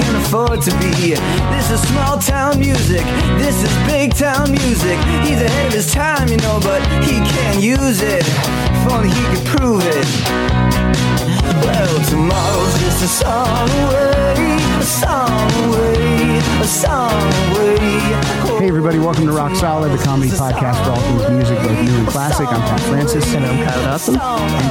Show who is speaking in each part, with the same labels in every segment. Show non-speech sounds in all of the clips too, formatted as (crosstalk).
Speaker 1: to be. This is small town music. This is big town music. He's ahead of his time, you know, but he can't use it. If only he could prove it. Well, tomorrow's just a song away, a song away, a song away.
Speaker 2: Hey, everybody, welcome to Rock Solid, the comedy podcast for all things music, both new and classic. I'm Tom Francis. And I'm Kyle Dawson. And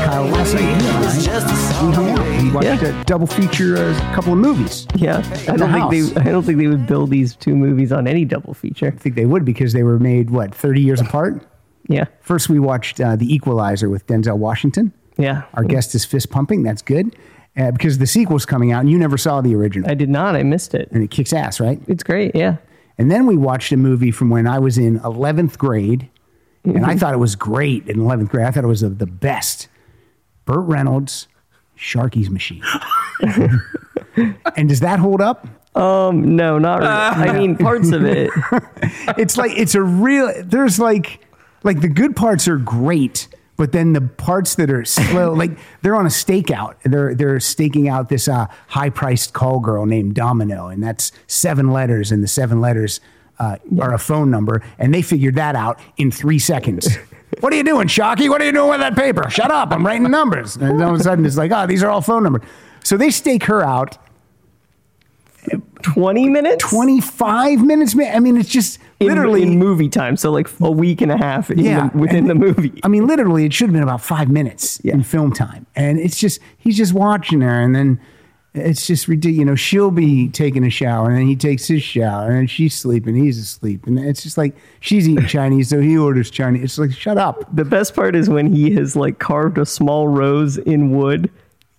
Speaker 2: Kyle Leslie.
Speaker 1: It's just a
Speaker 2: We
Speaker 1: song
Speaker 2: hung out.
Speaker 1: away.
Speaker 2: We watched
Speaker 3: Yeah.
Speaker 2: a double feature, a couple of movies. I
Speaker 3: Yeah, I
Speaker 2: the
Speaker 3: don't
Speaker 2: house.
Speaker 3: think they. I don't think they would build these two movies on any double feature.
Speaker 2: think they would because they were made, what, 30 years apart?
Speaker 3: Yeah,
Speaker 2: First, we watched uh, The Equalizer with Denzel Washington.
Speaker 3: yeah.
Speaker 2: Our guest is fist pumping. That's good uh, because the sequel's coming out and you never saw the original.
Speaker 3: I did not. I missed it.
Speaker 2: and it kicks ass, right?
Speaker 3: It's great. Yeah,
Speaker 2: And then we watched a movie from when I was in 11th grade. And I thought it was great in 11th grade. I thought it was the, the best. Burt Reynolds, Sharky's Machine. and does that hold up?
Speaker 3: no, not. Really.
Speaker 2: Uh,
Speaker 3: I mean, parts of it.
Speaker 2: It's like, it's a real, there's like, like the good parts are great. But then the parts that are
Speaker 3: (laughs)
Speaker 2: slow, like they're on a stakeout. They're they're staking out this uh, high-priced call girl named Domino, and that's seven letters, and the seven letters uh, are a phone number, and they figured that out in three seconds. (laughs) what are you doing, Shocky? What are you doing with that paper? Shut up! I'm writing numbers, and all of a sudden it's like, oh, these are all phone numbers. So they stake her out
Speaker 3: (laughs) Twenty minutes.
Speaker 2: 25 minutes. man. I mean, it's just
Speaker 3: In-
Speaker 2: literally
Speaker 3: in movie time. So like a week and a half. In
Speaker 2: Yeah.
Speaker 3: the, within
Speaker 2: And-
Speaker 3: the movie.
Speaker 2: I mean, literally, it should have been about five minutes
Speaker 3: Yeah.
Speaker 2: in film time, and it's just he's just watching her, and then it's just ridiculous. You know, she'll be taking a shower, and then he takes his shower, and she's sleeping, he's asleep, and it's just like she's
Speaker 3: (laughs)
Speaker 2: eating Chinese, so he orders Chinese. It's like shut up.
Speaker 3: The best part is when he has like carved a small rose in wood,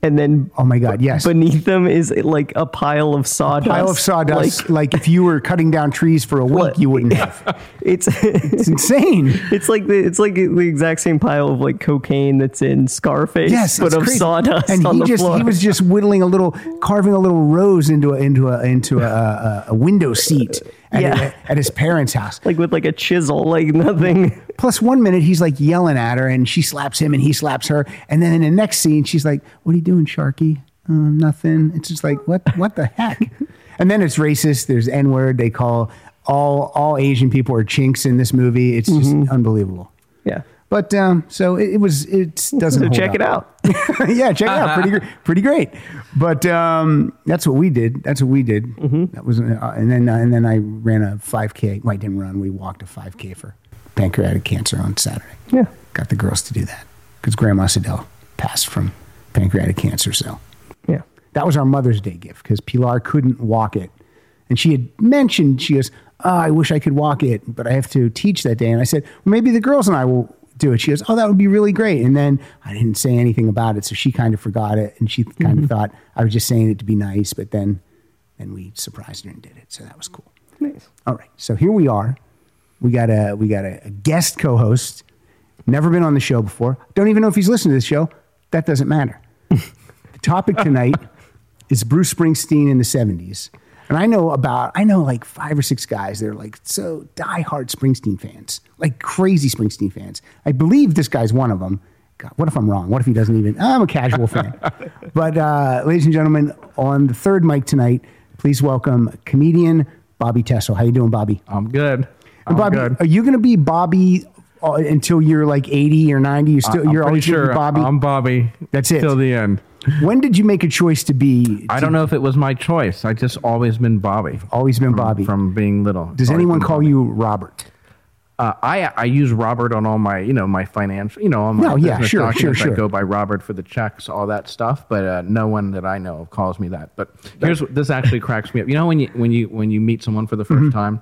Speaker 3: and then
Speaker 2: Oh my god, yes.
Speaker 3: beneath them is like a pile of sawdust.
Speaker 2: Pile of sawdust.
Speaker 3: Like,
Speaker 2: Like, if you were cutting down trees for a week,
Speaker 3: What?
Speaker 2: you wouldn't
Speaker 3: (laughs)
Speaker 2: have.
Speaker 3: it's
Speaker 2: It's insane.
Speaker 3: It's like the it's like the exact same pile of like cocaine that's in Scarface,
Speaker 2: Yes,
Speaker 3: but
Speaker 2: it's
Speaker 3: of
Speaker 2: crazy.
Speaker 3: sawdust
Speaker 2: And
Speaker 3: on
Speaker 2: he
Speaker 3: the
Speaker 2: just
Speaker 3: floor.
Speaker 2: he was just whittling a little, carving a little rose into a into a into a, a, a window seat at,
Speaker 3: Yeah.
Speaker 2: at his parents' house.
Speaker 3: like with like a chisel, like nothing. (laughs)
Speaker 2: Plus, one minute he's like yelling at her, and she slaps him, and he slaps her, and then in the next scene she's like, "What are you doing, Sharky? Um, nothing." It's just like what what the
Speaker 3: (laughs)
Speaker 2: heck? and then it's racist. There's N word. They call all all Asian people are chinks in this movie. It's
Speaker 3: Mm-hmm.
Speaker 2: just unbelievable.
Speaker 3: Yeah.
Speaker 2: But um, so it, it was. It doesn't.
Speaker 3: So
Speaker 2: hold
Speaker 3: check
Speaker 2: up.
Speaker 3: it out.
Speaker 2: (laughs) yeah, check it out. Pretty, gr- pretty great. But um, that's what we did. That's what we did. That was, uh, and then uh, and then I ran a 5K. Well, I didn't run. We walked a 5K for pancreatic cancer on Saturday.
Speaker 3: Yeah.
Speaker 2: Got the girls to do that because Grandma Sedell passed from pancreatic cancer. So
Speaker 3: Yeah.
Speaker 2: that was our Mother's Day gift because Pilar couldn't walk it. And she had mentioned, she goes, oh, I wish I could walk it, but I have to teach that day. And I said, well, maybe the girls and I will do it. She goes, Oh, that would be really great. And then I didn't say anything about it. So she kind of forgot it. And she kind of thought I was just saying it to be nice. But then, then we surprised her and did it. So that was cool.
Speaker 3: Nice.
Speaker 2: All right. So here we are. We got a we got a, a guest co-host. Never been on the show before. Don't even know if he's listened to this show. That doesn't matter. the
Speaker 4: (laughs)
Speaker 2: topic tonight is Bruce Springsteen in the 70s. And I know about I know like five or six guys that are like so diehard Springsteen fans, like crazy Springsteen fans. I believe this guy's one of them. God, what if I'm wrong? What if he doesn't even? I'm a casual
Speaker 4: (laughs)
Speaker 2: fan. But uh, ladies and gentlemen, on the third mic tonight, please welcome comedian Bobby Tessel. How you doing, Bobby?
Speaker 4: I'm good. I'm
Speaker 2: Bobby, uh,
Speaker 4: good.
Speaker 2: are you going to be Bobby uh, until you're like 80 or 90? You still,
Speaker 4: I'm
Speaker 2: you're
Speaker 4: pretty
Speaker 2: always going to be Bobby.
Speaker 4: I'm Bobby.
Speaker 2: That's it.
Speaker 4: Till the end.
Speaker 2: when did you make a choice to be?
Speaker 4: I don't know if it was my choice. I just always been Bobby.
Speaker 2: Always been Bobby.
Speaker 4: From being little.
Speaker 2: Does
Speaker 4: Always
Speaker 2: anyone
Speaker 4: been
Speaker 2: call
Speaker 4: Bobby.
Speaker 2: you
Speaker 4: (laughs)
Speaker 2: Robert?
Speaker 4: Uh, I I use Robert on all my you know my financial you know on my
Speaker 2: No, Oh, yeah,
Speaker 4: business
Speaker 2: sure, sure,
Speaker 4: documents.
Speaker 2: sure.
Speaker 4: I go by Robert for the checks, all that stuff. But uh, no one that I know of calls me that. But here's what- this actually cracks me up. You know when you when you when you meet someone for the
Speaker 2: Mm-hmm.
Speaker 4: 1st time,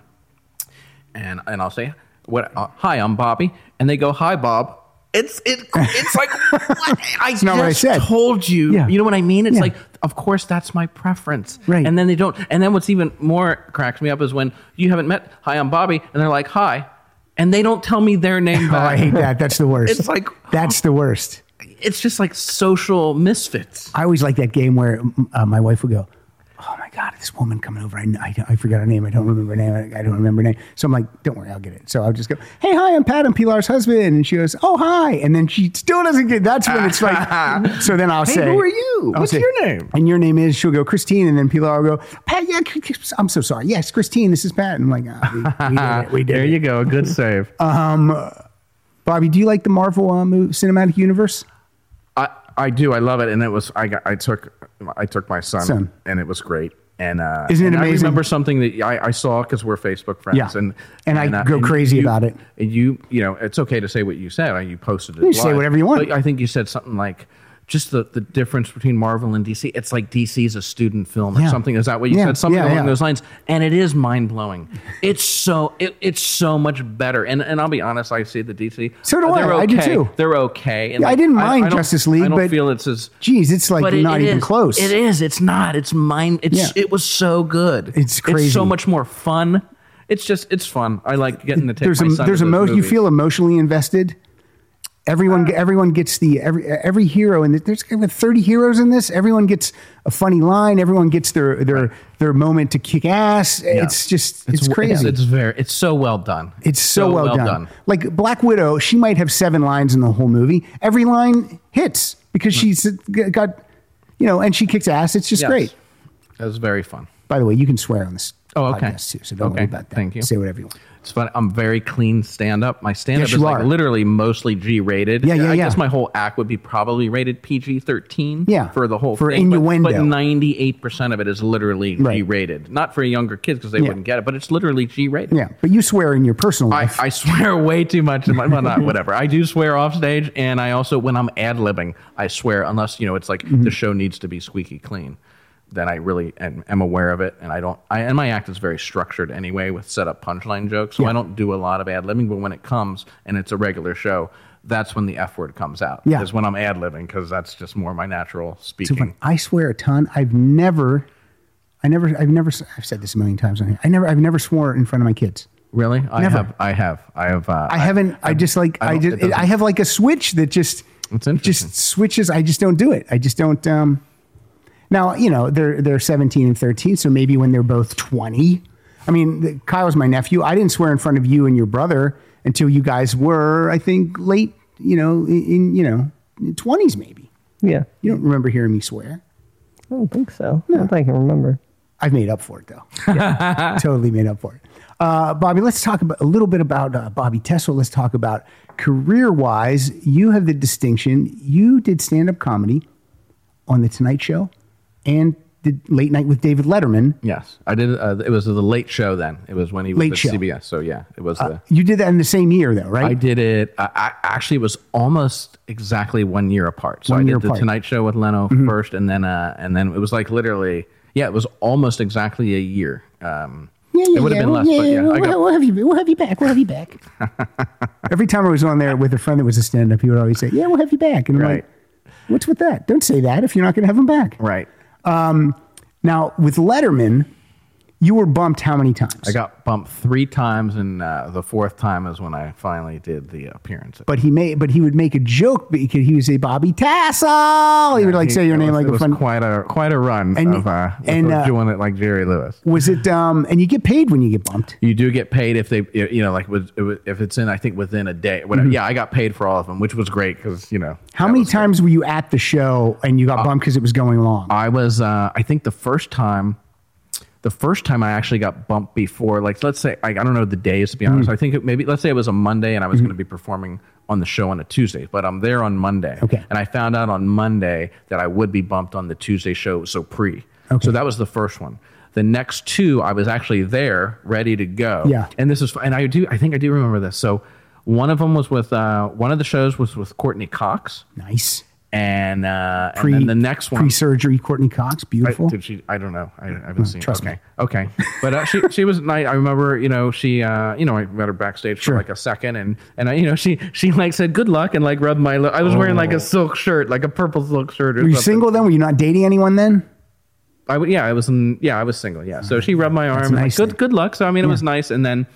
Speaker 4: and and I'll say what uh, hi I'm Bobby, and they go hi Bob. It's it, it's like (laughs) what? I just
Speaker 2: not what I said.
Speaker 4: told you.
Speaker 2: Yeah.
Speaker 4: You know what I mean? It's
Speaker 2: Yeah.
Speaker 4: like of course that's my preference.
Speaker 2: Right.
Speaker 4: And then they don't. And then what's even more cracks me up is when you haven't met. Hi, I'm Bobby, and they're like, "Hi," and they don't tell me their (laughs) name
Speaker 2: Oh, I
Speaker 4: back.
Speaker 2: hate that. That's the worst.
Speaker 4: It's like-
Speaker 2: (laughs) that's the worst.
Speaker 4: it's just like social misfits.
Speaker 2: I always like that game where mm, uh, my wife would go, oh my God, this woman coming over. I, I, I forgot her name. I don't remember her name. I, I don't remember her name. So I'm like, don't worry, I'll get it. So I'll just go, hey, hi, I'm Pat. I'm Pilar's husband. And she goes, oh, hi. And then she still doesn't get That's when it's
Speaker 4: (laughs)
Speaker 2: like, so then I'll say,
Speaker 4: who are you? What's your name?
Speaker 2: And your name is, she'll go, Christine. And then Pilar will go, Pat, yeah, c- c- I'm so sorry. Yes, Christine, this is Pat. And I'm like, ah, we, we did
Speaker 4: (laughs)
Speaker 2: it. We did
Speaker 5: There
Speaker 2: it.
Speaker 5: you go. A good save.
Speaker 4: Uh,
Speaker 2: Bobby, do you like the Marvel uh, movie, cinematic universe?
Speaker 4: I, I do. I love it. And it was I got I took I took my son,
Speaker 2: Son.
Speaker 4: and it was great. And uh,
Speaker 2: Isn't it
Speaker 4: and I
Speaker 2: amazing?
Speaker 4: remember something that I, I saw because we're Facebook friends.
Speaker 2: Yeah.
Speaker 4: And
Speaker 2: And I go crazy
Speaker 4: you-
Speaker 2: about it.
Speaker 4: And you you know it's okay to say what you said. You posted it.
Speaker 2: You say
Speaker 4: live.
Speaker 2: whatever you want.
Speaker 4: But I think you said something like. Just the, the difference between Marvel and DC. It's like DC is a student film or
Speaker 2: Yeah.
Speaker 4: something. Is that what you
Speaker 2: Yeah,
Speaker 4: said? Something
Speaker 2: yeah,
Speaker 4: along
Speaker 2: yeah.
Speaker 4: those lines. And it is mind blowing. It's so it, it's so much better. And and I'll be honest, I see the DC.
Speaker 2: So do
Speaker 4: they're
Speaker 2: I.
Speaker 4: Okay.
Speaker 2: I do too.
Speaker 4: They're okay. And
Speaker 2: Yeah, I didn't mind
Speaker 4: don't-
Speaker 2: Justice League,
Speaker 4: I don't
Speaker 2: but-
Speaker 4: feel it's as
Speaker 2: Geez, it's like
Speaker 4: it-
Speaker 2: not
Speaker 4: it
Speaker 2: even
Speaker 4: is.
Speaker 2: close.
Speaker 4: It is. It's not. It's mine. It's
Speaker 2: Yeah.
Speaker 4: it was so good.
Speaker 2: It's crazy.
Speaker 4: so much more fun. It's just it's fun. I like getting to take
Speaker 2: there's
Speaker 4: my
Speaker 2: a
Speaker 4: son
Speaker 2: there's
Speaker 4: to
Speaker 2: a
Speaker 4: those
Speaker 2: mo- you
Speaker 4: movies.
Speaker 2: feel emotionally invested. Everyone
Speaker 4: Uh,
Speaker 2: everyone gets the every every hero and there's kind of 30 heroes in this. Everyone gets a funny line. Everyone gets their their their moment to kick ass. It's just it's,
Speaker 4: w-
Speaker 2: crazy.
Speaker 4: It's,
Speaker 2: It's,
Speaker 4: very. It's so well done.
Speaker 2: so, well, done. Like Black Widow, she might have seven lines in the whole movie. Every line hits because she's uh, g- got you know, and she kicks ass. It's just
Speaker 4: Yes.
Speaker 2: great.
Speaker 4: It was very fun.
Speaker 2: By the way, you can swear on this
Speaker 4: Oh, okay.
Speaker 2: podcast too, so don't
Speaker 4: Okay.
Speaker 2: worry about that.
Speaker 4: Thank you.
Speaker 2: Say whatever you want.
Speaker 4: It's fun. I'm very clean stand up. My stand
Speaker 2: Yes,
Speaker 4: up is
Speaker 2: you
Speaker 4: like
Speaker 2: are.
Speaker 4: literally mostly G rated.
Speaker 2: Yeah, yeah,
Speaker 4: I
Speaker 2: yeah.
Speaker 4: guess my whole act would be probably rated PG 13
Speaker 2: Yeah,
Speaker 4: for the whole
Speaker 2: for
Speaker 4: thing. but-
Speaker 2: innuendo.
Speaker 4: But 98% of it is literally
Speaker 2: Right.
Speaker 4: G rated. Not for younger kids because they
Speaker 2: Yeah.
Speaker 4: wouldn't get it, but it's literally G rated.
Speaker 2: Yeah, but you swear in your personal
Speaker 4: I,
Speaker 2: life.
Speaker 4: I swear (laughs) way too much. In my,
Speaker 2: (laughs)
Speaker 4: well, not whatever. I do swear off stage, and I also when I'm ad libbing, I swear unless you know it's like
Speaker 2: Mm-hmm.
Speaker 4: the show needs to be squeaky clean. Then I really am, am aware of it, and I don't. I, and my act is very structured anyway with set up punchline jokes, so I don't do a lot of ad libbing. But when it comes and it's a regular show, that's when the f word comes out.
Speaker 2: Yeah.
Speaker 4: is when I'm ad libbing because that's just more my natural
Speaker 2: Too
Speaker 4: speaking.
Speaker 2: funny. I swear a ton. I've never, I never, I've never, s- I've said this a million times on here. I never, I've never swore in front of my kids.
Speaker 4: Really, I
Speaker 2: Never.
Speaker 4: have. I have. I have. Uh,
Speaker 2: I haven't. I, just like
Speaker 4: I
Speaker 2: I,
Speaker 4: don't-
Speaker 2: just.
Speaker 4: it doesn't-
Speaker 2: I have like a switch that just.
Speaker 4: That's interesting.
Speaker 2: Just switches. I just don't do it. I just don't. Um, now you know they're they're seventeen and thirteen, so maybe when they're both twenty. I mean, the- Kyle's my nephew. I didn't swear in front of you and your brother until you guys were, I think, late. You know, in, in you know, twenties maybe.
Speaker 3: Yeah.
Speaker 2: You don't remember hearing me swear.
Speaker 3: I don't think so. I don't think I can remember.
Speaker 2: I've made up for it
Speaker 4: (laughs)
Speaker 2: though. totally made up for it. Uh, Bobby, let's talk about a little bit about uh, Bobby Tessel. Let's talk about career-wise. You have the distinction. You did stand-up comedy on the Tonight Show and did Late Night with David Letterman.
Speaker 4: yes, I did. Uh, it was the late show then. It was when he was
Speaker 2: Late
Speaker 4: at
Speaker 2: Show. Uh,
Speaker 4: CBS. So yeah, it was the.
Speaker 2: You did that in the same year, though, right?
Speaker 4: I did it. I, I actually it was almost exactly one year apart. So
Speaker 2: One
Speaker 4: I
Speaker 2: year
Speaker 4: did the
Speaker 2: apart. Mm-hmm.
Speaker 4: Tonight Show with Leno first, and then uh, and then it was like literally, yeah, it was almost exactly a year. Um,
Speaker 2: Yeah, yeah,
Speaker 4: it would
Speaker 2: yeah,
Speaker 4: have been less,
Speaker 2: yeah,
Speaker 4: but yeah, I
Speaker 2: We'll,
Speaker 4: got,
Speaker 2: we'll have you. We'll have you back. We'll have you
Speaker 4: (laughs)
Speaker 2: back. Every time I was on there with a friend that was a stand-up, he would always say, "Yeah, we'll have you back." And I'm
Speaker 4: Right.
Speaker 2: like, "What's with that? Don't say that if you're not going to have him back."
Speaker 4: right.
Speaker 2: Now with Letterman, you were bumped how many times?
Speaker 4: I got bumped three times, and uh, the fourth time is when I finally did the appearance.
Speaker 2: but he made, but he would make a joke because he would say Bobby Tassel. He would like say your name
Speaker 4: It was-
Speaker 2: like
Speaker 4: it
Speaker 2: a
Speaker 4: was
Speaker 2: fun.
Speaker 4: quite a quite a run
Speaker 2: And-
Speaker 4: of uh,
Speaker 2: and,
Speaker 4: and,
Speaker 2: uh,
Speaker 4: doing it like Jerry Lewis.
Speaker 2: was it? Um, and you get paid when you get bumped.
Speaker 4: You do get paid if they, you know, like with, if it's in, I think within a day. Whatever. Yeah, I got paid for all of them, which was great because you know
Speaker 2: How
Speaker 4: that
Speaker 2: many
Speaker 4: was-
Speaker 2: times were you at the show and you got bumped because it was going long?
Speaker 4: I was, uh, I think the first time, the first time I actually got bumped before, like, let's say, I, I don't know the days to be
Speaker 2: Mm-hmm.
Speaker 4: honest. I think it maybe, let's say it was a Monday and I was going to be performing on the show on a Tuesday, but I'm there on Monday.
Speaker 2: Okay.
Speaker 4: And I found out on Monday that I would be bumped on the Tuesday show, so pre. So that was the first one. The next two, I was actually there, ready to go.
Speaker 2: Yeah.
Speaker 4: And this is, and I do, I think I do remember this. So one of them was with, uh, one of the shows was with Courtney Cox.
Speaker 2: nice.
Speaker 4: And, uh, and then the next one,
Speaker 2: pre-surgery, Courtney Cox, beautiful.
Speaker 4: I, did she? I don't know. I, I haven't seen.
Speaker 2: trust
Speaker 4: okay.
Speaker 2: me.
Speaker 4: Okay. But uh, she she was nice. I remember. You know, she. Uh, you know, I met her backstage
Speaker 2: Sure.
Speaker 4: for like a second, and and I, you know, she she like said good luck and like rubbed my. Lo- I was wearing like a silk shirt, like a purple silk shirt. Or
Speaker 2: Oh. were you
Speaker 4: something.
Speaker 2: single then? Were you not dating anyone then?
Speaker 4: I would, yeah, I was in, yeah, I was single. Yeah. So she rubbed my arm.
Speaker 2: nice then.
Speaker 4: like, good, good luck. So I mean, it was nice. And then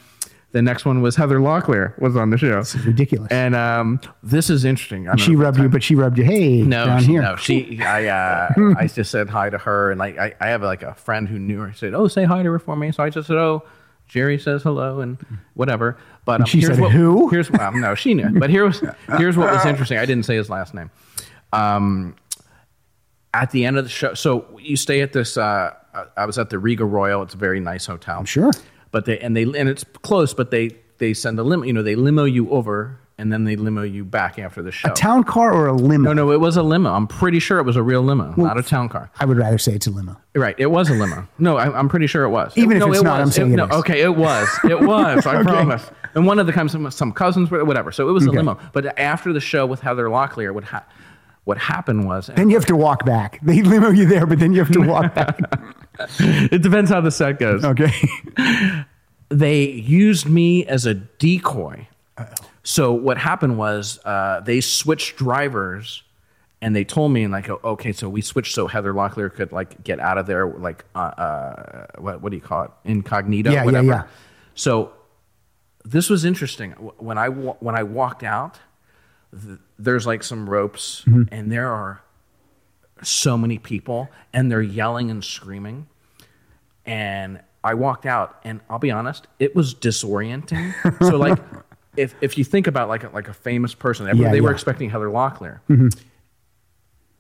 Speaker 4: The next one was Heather Locklear was on the show. This
Speaker 2: is ridiculous.
Speaker 4: And um, this is interesting. I don't
Speaker 2: She
Speaker 4: know if
Speaker 2: rubbed
Speaker 4: that's-
Speaker 2: you, but she rubbed you. Hey,
Speaker 4: no,
Speaker 2: down
Speaker 4: she,
Speaker 2: here.
Speaker 4: no, she.
Speaker 2: (laughs)
Speaker 4: I uh, I just said hi to her, and like I, I have like a friend who knew her. Said, "Oh, say hi to her for me." So I just said, "Oh, Jerry says hello and whatever." But um,
Speaker 2: she
Speaker 4: here's
Speaker 2: said,
Speaker 4: what,
Speaker 2: "Who?"
Speaker 4: Here's um, no, she knew. But
Speaker 2: (laughs)
Speaker 4: here was here's what was interesting. I didn't say his last name. Um, at the end of the show, so you stay at this. Uh, I- I was at the Riga Royal. It's a very nice hotel.
Speaker 2: Sure. A town car or a limo?
Speaker 4: No, no, it was a limo. I'm pretty sure it was a real limo, not a town car.
Speaker 2: I would rather say it's a limo.
Speaker 4: Right, it was a limo. No, I, I'm pretty sure it was.
Speaker 2: Even if
Speaker 4: no,
Speaker 2: it's
Speaker 4: it
Speaker 2: not,
Speaker 4: was.
Speaker 2: I'm saying it
Speaker 4: no,
Speaker 2: is.
Speaker 4: Okay, it was.
Speaker 2: (laughs)
Speaker 4: It was. I promise. And one of the times, some, some cousins were whatever. So it was a limo. But after the show with Heather Locklear, what ha- what happened was
Speaker 2: Then you have to walk back. They limo you there, but then you have to walk back.
Speaker 4: (laughs) it depends how the set goes.
Speaker 2: Okay.
Speaker 4: they used me as a decoy. So what happened was uh, they switched drivers, and they told me and like, oh, okay, so we switched so Heather Locklear could like get out of there, like uh, uh, what what do you call it, incognito,
Speaker 2: Yeah, yeah,
Speaker 4: whatever.
Speaker 2: yeah.
Speaker 4: So this was interesting. W- When I wa- when I walked out, th- there's like some ropes,
Speaker 2: Mm-hmm.
Speaker 4: and there are so many people, and they're yelling and screaming and I walked out and I'll be honest, it was
Speaker 2: (laughs)
Speaker 4: disorienting. so like if if you think about like a, like a famous person, everyone-
Speaker 2: Yeah,
Speaker 4: they were
Speaker 2: yeah. Mm-hmm.
Speaker 4: expecting Heather Locklear.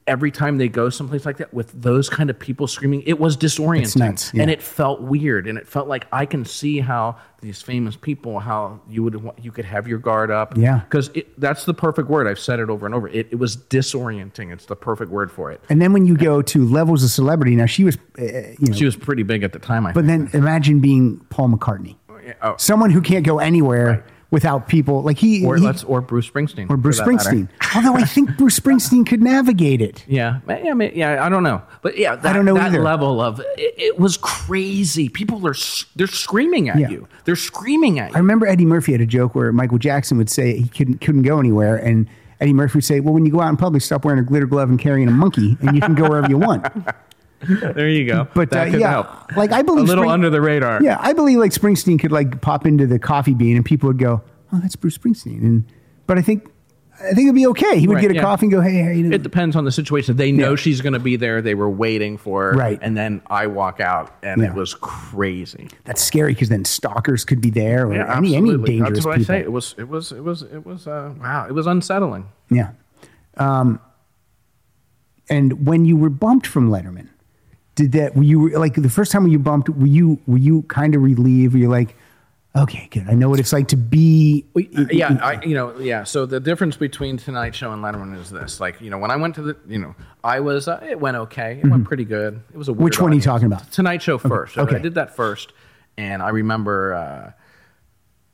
Speaker 4: Every time they go someplace like that with those kind of people screaming, it was disorienting
Speaker 2: nuts, yeah.
Speaker 4: and it felt weird and it felt like I can see how these famous people how you would want, you could have your guard up.
Speaker 2: Yeah.
Speaker 4: Cuz that's the perfect word. I've said it over and over. It it was disorienting. It's the perfect word for it.
Speaker 2: And then when you go to levels of celebrity, now she was, uh, you know,
Speaker 4: She was pretty big at the time, I
Speaker 2: but
Speaker 4: think.
Speaker 2: then imagine being Paul McCartney,
Speaker 4: oh.
Speaker 2: someone who can't go anywhere without people. Like he,
Speaker 4: or
Speaker 2: he-
Speaker 4: let's or Bruce Springsteen.
Speaker 2: or
Speaker 4: for
Speaker 2: Bruce
Speaker 4: that matter.
Speaker 2: Springsteen. Although I think Bruce Springsteen could navigate it.
Speaker 4: Yeah, Ma- yeah, ma- yeah. I don't know, but yeah, that,
Speaker 2: don't know
Speaker 4: that
Speaker 2: either.
Speaker 4: level of it, it was crazy. People are s- they're screaming at
Speaker 2: Yeah.
Speaker 4: you. They're screaming
Speaker 2: I
Speaker 4: at you.
Speaker 2: remember Eddie Murphy had a joke where Michael Jackson would say he couldn't couldn't go anywhere, and Eddie Murphy would say, "Well, when you go out in public, stop wearing a glitter glove and carrying a monkey, and you can go wherever you
Speaker 4: (laughs)
Speaker 2: want."
Speaker 4: There you go.
Speaker 2: But uh,
Speaker 4: That could
Speaker 2: yeah,
Speaker 4: help.
Speaker 2: like I
Speaker 4: a
Speaker 2: believe
Speaker 4: little
Speaker 2: Spring-
Speaker 4: under the radar.
Speaker 2: Yeah, I believe like Springsteen could like pop into the coffee bean, and people would go, "Oh, that's Bruce Springsteen." And but I think I think it'd be okay. He would
Speaker 4: Right,
Speaker 2: get a
Speaker 4: yeah.
Speaker 2: coffee and go, "Hey, how you doing?"
Speaker 4: It depends on the situation. They know
Speaker 2: Yeah.
Speaker 4: she's going to be there. They were waiting for her.
Speaker 2: Right.
Speaker 4: And then I walk out, and
Speaker 2: Yeah.
Speaker 4: it was crazy.
Speaker 2: that's scary because then stalkers could be there or any any dangerous
Speaker 4: That's what
Speaker 2: people.
Speaker 4: I say. It was. It was. It was. It was. Uh, wow. It was unsettling.
Speaker 2: Yeah. Um, and when you were bumped from Letterman, did that? Were you like the first time when you bumped? Were you were you kind of relieved? Were you like, okay, good. I know what it's like to be.
Speaker 4: Uh, yeah, I, you know, yeah. So the difference between Tonight Show and Letterman is this: like, you know, when I went to the, you know, I was, uh, it went okay, it went pretty good. It was a weird
Speaker 2: Mm-hmm. Which one are you
Speaker 4: audience.
Speaker 2: talking about?
Speaker 4: Tonight Show first. So
Speaker 2: okay.
Speaker 4: I did that first, and I remember, uh,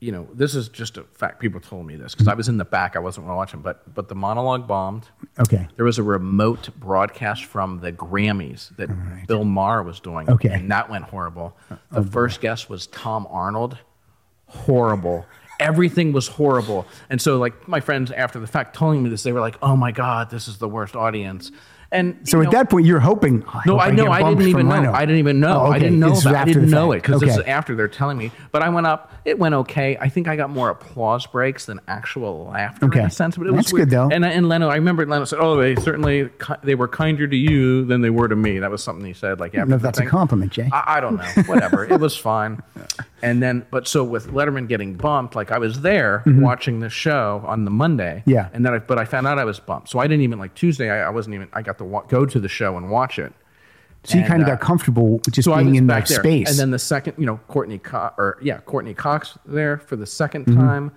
Speaker 4: you know, this is just a fact. People told me this because I was in the back, I wasn't watching, but but the monologue bombed.
Speaker 2: Okay.
Speaker 4: There was a remote broadcast from the Grammys that Bill Maher was doing.
Speaker 2: Okay. Uh,
Speaker 4: And that went horrible. The first guest was Tom Arnold. Horrible. Everything was horrible. And so, like, my friends after the fact telling me this, they were like, oh my God, this is the worst audience. And
Speaker 2: So
Speaker 4: you
Speaker 2: at
Speaker 4: know,
Speaker 2: that point, you're hoping. "Oh,
Speaker 4: no,
Speaker 2: hope
Speaker 4: I know.
Speaker 2: get
Speaker 4: I
Speaker 2: bumped
Speaker 4: didn't
Speaker 2: from
Speaker 4: even know.
Speaker 2: Leno."
Speaker 4: I didn't even know.
Speaker 2: Oh,
Speaker 4: I
Speaker 2: okay.
Speaker 4: didn't know
Speaker 2: This is
Speaker 4: that. I
Speaker 2: after
Speaker 4: didn't
Speaker 2: the
Speaker 4: know it
Speaker 2: fact.
Speaker 4: because this is
Speaker 2: Okay.
Speaker 4: after they're telling me. But I went up. It went okay. I think I got more applause breaks than actual laughter
Speaker 2: Okay.
Speaker 4: in a sense. But it
Speaker 2: That's
Speaker 4: was weird.
Speaker 2: good, though.
Speaker 4: And and Leno, I remember Leno said, "Oh, they certainly ki- they were kinder to you than they were to me." That was something he said. Like,
Speaker 2: don't know if that's a compliment, Jay.
Speaker 4: I, I don't know. Whatever. it was fine. (laughs) And then, but so with Letterman getting bumped, like I was there watching the show on the Monday.
Speaker 2: Mm-hmm. Yeah.
Speaker 4: And then, I, but I found out I was bumped, so I didn't even like Tuesday. I, I wasn't even. I got to wa- go to the show and watch it.
Speaker 2: So you
Speaker 4: And,
Speaker 2: kind of
Speaker 4: uh,
Speaker 2: got comfortable with just
Speaker 4: So I
Speaker 2: being
Speaker 4: was
Speaker 2: in
Speaker 4: back
Speaker 2: that
Speaker 4: there.
Speaker 2: space.
Speaker 4: And then the second, you know, Courtney Co- or yeah, Courtney Cox there for the 2nd
Speaker 2: Mm-hmm.
Speaker 4: time,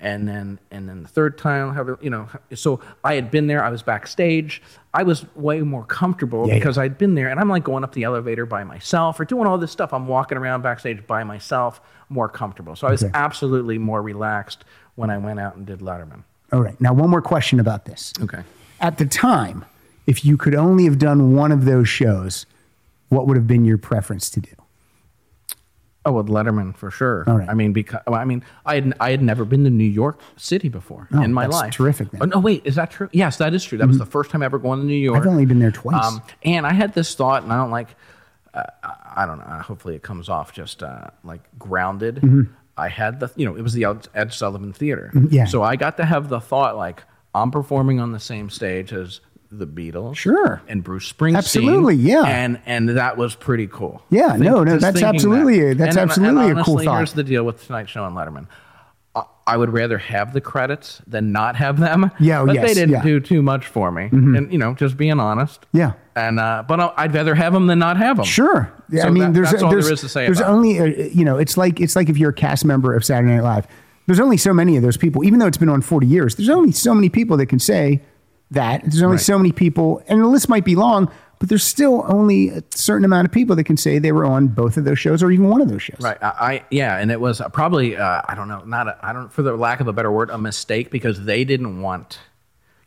Speaker 4: and then and then the third time, however, you know, so I had been there. I was backstage. I was way more comfortable
Speaker 2: Yeah, yeah.
Speaker 4: because I'd been there, and I'm like going up the elevator by myself or doing all this stuff. I'm walking around backstage by myself, more comfortable. So I was
Speaker 2: Okay.
Speaker 4: absolutely more relaxed when I went out and did Letterman.
Speaker 2: All right. Now, one more question about this.
Speaker 4: Okay.
Speaker 2: At the time, if you could only have done one of those shows, what would have been your preference to do?
Speaker 4: Oh, with Letterman for sure.
Speaker 2: All right.
Speaker 4: I mean, because well, I mean, I had I had never been to New York City before in my
Speaker 2: Oh, that's
Speaker 4: life.
Speaker 2: terrific, then.
Speaker 4: Oh, no, wait, is that true? Yes, that is true. That was the first time ever going to New York.
Speaker 2: I've only been there twice.
Speaker 4: Um, and I had this thought, and I
Speaker 2: Mm-hmm.
Speaker 4: don't like, uh, I I don't know. Hopefully, it comes off just uh, like grounded. I had the, you know, it was the Ed- Ed Sullivan Theater.
Speaker 2: Mm, yeah.
Speaker 4: So I got to have the thought like, I'm performing on the same stage as the Beatles.
Speaker 2: Sure.
Speaker 4: And Bruce Springsteen.
Speaker 2: Absolutely, yeah.
Speaker 4: And and that was pretty cool.
Speaker 2: Yeah, no, no,
Speaker 4: just
Speaker 2: that's
Speaker 4: thinking
Speaker 2: absolutely a- that's
Speaker 4: And- and-
Speaker 2: absolutely a
Speaker 4: and
Speaker 2: cool
Speaker 4: honestly,
Speaker 2: thought.
Speaker 4: Here's the deal with Tonight Show and Letterman. I- I would rather have the credits than not have them.
Speaker 2: Yeah, oh,
Speaker 4: but
Speaker 2: yes,
Speaker 4: they didn't
Speaker 2: yeah.
Speaker 4: do too much for me. And you know, just being honest.
Speaker 2: Mm-hmm. Yeah.
Speaker 4: And uh, but I- I'd rather have them than not have them.
Speaker 2: Sure. Yeah,
Speaker 4: So
Speaker 2: I mean,
Speaker 4: that-
Speaker 2: there's
Speaker 4: that's all
Speaker 2: there's,
Speaker 4: there is to say
Speaker 2: There's
Speaker 4: about it.
Speaker 2: only uh, you know, it's like it's like if you're a cast member of Saturday Night Live. There's only so many of those people, even though it's been on 40 years. There's only so many people that can say that. There's only
Speaker 4: Right.
Speaker 2: so many people, and the list might be long, but there's still only a certain amount of people that can say they were on both of those shows or even one of those shows.
Speaker 4: Right. I, I yeah, and it was uh, probably uh, I don't know, not a, I don't for the lack of a better word, a mistake because they didn't want,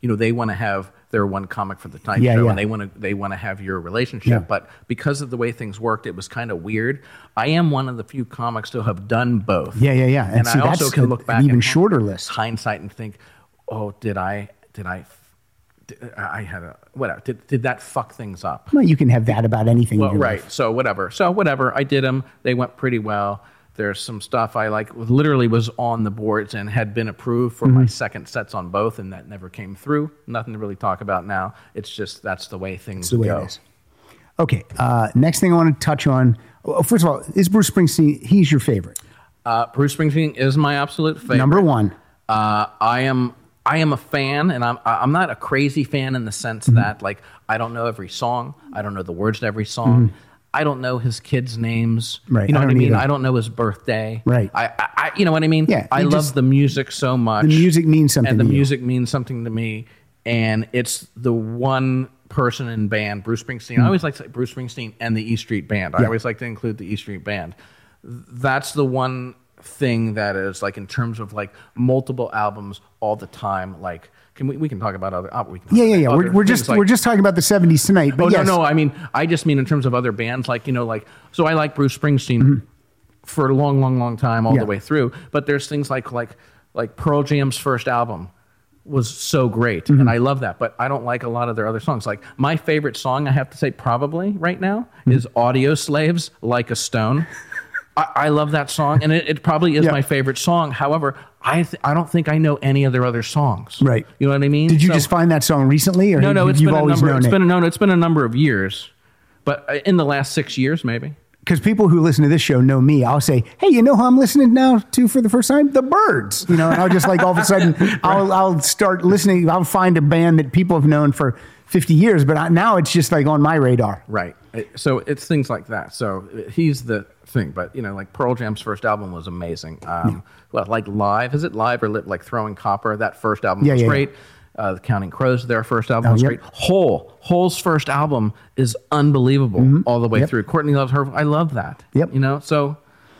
Speaker 4: you know, they want to have their one comic for the time
Speaker 2: Yeah,
Speaker 4: show,
Speaker 2: yeah.
Speaker 4: and they want to they want to have your relationship.
Speaker 2: Yeah.
Speaker 4: But because of the way things worked, it was kind of weird. I am one of the few comics to have done both.
Speaker 2: Yeah, yeah, yeah.
Speaker 4: And,
Speaker 2: see,
Speaker 4: I also
Speaker 2: that's
Speaker 4: can
Speaker 2: a-
Speaker 4: look
Speaker 2: an
Speaker 4: back
Speaker 2: even
Speaker 4: and
Speaker 2: shorter list.
Speaker 4: hindsight and think, oh, did I did I. did- I had a whatever. Did, did that fuck things up?
Speaker 2: Well, you can have that about anything. in (laughs)
Speaker 4: Well,
Speaker 2: your
Speaker 4: right.
Speaker 2: life.
Speaker 4: So whatever. So whatever. I did them. They went pretty well. There's some stuff I like. Literally was on the boards and had been approved for
Speaker 2: Mm-hmm.
Speaker 4: my second sets on both, and that never came through. Nothing to really talk about now. It's just that's the way things
Speaker 2: It's the way
Speaker 4: go.
Speaker 2: it is. Okay. Uh, next thing I want to touch on. well, First of all, is Bruce Springsteen? He's your favorite,
Speaker 4: Uh, Bruce Springsteen is my absolute favorite.
Speaker 2: number one.
Speaker 4: Uh, I am. I am a fan, and I'm I- I'm not a crazy fan in the sense
Speaker 2: Mm-hmm.
Speaker 4: that like I don't know every song, I don't know the words to every song, I don't know his kids' names,
Speaker 2: Mm-hmm. Right,
Speaker 4: You know
Speaker 2: I
Speaker 4: what I
Speaker 2: don't
Speaker 4: mean?
Speaker 2: either.
Speaker 4: I don't know his birthday,
Speaker 2: Right.
Speaker 4: I, I, I you know what I mean?
Speaker 2: Yeah,
Speaker 4: I
Speaker 2: you
Speaker 4: love
Speaker 2: just-
Speaker 4: the music so much.
Speaker 2: The music means something
Speaker 4: and the
Speaker 2: to you.
Speaker 4: music means something to me, and it's the one person in band, Bruce Springsteen.
Speaker 2: Hmm.
Speaker 4: I always like to say Bruce Springsteen and the E Street Band. I always like to include the E Street Band that's the one thing that is like in terms of like multiple albums all the time. Like, can we we can talk about other? oh, we can talk
Speaker 2: Yeah, yeah,
Speaker 4: about
Speaker 2: yeah.
Speaker 4: other
Speaker 2: We're, we're
Speaker 4: things,
Speaker 2: just
Speaker 4: like-
Speaker 2: we're just talking about the '70s tonight. But
Speaker 4: Oh
Speaker 2: yes,
Speaker 4: no, no. I mean, I just mean in terms of other bands. Like you know, like so I like Bruce Springsteen for a long, long, long time, all
Speaker 2: Mm-hmm. Yeah.
Speaker 4: the way through. But there's things like like like Pearl Jam's first album was so great, and
Speaker 2: Mm-hmm.
Speaker 4: I love that. But I don't like a lot of their other songs. Like my favorite song, I have to say, probably right now
Speaker 2: Mm-hmm.
Speaker 4: is Audio Slaves, Like a Stone. I, I love that song, and it, it probably is
Speaker 2: Yeah.
Speaker 4: my favorite song. However, I th- I don't think I know any of their other songs.
Speaker 2: Right.
Speaker 4: You know what I mean?
Speaker 2: Did you
Speaker 4: So-
Speaker 2: just find that song recently, or
Speaker 4: no, no,
Speaker 2: you,
Speaker 4: it's
Speaker 2: you've
Speaker 4: been a
Speaker 2: always
Speaker 4: number. It's
Speaker 2: known
Speaker 4: been
Speaker 2: it?
Speaker 4: a, no, no, it's been a number of years, but uh, in the last six years, maybe.
Speaker 2: Because people who listen to this show know me. I'll say, "Hey, you know who I'm listening now to for the first time? The Birds." You know, and I'll just like all of a
Speaker 4: (laughs)
Speaker 2: sudden, I'll I'll start listening. I'll find a band that people have known for 50 years, but I, now it's just like on my radar.
Speaker 4: Right. It- So it's things like that. So uh, he's the thing, but you know, like Pearl Jam's first album was amazing. Um, well, like live, is it live or li- like Throwing Copper? That first album
Speaker 2: Yeah,
Speaker 4: was
Speaker 2: yeah,
Speaker 4: great. Uh, the Counting Crows, their first album was
Speaker 2: yep.
Speaker 4: great. Hole, Hole's first album is unbelievable all the way
Speaker 2: Yep.
Speaker 4: through. Courtney loves her. I love that.
Speaker 2: Yep.
Speaker 4: You know, so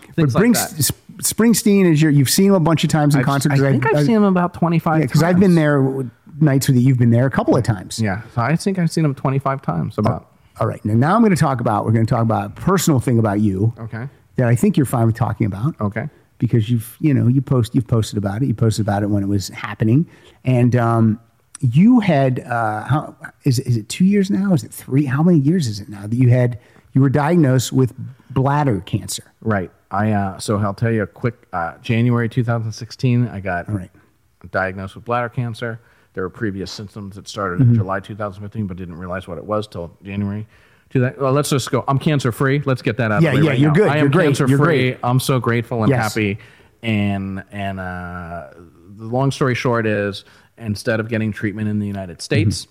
Speaker 2: But
Speaker 4: things like
Speaker 2: Brings,
Speaker 4: that.
Speaker 2: Springsteen is your. You've seen him a bunch of times in concert.
Speaker 4: I
Speaker 2: 'cause
Speaker 4: think I've, seen him about twenty five.
Speaker 2: Yeah, because I've been there w- nights with you. You've been there a couple of times.
Speaker 4: Yeah, so I think I've seen him twenty five times. About.
Speaker 2: All right. Now, now I'm going to talk about. We're going to talk about a personal thing about you.
Speaker 4: Okay.
Speaker 2: That I think you're fine with talking about.
Speaker 4: Okay.
Speaker 2: Because you've you know you post you've posted about it. You posted about it when it was happening, and um, you had uh, how is it, is it two years now? Is it three? How many years is it now that you had you were diagnosed with bladder cancer?
Speaker 4: Right. I uh, so I'll tell you a quick. Uh, January 2016, I got
Speaker 2: right.
Speaker 4: diagnosed with bladder cancer. There were previous symptoms that started
Speaker 2: Mm-hmm.
Speaker 4: in July 2015, but didn't realize what it was till January. To that, well, let's just go. I'm cancer free. Let's get that out.
Speaker 2: Yeah,
Speaker 4: of the way
Speaker 2: yeah,
Speaker 4: right
Speaker 2: you're
Speaker 4: now.
Speaker 2: good,
Speaker 4: I
Speaker 2: you're
Speaker 4: am
Speaker 2: great,
Speaker 4: cancer
Speaker 2: you're
Speaker 4: free.
Speaker 2: great.
Speaker 4: I'm so grateful and
Speaker 2: Yes.
Speaker 4: happy. And and uh, the long story short is, instead of getting treatment in the United
Speaker 2: Mm-hmm.
Speaker 4: States.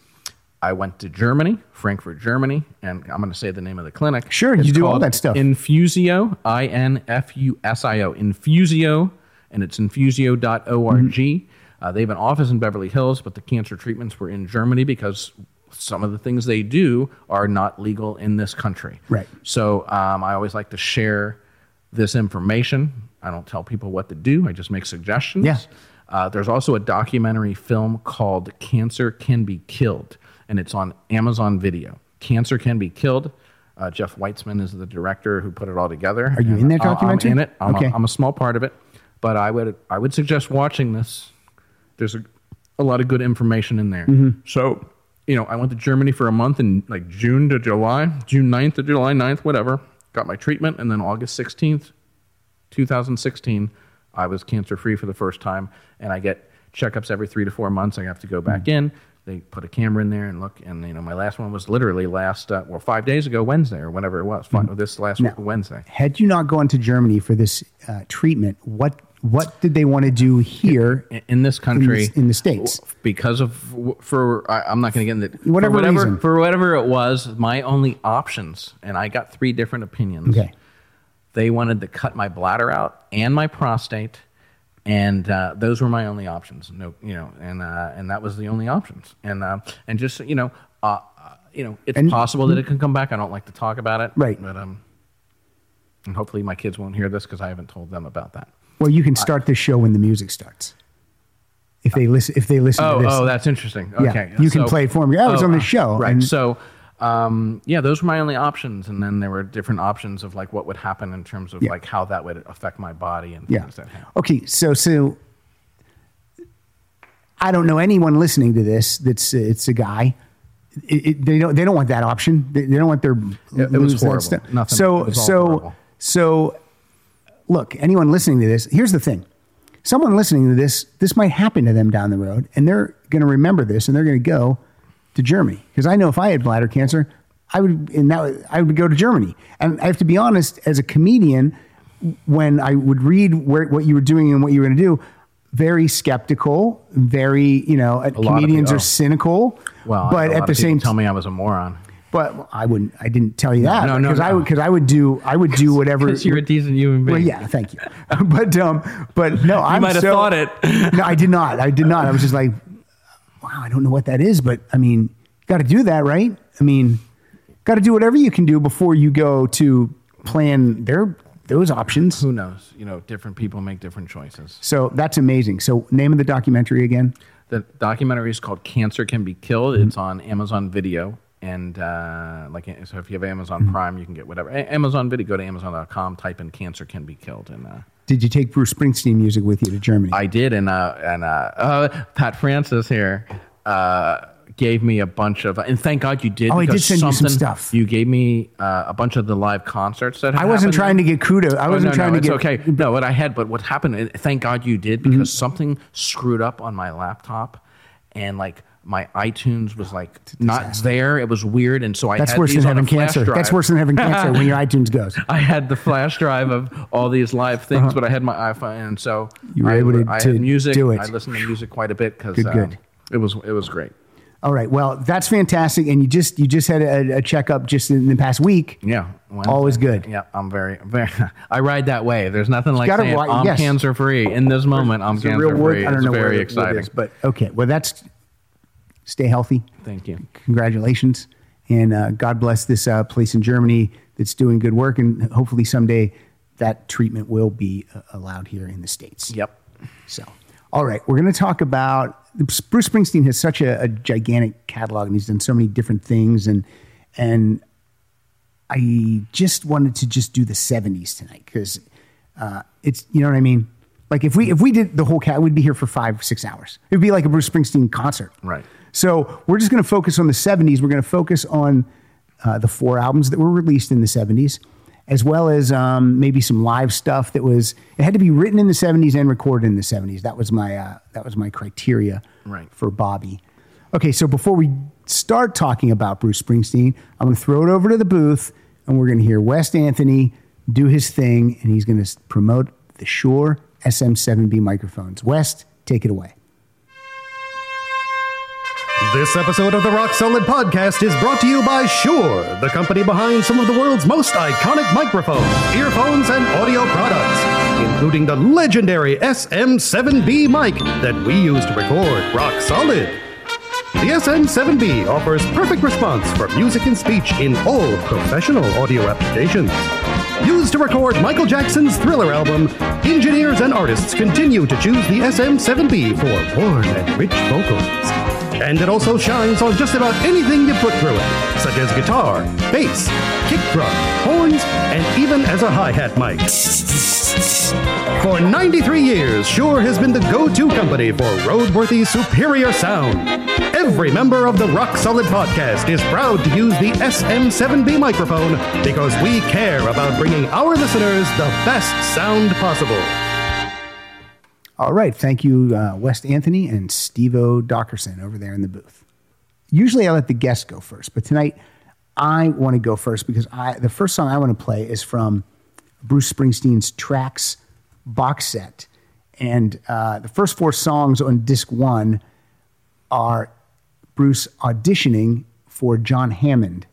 Speaker 4: I went to Germany, Frankfurt, Germany, and I'm going to say the name of the clinic.
Speaker 2: Sure, you do all
Speaker 4: called
Speaker 2: that stuff.
Speaker 4: Infusio, I N F U S I O, Infusio, and it's infusio.org. Uh, they have an office in Beverly Hills, but the cancer treatments were in Germany because some of the things they do are not legal in this country.
Speaker 2: Right.
Speaker 4: So um, I always like to share this information. I don't tell people what to do, I just make suggestions.
Speaker 2: Yeah.
Speaker 4: Uh, there's also a documentary film called Cancer Can Be Killed, and it's on Amazon Video. Cancer Can Be Killed. Uh, Jeff Weitzman is the director who put it all together. Are
Speaker 2: you in that documentary?
Speaker 4: I'm in it. I'm,
Speaker 2: Okay.
Speaker 4: a, I'm a small part of it, but I would I would suggest watching this. There's a, a lot of good information in there.
Speaker 2: Mm-hmm.
Speaker 4: So, you know, I went to Germany for a month in like June to July, June 9th to July 9th, whatever. Got my treatment, and then August 16th, 2016, I was cancer free for the first time, and I get checkups every three to four months. I have to
Speaker 2: Mm-hmm.
Speaker 4: go back in. They put a camera in there and look. And you know, my last one was literally last uh, well five days ago Wednesday or whenever it was. Fi- This last
Speaker 2: Mm-hmm. Now-
Speaker 4: Wednesday.
Speaker 2: Had you not gone to Germany for this uh, treatment, what what did they want to do here?
Speaker 4: in, in this country
Speaker 2: in the States.
Speaker 4: w- because of w- for I, I'm not going to get into
Speaker 2: Whatever
Speaker 4: for whatever
Speaker 2: reason.
Speaker 4: for whatever it was my only options and I got three different opinions.
Speaker 2: Okay.
Speaker 4: they wanted to cut my bladder out and my prostate, and uh, those were my only options. No, you know, and uh, and that was the only options. And uh, and just you know, uh, uh, you know, it's
Speaker 2: And-
Speaker 4: possible that it can come back. I don't like to talk about it,
Speaker 2: Right.
Speaker 4: But um, and hopefully my kids won't hear this because I haven't told them about that.
Speaker 2: Well, you can start the show when the music starts. If they listen, if they listen
Speaker 4: Oh,
Speaker 2: to this,
Speaker 4: oh, that's interesting.
Speaker 2: Yeah,
Speaker 4: Okay,
Speaker 2: you can play it for me. Oh, it's on the show,
Speaker 4: right?
Speaker 2: and-
Speaker 4: so, um, yeah, those were my only options, and then there were different options of like what would happen in terms of
Speaker 2: Yeah.
Speaker 4: like how that would affect my body and
Speaker 2: yeah.
Speaker 4: things that happen.
Speaker 2: Okay, so so I don't know anyone listening to this that's it's a guy. It, it, they don't they don't want that option. They, they don't want their
Speaker 4: It- it
Speaker 2: lose
Speaker 4: was
Speaker 2: that
Speaker 4: horrible.
Speaker 2: stuff.
Speaker 4: Nothing-
Speaker 2: So
Speaker 4: it was all
Speaker 2: so
Speaker 4: horrible.
Speaker 2: so look, anyone listening to this, here's the thing. Someone listening to this, this might happen to them down the road, and they're going to remember this, and they're going to go to Germany. Because I know if I had bladder cancer, I would, and that would- I would go to Germany. And I have to be honest, as a comedian, when I would read where, what you were doing and what you were going to do, very skeptical, very you know, uh,
Speaker 4: lot of
Speaker 2: comedians
Speaker 4: people-
Speaker 2: are cynical.
Speaker 4: Well, I
Speaker 2: but
Speaker 4: had
Speaker 2: at
Speaker 4: a lot
Speaker 2: the
Speaker 4: of people
Speaker 2: same
Speaker 4: tell
Speaker 2: time,
Speaker 4: me I was a moron.
Speaker 2: but well, I wouldn't. I didn't tell you that.
Speaker 4: no, no,
Speaker 2: because I
Speaker 4: no.
Speaker 2: would because I would do I would
Speaker 4: (laughs)
Speaker 2: do whatever.
Speaker 4: decent human being.
Speaker 2: Well, yeah, thank you. (laughs) but um, but no, I
Speaker 4: might have
Speaker 2: so,
Speaker 4: thought it. (laughs)
Speaker 2: no, I did not. I did not. I was just like, wow, I don't know what that is, but I mean, got to do that, right? I mean, got to do whatever you can do before you go to plan their those options.
Speaker 4: Who knows? You know, different people make different choices.
Speaker 2: So that's amazing. So name of the documentary again.
Speaker 4: The documentary is called "Cancer Can Be Killed."
Speaker 2: Mm-hmm.
Speaker 4: It's on Amazon Video, and uh, like, so if you have Amazon
Speaker 2: Mm-hmm.
Speaker 4: Prime, you can get whatever A- Amazon Video. Go to Amazon.com, type in "Cancer Can Be Killed," and uh,
Speaker 2: Did you take Bruce Springsteen music with you to Germany?
Speaker 4: I did. And uh, and uh, uh, Pat Francis here. Uh, Gave me a bunch of, and thank God you did.
Speaker 2: Oh, I did
Speaker 4: because
Speaker 2: send you some
Speaker 4: something-
Speaker 2: stuff.
Speaker 4: You gave me uh, a bunch of the live concerts that
Speaker 2: I wasn't trying
Speaker 4: to
Speaker 2: to get kudos. I
Speaker 4: Oh,
Speaker 2: wasn't
Speaker 4: no,
Speaker 2: trying
Speaker 4: no,
Speaker 2: to
Speaker 4: it's
Speaker 2: get
Speaker 4: okay. No, what I had, but what happened? and Thank God you did because
Speaker 2: Mm-hmm.
Speaker 4: something screwed up on my laptop, and like my iTunes was like not there. It was weird, and so I
Speaker 2: That's
Speaker 4: had
Speaker 2: worse
Speaker 4: these
Speaker 2: than
Speaker 4: on a
Speaker 2: having
Speaker 4: flash
Speaker 2: cancer. That's
Speaker 4: drive.
Speaker 2: worse than having cancer
Speaker 4: (laughs)
Speaker 2: when your iTunes goes.
Speaker 4: I had the flash drive of all these live things, but I had my iPhone, and so
Speaker 2: Uh-huh. You were
Speaker 4: I,
Speaker 2: able to-
Speaker 4: I
Speaker 2: to
Speaker 4: had music.
Speaker 2: do it.
Speaker 4: I listened to music quite a bit because
Speaker 2: Good, good.
Speaker 4: it was it was great.
Speaker 2: All right. Well, that's fantastic. And you just you just had a, a checkup just in the past week.
Speaker 4: Yeah, Wednesday.
Speaker 2: Always good.
Speaker 4: Yeah, I'm very, very. (laughs) I ride that way. There's nothing like
Speaker 2: gotta
Speaker 4: saying
Speaker 2: ride-
Speaker 4: I'm
Speaker 2: yes.
Speaker 4: cancer free in this moment. I'm
Speaker 2: It's a
Speaker 4: cancer
Speaker 2: real word.
Speaker 4: free.
Speaker 2: I don't
Speaker 4: it's
Speaker 2: know where
Speaker 4: very
Speaker 2: the
Speaker 4: exciting.
Speaker 2: word is, but okay. Well, that's stay healthy.
Speaker 4: Thank you.
Speaker 2: Congratulations, and uh, God bless this uh, place in Germany that's doing good work, and hopefully someday that treatment will be uh, allowed here in the states.
Speaker 4: Yep.
Speaker 2: So, all right, we're going to talk about Bruce Springsteen has such a, a gigantic catalog, and he's done so many different things, and and I just wanted to just do the '70s tonight because uh, it's you know what I mean. Like if we if we did the whole cat, we'd be here for five six hours. It'd be like a Bruce Springsteen concert,
Speaker 4: Right.
Speaker 2: So we're just going to focus on the '70s. We're going to focus on uh, the four albums that were released in the '70s, as well as um, maybe some live stuff that was it had to be written in the '70s and recorded in the '70s. That was my uh, that was my criteria
Speaker 4: Right.
Speaker 2: for Bobby. Okay, so before we start talking about Bruce Springsteen, I'm going to throw it over to the booth and we're going to hear West Anthony do his thing and he's going to promote the Shure SM7B microphones. West, take it away.
Speaker 5: This episode of the Rock Solid Podcast is brought to you by Shure, the company behind some of the world's most iconic microphones, earphones, and audio products, including the legendary SM7B mic that we use to record Rock Solid. The SM7B offers perfect response for music and speech in all professional audio applications. Used to record Michael Jackson's Thriller album, engineers and artists continue to choose the SM7B for warm and rich vocals. And it also shines on just about anything you put through it, such as guitar, bass, kick drum, horns, and even as a hi-hat mic. For 93 years, Shure has been the go to company for roadworthy, superior sound. Every member of the Rock Solid podcast is proud to use the SM7B microphone because we care about bringing our listeners the best sound possible.
Speaker 2: All right. Thank you, uh, West Anthony and Steve O. Dockerson over there in the booth. Usually I let the guests go first, but tonight I want to go first because I, the first song I want to play is from Bruce Springsteen's Tracks box set. And uh, the first four songs on disc one are Bruce auditioning for John Hammond.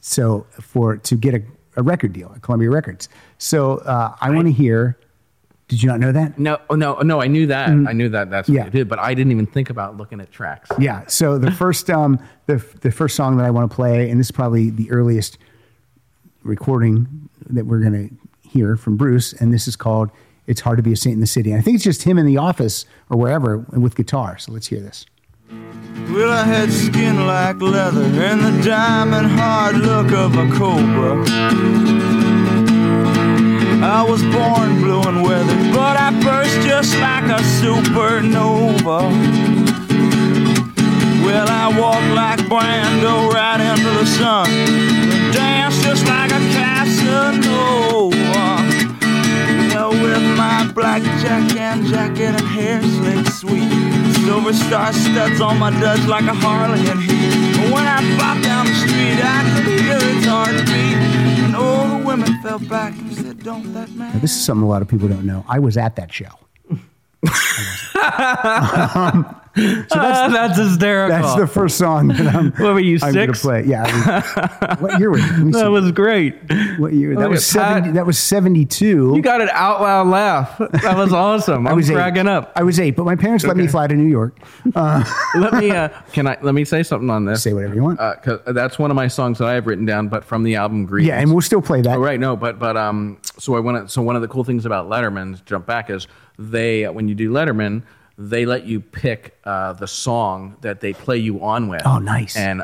Speaker 2: So for to get a, a record deal at Columbia Records. So uh, I want to hear. Did you not know that?
Speaker 4: No, oh, no, no. I knew that. I knew that. That's what
Speaker 2: Mm. Yeah.
Speaker 4: they did. But I didn't even think about looking at tracks.
Speaker 2: Yeah. So the first um the the first song that I want to play, and this is probably the earliest recording that we're gonna hear from Bruce, and this is called "It's Hard to Be a Saint in the City." And I think it's just him in the office or wherever with guitar. So let's hear this.
Speaker 1: Well, I had skin like leather and the diamond hard look of a cobra. I was born blue and weathered, but I burst just like a supernova. Well, I walked like Brando right into the sun, and danced just like a Casanova. Well, with my black jack and jacket and hair slicked sweet. Silver star studs on my duds like a Harley and heat. But When I popped down the street, I could hear its heartbeat. And all the women fell back and said, Don't that matter?
Speaker 2: This is something a lot of people don't know. I was at that show.
Speaker 3: (laughs) that's, hysterical.
Speaker 2: That's the first song that I'm.
Speaker 3: What were you,
Speaker 2: I'm gonna
Speaker 3: Oh. six?
Speaker 2: play. Yeah. I
Speaker 3: (laughs)
Speaker 2: was- what year was it? Let me see.
Speaker 3: that was great.
Speaker 2: what year? That
Speaker 3: Look
Speaker 2: was
Speaker 3: at
Speaker 2: seventy.
Speaker 3: Pat.
Speaker 2: That was seventy-two.
Speaker 3: You got an out loud laugh. That was awesome. I'm
Speaker 2: eight.
Speaker 3: cracking up.
Speaker 2: I was eight, but my parents let me fly to New York.
Speaker 4: let
Speaker 2: (laughs)
Speaker 4: me. Uh, can I? Let me say something on this.
Speaker 2: Say whatever you want.
Speaker 4: Uh, 'cause that's one of my songs that I have written down, but from the album Greetings.
Speaker 2: yeah, and we'll still play that.
Speaker 4: Oh, right. No, but but um. So I want to. So one of the cool things about Letterman to jump back is they when you do Letterman, they let you pick uh, the song that they play you on with.
Speaker 2: Oh, nice.
Speaker 4: And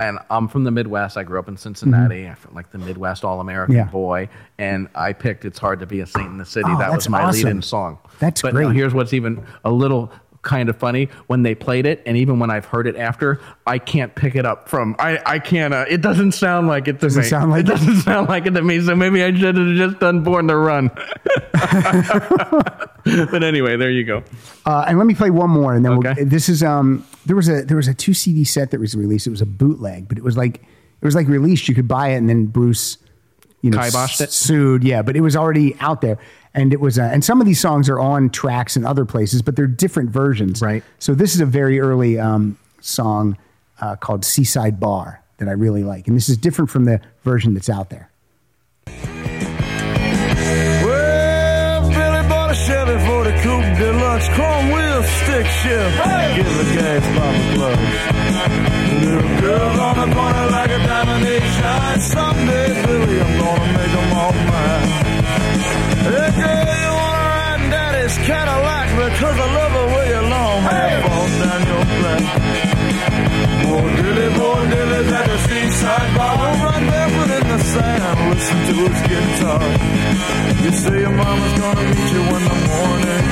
Speaker 4: and I'm from the Midwest. I grew up in Cincinnati. I'm from, like the Midwest All American
Speaker 2: Mm-hmm. Yeah.
Speaker 4: boy. And I picked "It's Hard to Be a Saint in the City."
Speaker 2: Oh,
Speaker 4: that
Speaker 2: that's
Speaker 4: was my
Speaker 2: awesome.
Speaker 4: lead-in song.
Speaker 2: That's
Speaker 4: but now
Speaker 2: great.
Speaker 4: here's what's even a little kind of funny when they played it and even when i've heard it after i can't pick it up from i i can't uh, it doesn't sound like it to
Speaker 2: Doesn't
Speaker 4: me
Speaker 2: sound like
Speaker 4: it
Speaker 2: it?
Speaker 4: doesn't (laughs) sound like it to me so maybe i should have just done born to run (laughs) but anyway there you go
Speaker 2: Uh, and let me play one more, and then
Speaker 4: Okay.
Speaker 2: we'll, this is um there was a there was a two CD set that was released. It was a bootleg, but it was like it was like released. You could buy it, and then Bruce, you know,
Speaker 4: Kiboshed it?
Speaker 2: sued. Yeah, but it was already out there, and it was uh, and some of these songs are on tracks in other places, but they're different versions.
Speaker 4: Right.
Speaker 2: So this is a very early um, song uh, called Seaside Bar that I really like, and this is different from the version that's out there.
Speaker 1: Well, Billy bought a Chevy for the coupe deluxe, chrome wheels, stick shift. Give the gas, Papa Clutch. Little girl on the corner like a diamond they shine. Someday, Billy, I'm gonna make 'em all mine. Hey, girl, you wanna ride in Daddy's Cadillac because I love the way you long hair falls down your back. More dilly, more dilly at the seaside bar. Run barefoot in the sand, listen to his guitar. You say your mama's gonna meet you when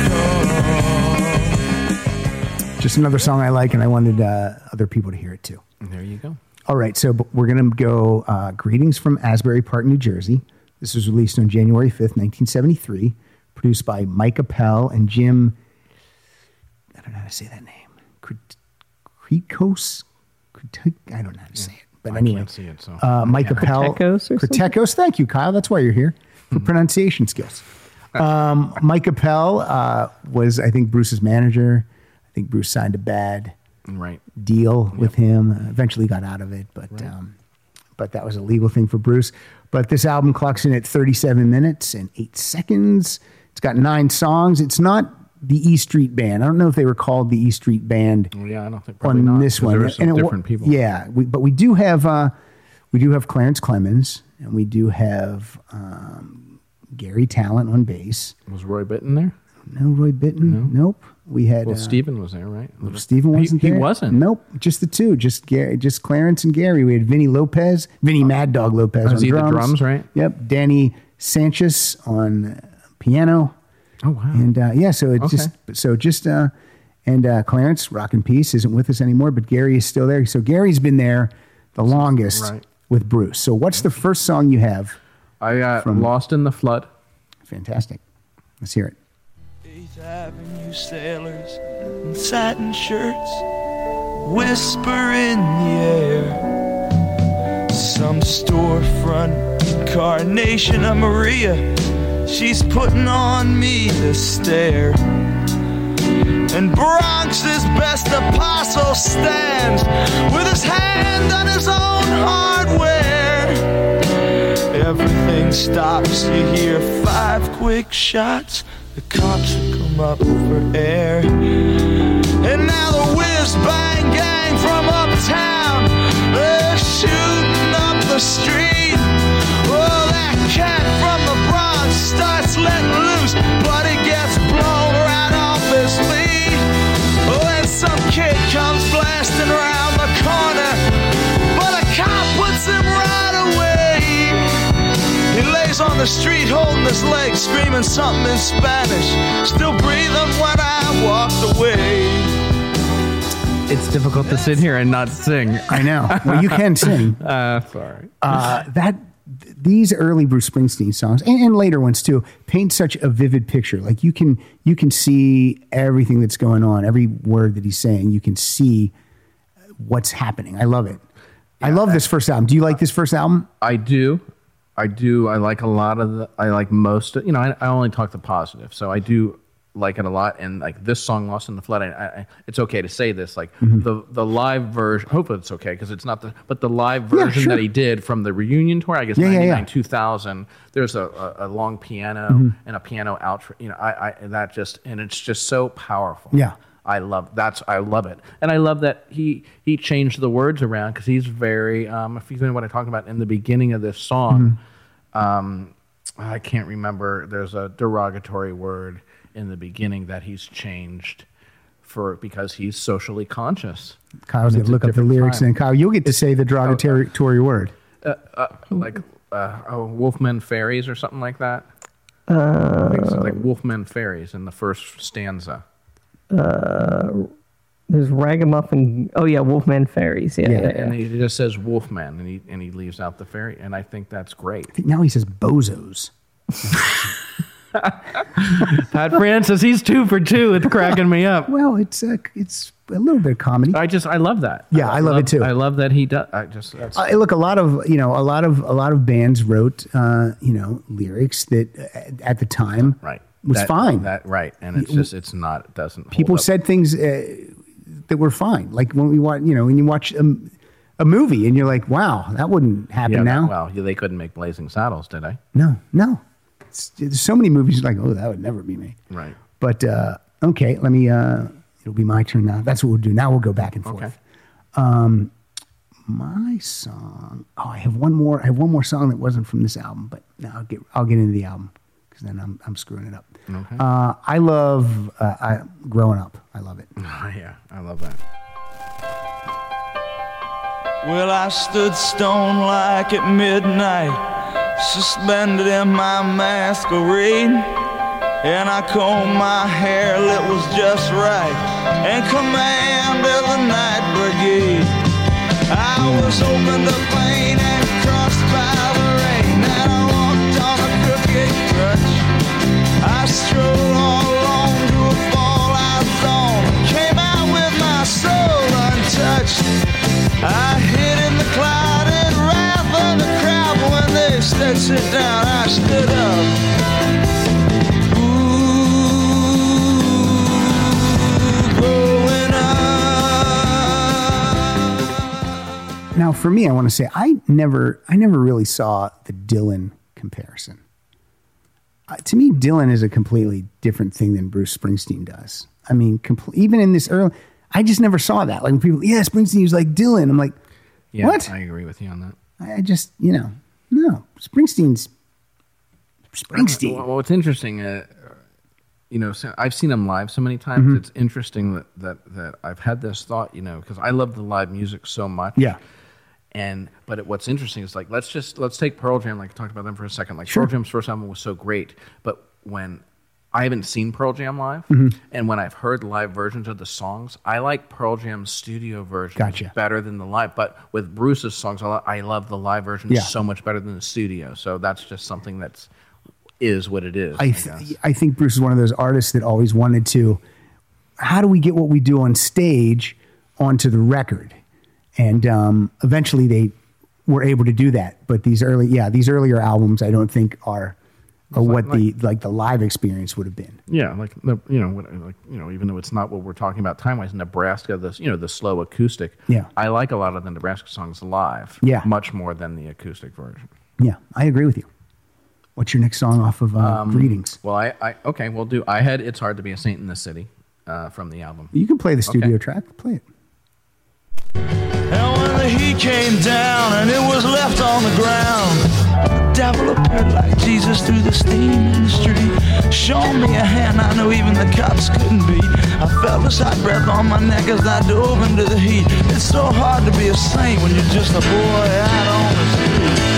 Speaker 1: the morning comes.
Speaker 2: Just another song I like, and I wanted uh, other people to hear it too.
Speaker 4: there you go
Speaker 2: All right, so b- we're going to go uh, Greetings from Asbury Park, New Jersey. This was released on January 5th, 1973, produced by Mike Appel and Jim, I don't know how to say that name, Krit- Kritikos? Kritik- I don't know how to say it, but anyway.
Speaker 4: can't see it, so-
Speaker 2: Uh, Mike Appel.
Speaker 3: Kritikos or something? Hmm.
Speaker 2: Kritikos, thank you, Kyle. That's why you're here, for pronunciation skills. Um, Mike Appel uh, was, I think, Bruce's manager. I think Bruce signed a bad
Speaker 4: right
Speaker 2: deal with him. Uh, Eventually got out of it, but um, but that was a legal thing for Bruce. But this album clocks in at 37 minutes and eight seconds. It's got nine songs. It's not the E Street Band. I don't know if they were called the E Street Band
Speaker 4: yeah i don't think probably
Speaker 2: on
Speaker 4: not,
Speaker 2: this
Speaker 4: 'cause
Speaker 2: one.
Speaker 4: there are some
Speaker 2: And it wa-
Speaker 4: different people
Speaker 2: Yeah, we, but we do have uh, we do have Clarence Clemens and we do have um, Gary Talent on bass.
Speaker 4: was roy bitten there
Speaker 2: No Roy Bitten. Nope. We had
Speaker 4: well
Speaker 2: uh,
Speaker 4: stephen was there right
Speaker 2: Steven
Speaker 4: He-
Speaker 2: wasn't
Speaker 4: he,
Speaker 2: there.
Speaker 4: wasn't
Speaker 2: Nope, just the two, just Gary, just Clarence and Gary. We had Vinny Lopez, Vinny Mad Dog Lopez on
Speaker 4: was Oh. he the
Speaker 2: drums.
Speaker 4: drums, right?
Speaker 2: Yep. Danny Sanchez on uh, piano,
Speaker 4: oh wow
Speaker 2: and uh, yeah, so it just so just uh, and uh, Clarence Rock and Peace isn't with us anymore, but Gary is still there. So Gary's been there the longest
Speaker 4: Right.
Speaker 2: with Bruce. So what's the first song you have?
Speaker 4: i got
Speaker 2: From-
Speaker 4: lost in the flood
Speaker 2: Fantastic. Let's hear it.
Speaker 1: Eighth
Speaker 6: Fifth Avenue sailors in satin shirts whisper in the air. Some storefront carnation of Maria, she's putting on me the stare. And Bronx's best apostle stands with his hand on his own hardware. Everything stops, you hear five quick shots. The cops come up for air. And now the whiz bang gang from uptown, they're shooting up the street. Well, that cat from the Bronx starts letting loose, but he gets blown right off his feet. Well, then some kid comes blasting around the corner, but a cop puts him right away. He lays on the street holding his legs, screaming something in Spanish. Still breathing when I walked away.
Speaker 4: It's difficult to sit here and not sing.
Speaker 2: I know. Well, you can (laughs) sing.
Speaker 4: Uh, sorry.
Speaker 2: Uh, that th- these early Bruce Springsteen songs and, and later ones too paint such a vivid picture. Like you can you can see everything that's going on, every word that he's saying. You can see what's happening. I love it. I love this first album. Do you like this first album?
Speaker 4: I do. I do. I like a lot of the. I like most. Of, you know, I, I only talk the positive, so I do like it a lot. And like this song, "Lost in the Flood," I, I, it's okay to say this. Like
Speaker 2: Mm-hmm.
Speaker 4: the the live version. Hopefully, it's okay because it's not the. But the live version
Speaker 2: sure.
Speaker 4: that he did from the reunion tour, I guess
Speaker 2: Yeah, yeah, yeah.
Speaker 4: ninety nine two thousand. There's a, a, a long piano and a piano outro. You know, I, I and that just and it's just so powerful.
Speaker 2: Yeah.
Speaker 4: I love that's I love it, and I love that he he changed the words around because he's very um, if you know what I talked about in the beginning of this song, um, I can't remember. There's a derogatory word in the beginning that he's changed for because he's socially conscious,
Speaker 2: Kyle's gonna
Speaker 4: It's a
Speaker 2: look up the
Speaker 4: different
Speaker 2: lyrics,
Speaker 4: time.
Speaker 2: and Kyle, you'll get to say the derogatory tory word.
Speaker 4: like uh, oh, Wolfman Fairies or something like that. I think it's
Speaker 2: Uh,
Speaker 4: like Wolfman Fairies in the first stanza.
Speaker 3: There's Ragamuffin. Oh yeah, Wolfman Fairies. Yeah, yeah, yeah.
Speaker 4: and he just says Wolfman, and he and he leaves out the fairy, and I think that's great.
Speaker 2: I think now he says bozos.
Speaker 4: Pat Francis, he's two for two. It's cracking me up.
Speaker 2: Well, it's a, it's a little bit of comedy.
Speaker 4: I just I love that.
Speaker 2: Yeah, I love it too.
Speaker 4: I love that he does. I just that's,
Speaker 2: Uh, look, a lot of you know, a lot of a lot of bands wrote uh, you know lyrics that uh, at the time
Speaker 4: right.
Speaker 2: was
Speaker 4: That-
Speaker 2: fine.
Speaker 4: That right, and it's just it's not it doesn't. hold
Speaker 2: people
Speaker 4: up.
Speaker 2: said things uh, that were fine. Like when we watch, you know, when you watch a, a movie and you're like, wow, that wouldn't happen
Speaker 4: yeah,
Speaker 2: now.
Speaker 4: Well, yeah, they couldn't make Blazing Saddles, did I?
Speaker 2: No, no. It's, there's so many movies like, oh, that would never be made.
Speaker 4: Right. (laughs)
Speaker 2: But uh, okay, let me. Uh, it'll be my turn now. That's what we'll do. Now we'll go back and forth. Um,
Speaker 4: Okay.
Speaker 2: My song. Oh, I have one more. I have one more song that wasn't from this album, but now I'll get. I'll get into the album because then I'm I'm screwing it up. Uh, I love uh, I, growing up. I love it.
Speaker 4: yeah, I love that.
Speaker 6: Well, I stood stone like at midnight, suspended in my masquerade. And I combed my hair that was just right, and commanded the night brigade. I was open to pain and crossed by the rain, and I walked on a crooked crutch. I strolled all along to a fallout zone, came out with my soul untouched. I hid in the cloud and wrath of the crowd when they said sit down. I stood up. Ooh, growing up.
Speaker 2: Now, for me, I want to say I never, I never really saw the Dylan comparison. Uh, to me, Dylan is a completely different thing than Bruce Springsteen does. I mean, compl- even in this early, I just never saw that. Like when people, yeah, Springsteen was like Dylan. I'm like,
Speaker 4: Yeah,
Speaker 2: what?
Speaker 4: I agree with you on that.
Speaker 2: I, I just, you know, no, Springsteen's Springsteen.
Speaker 4: Well, well, it's interesting. Uh, you know, so- I've seen him live so many times.
Speaker 2: Mm-hmm.
Speaker 4: It's interesting that, that that I've had this thought. You know, because I love the live music so much.
Speaker 2: Yeah.
Speaker 4: And but it, what's interesting is like let's just let's take Pearl Jam. Like talk about them for a second. Like Pearl Jam's first album was so great, but when I haven't seen Pearl Jam live,
Speaker 2: Mm-hmm.
Speaker 4: and when I've heard live versions of the songs, I like Pearl Jam's studio version
Speaker 2: Gotcha.
Speaker 4: better than the live. But with Bruce's songs, I lo- I love the live version
Speaker 2: Yeah.
Speaker 4: so much better than the studio. So that's just something that's is what it is.
Speaker 2: I, th- I think Bruce is one of those artists that always wanted to. How do we get what we do on stage onto the record? And um, eventually, they were able to do that. But these early, yeah, these earlier albums, I don't think are are what the like the live experience would have been.
Speaker 4: Yeah, like the- you know, what- like you know, even though it's not what we're talking about time wise, Nebraska, the you know the slow acoustic.
Speaker 2: Yeah.
Speaker 4: I like a lot of the Nebraska songs live.
Speaker 2: Yeah.
Speaker 4: much more than the acoustic version.
Speaker 2: Yeah, I agree with you. What's your next song off of uh, Greetings?
Speaker 4: Well, I, I okay, we'll do. I had it's hard to be a saint in the city uh, from the album.
Speaker 2: You can play the studio track. Play it.
Speaker 6: And when the heat came down and it was left on the ground, the devil appeared like Jesus through the steam in the street. Shown me a hand I knew even the cops couldn't beat. I felt this hot breath on my neck as I dove into the heat. It's so hard to be a saint when you're just a boy out on the street.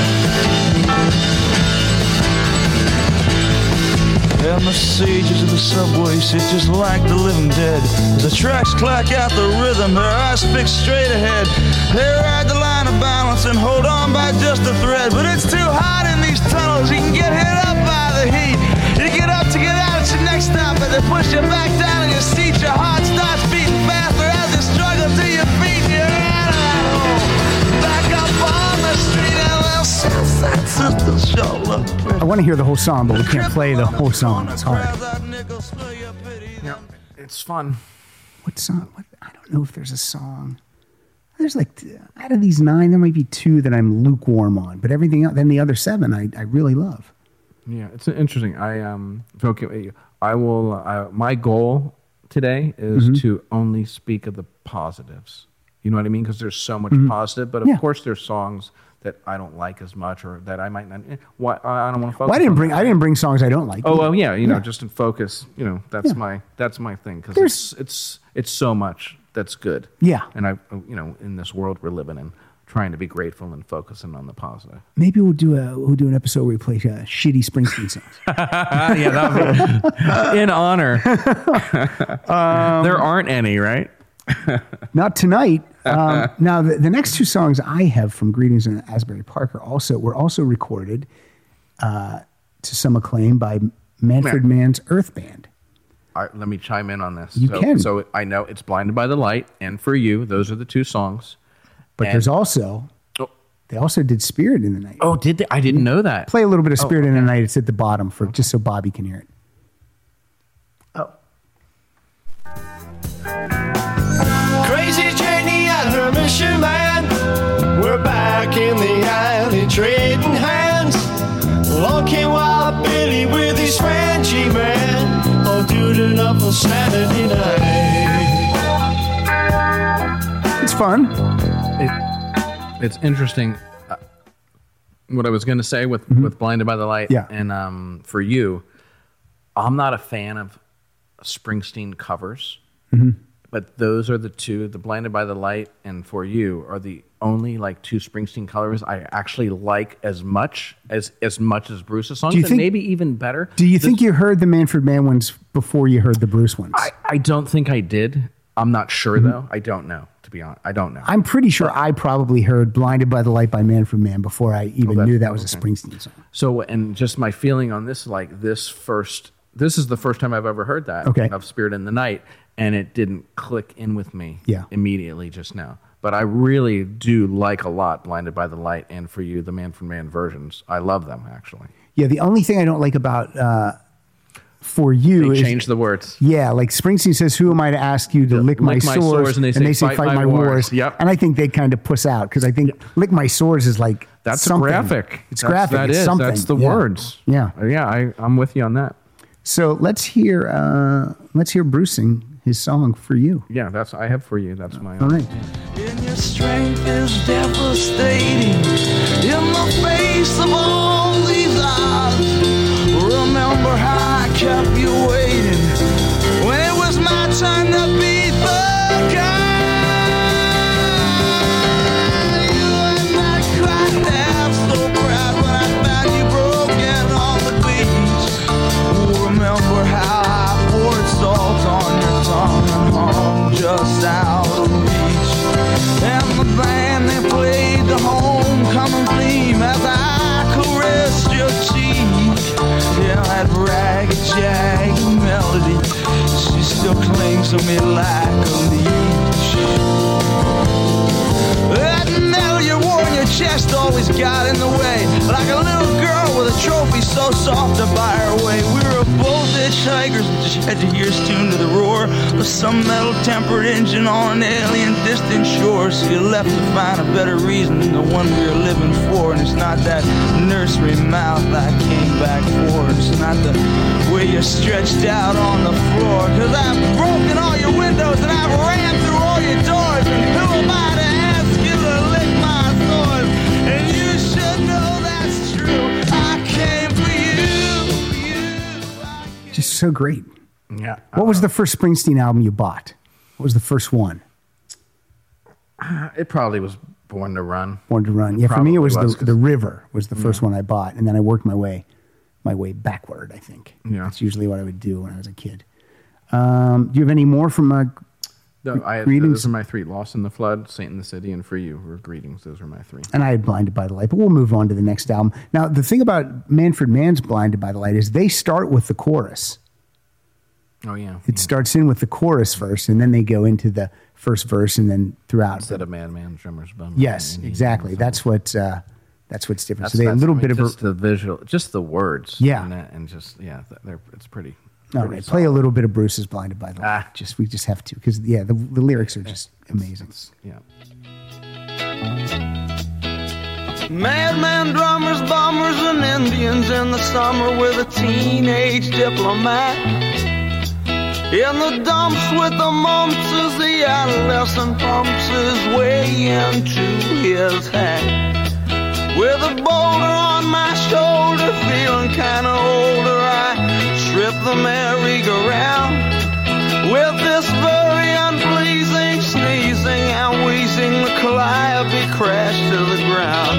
Speaker 6: And the sages of the subway sit just like the living dead. As the tracks clack out the rhythm, their eyes fixed straight ahead. They ride the line of balance and hold on by just a thread. But it's too hot in these tunnels, you can get hit up by the heat. You get up to get out at your next stop, but they push you back down in your seat. Your heart starts beating faster as you struggle to your feet. You're out of home. Back up on the street, and they'll Sunset Sisters show look pretty.
Speaker 2: I want to hear the whole song, but we can't play the whole song. It's hard.
Speaker 4: It's fun.
Speaker 2: What song? What, I don't know if there's a song. There's like t- out of these nine, there might be two that I'm lukewarm on, but everything else, then the other seven, I, I really love.
Speaker 4: Yeah, it's interesting. I um, if okay, with you, I will. Uh, my goal today is
Speaker 2: Mm-hmm.
Speaker 4: to only speak of the positives. You know what I mean? Because there's so much positive, but of
Speaker 2: Mm-hmm. Yeah.
Speaker 4: course there's songs that I don't like as much, or that I might not. eh, Why I I don't want to focus.
Speaker 2: Well, I didn't
Speaker 4: on
Speaker 2: bring
Speaker 4: that.
Speaker 2: I didn't bring songs I don't like.
Speaker 4: Oh well, yeah, you know,
Speaker 2: Yeah.
Speaker 4: just in focus. You know, that's
Speaker 2: Yeah.
Speaker 4: my that's my thing because
Speaker 2: There's-
Speaker 4: it's it's it's so much that's good.
Speaker 2: Yeah.
Speaker 4: and I, uh, you know, in this world we're living in, trying to be grateful and focusing on the positive.
Speaker 2: Maybe we'll do a we'll do an episode where we play uh, shitty Springsteen
Speaker 4: (laughs)
Speaker 2: songs.
Speaker 4: yeah, that would be
Speaker 2: (laughs)
Speaker 4: in honor. (laughs)
Speaker 2: Um,
Speaker 4: there aren't any, right?
Speaker 2: Not tonight. Um, now the, the next two songs I have from Greetings in Asbury Park are also were also recorded uh, to some acclaim by Manfred Mann's Earth Band.
Speaker 4: All right, let me chime in on this.
Speaker 2: You
Speaker 4: so,
Speaker 2: can.
Speaker 4: So I know it's "Blinded by the Light" and "For You." Those are the two songs.
Speaker 2: But
Speaker 4: And-
Speaker 2: there's also
Speaker 4: Oh.
Speaker 2: they also did Spirit in the Night.
Speaker 4: Oh, did they? I didn't know that.
Speaker 2: play a little
Speaker 4: Oh,
Speaker 2: bit of Spirit in the Night. It's at the bottom for just so Bobby can hear it.
Speaker 7: Crazy Janie and her mission man. We're back in the alley trading hands. Along came Wild Billy with his Frenchy man. Oh, All doodling up on Saturday night.
Speaker 2: It's fun.
Speaker 4: it's interesting. Uh, what I was going to say with with "Blinded by the Light"
Speaker 2: Mm-hmm. Yeah.
Speaker 4: and um, for you, I'm not a fan of Springsteen covers,
Speaker 2: Mm-hmm.
Speaker 4: but those are the two. The "Blinded by the Light" and "For You" are the only like two Springsteen covers I actually like as much as as much as Bruce's songs,
Speaker 2: Do you
Speaker 4: and
Speaker 2: think-
Speaker 4: maybe even better.
Speaker 2: Do you think you heard the Manfred Mann ones before you heard the Bruce ones?
Speaker 4: I, I don't think I did. I'm not sure though. I don't know. To be honest, I don't know.
Speaker 2: I'm pretty sure Mm-hmm. I probably heard "Blinded by the Light" by Manfred Mann before I even
Speaker 4: that's-
Speaker 2: knew that was a Springsteen song.
Speaker 4: So, and just my feeling on this, like this first, this is the first time I've ever heard that
Speaker 2: Okay.
Speaker 4: of Spirit in the Night, and it didn't click in with me
Speaker 2: Yeah.
Speaker 4: immediately just now. But I really do like a lot Blinded by the Light and For You, the Man from Man versions. I love them actually.
Speaker 2: Yeah, the only thing I don't like about uh, "For You"
Speaker 4: They
Speaker 2: is
Speaker 4: change the words.
Speaker 2: yeah, like Springsteen says, "Who am I to ask you to lick, my,
Speaker 4: lick my
Speaker 2: sores?
Speaker 4: sores, and they say, "Fight my wars." Yep.
Speaker 2: And I think they kind of puss out because I think "lick my sores" is like
Speaker 4: That's
Speaker 2: something.
Speaker 4: graphic.
Speaker 2: It's
Speaker 4: That's-
Speaker 2: graphic.
Speaker 4: That
Speaker 2: it's
Speaker 4: is.
Speaker 2: something.
Speaker 4: That's the
Speaker 2: Yeah.
Speaker 4: words.
Speaker 2: Yeah.
Speaker 4: yeah. I, I'm with you on that.
Speaker 2: So let's hear uh, let's hear Bruce sing his song for you.
Speaker 4: Yeah, that's I have for you. That's my.
Speaker 2: All right.
Speaker 6: And your strength is devastating in the face of all these odds. Remember how I kept you waiting when it was my time to be the guy. You and I cried there so proud when I found you broken on the beach. Remember how I poured salt on your tongue and hung just out of reach. And the band they played the homecoming theme as I caressed your cheek. Yeah, grasps me like a leash. That metal you wore in your chest always got in the way. Like a little girl with a trophy so soft to buy her way. We were both hitchhikers and just had your ears tuned to the roar of some metal tempered engine on an alien distant shore. So you left to find a better reason than the one we were living for. And it's not that nursery mouth I came back for. It's not the way you're stretched out on the floor. Cause I've broken all your windows and I've ran through all your doors. And who am I to ask you to lick my sores? And you should know that's true. I came for you. for you. I
Speaker 2: Just so great.
Speaker 4: Yeah.
Speaker 2: What was the first Springsteen album you bought? What was the first one?
Speaker 4: It probably was Born to Run.
Speaker 2: Born to Run. Yeah, for me
Speaker 4: Probably
Speaker 2: it was,
Speaker 4: was,
Speaker 2: the,
Speaker 4: 'cause-
Speaker 2: the River was the first one I bought, and then I worked my way my way backward. I think.
Speaker 4: Yeah.
Speaker 2: that's usually what I would do when I was a kid. Um, do you have any more from? Uh,
Speaker 4: No, I,
Speaker 2: Greetings.
Speaker 4: those are my three: Lost in the Flood, Saint in the City, and Free You. Were greetings. Those were my three.
Speaker 2: and I had Blinded by the Light, but we'll move on to the next album. Now, the thing about Manfred Mann's Blinded by the Light is they start with the chorus.
Speaker 4: Oh yeah.
Speaker 2: It starts in with the chorus verse, and then they go into the first verse, and then throughout.
Speaker 4: Instead of Madman Drummer's Bum.
Speaker 2: yes,
Speaker 4: Indian
Speaker 2: exactly.
Speaker 4: Song.
Speaker 2: That's what. Uh, that's what's different.
Speaker 4: That's-
Speaker 2: So they had a
Speaker 4: that's-
Speaker 2: little
Speaker 4: I mean,
Speaker 2: bit of a
Speaker 4: just the visual, just the words.
Speaker 2: Yeah.
Speaker 4: and, that, and just yeah, th- they're, it's pretty.
Speaker 2: All
Speaker 4: pretty
Speaker 2: right, play a little bit of Bruce's "Blinded by the Light."
Speaker 4: Ah.
Speaker 2: Just we just have to because yeah, the, the lyrics are just amazing.
Speaker 4: solid. Yeah.
Speaker 6: Madman drummers, bombers, and Indians in the summer with a teenage diplomat. In the dumps with the mumps as the adolescent pumps his way into his hat. With a boulder on my shoulder, feeling kinda older, I trip the merry-go-round. With this very unpleasing sneezing and wheezing, the calliope crashed to the ground.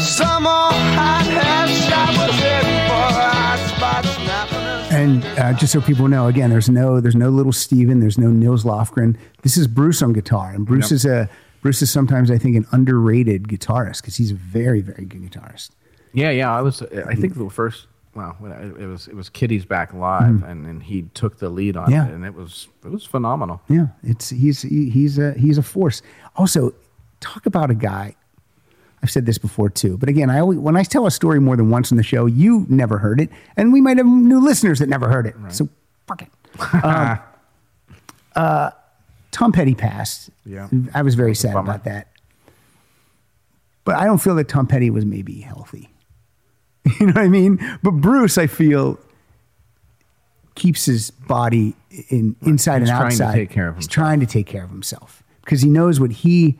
Speaker 6: Some old hot half shot was hit for a hot spot snapping his
Speaker 2: And uh, just so people know, again, there's no there's no little Steven, there's no Nils Lofgren. This is Bruce on guitar, and Bruce is a Bruce is sometimes I think an underrated guitarist because he's a very very good guitarist.
Speaker 4: Yeah, yeah. I was. I think the first. Wow, well, it it was it was Kitty's back live, and, and he took the lead on
Speaker 2: Mm-hmm. Yeah.
Speaker 4: it, and it was it was phenomenal.
Speaker 2: Yeah, it's he's he, he's a he's a force. Also, talk about a guy. I've said this before too, but again, I always, when I tell a story more than once in the show, you never heard it, and we might have new listeners that never heard it. So fuck it. Um, uh, Tom Petty passed.
Speaker 4: Yeah.
Speaker 2: I was very sad
Speaker 4: bummer.
Speaker 2: about that. But I don't feel that Tom Petty was maybe healthy. (laughs) You know what I mean? But Bruce, I feel, keeps his body in inside
Speaker 4: He's
Speaker 2: and
Speaker 4: trying to
Speaker 2: outside.
Speaker 4: take care of
Speaker 2: He's
Speaker 4: himself.
Speaker 2: trying to take care of himself because he knows what he.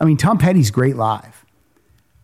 Speaker 2: I mean, Tom Petty's great live,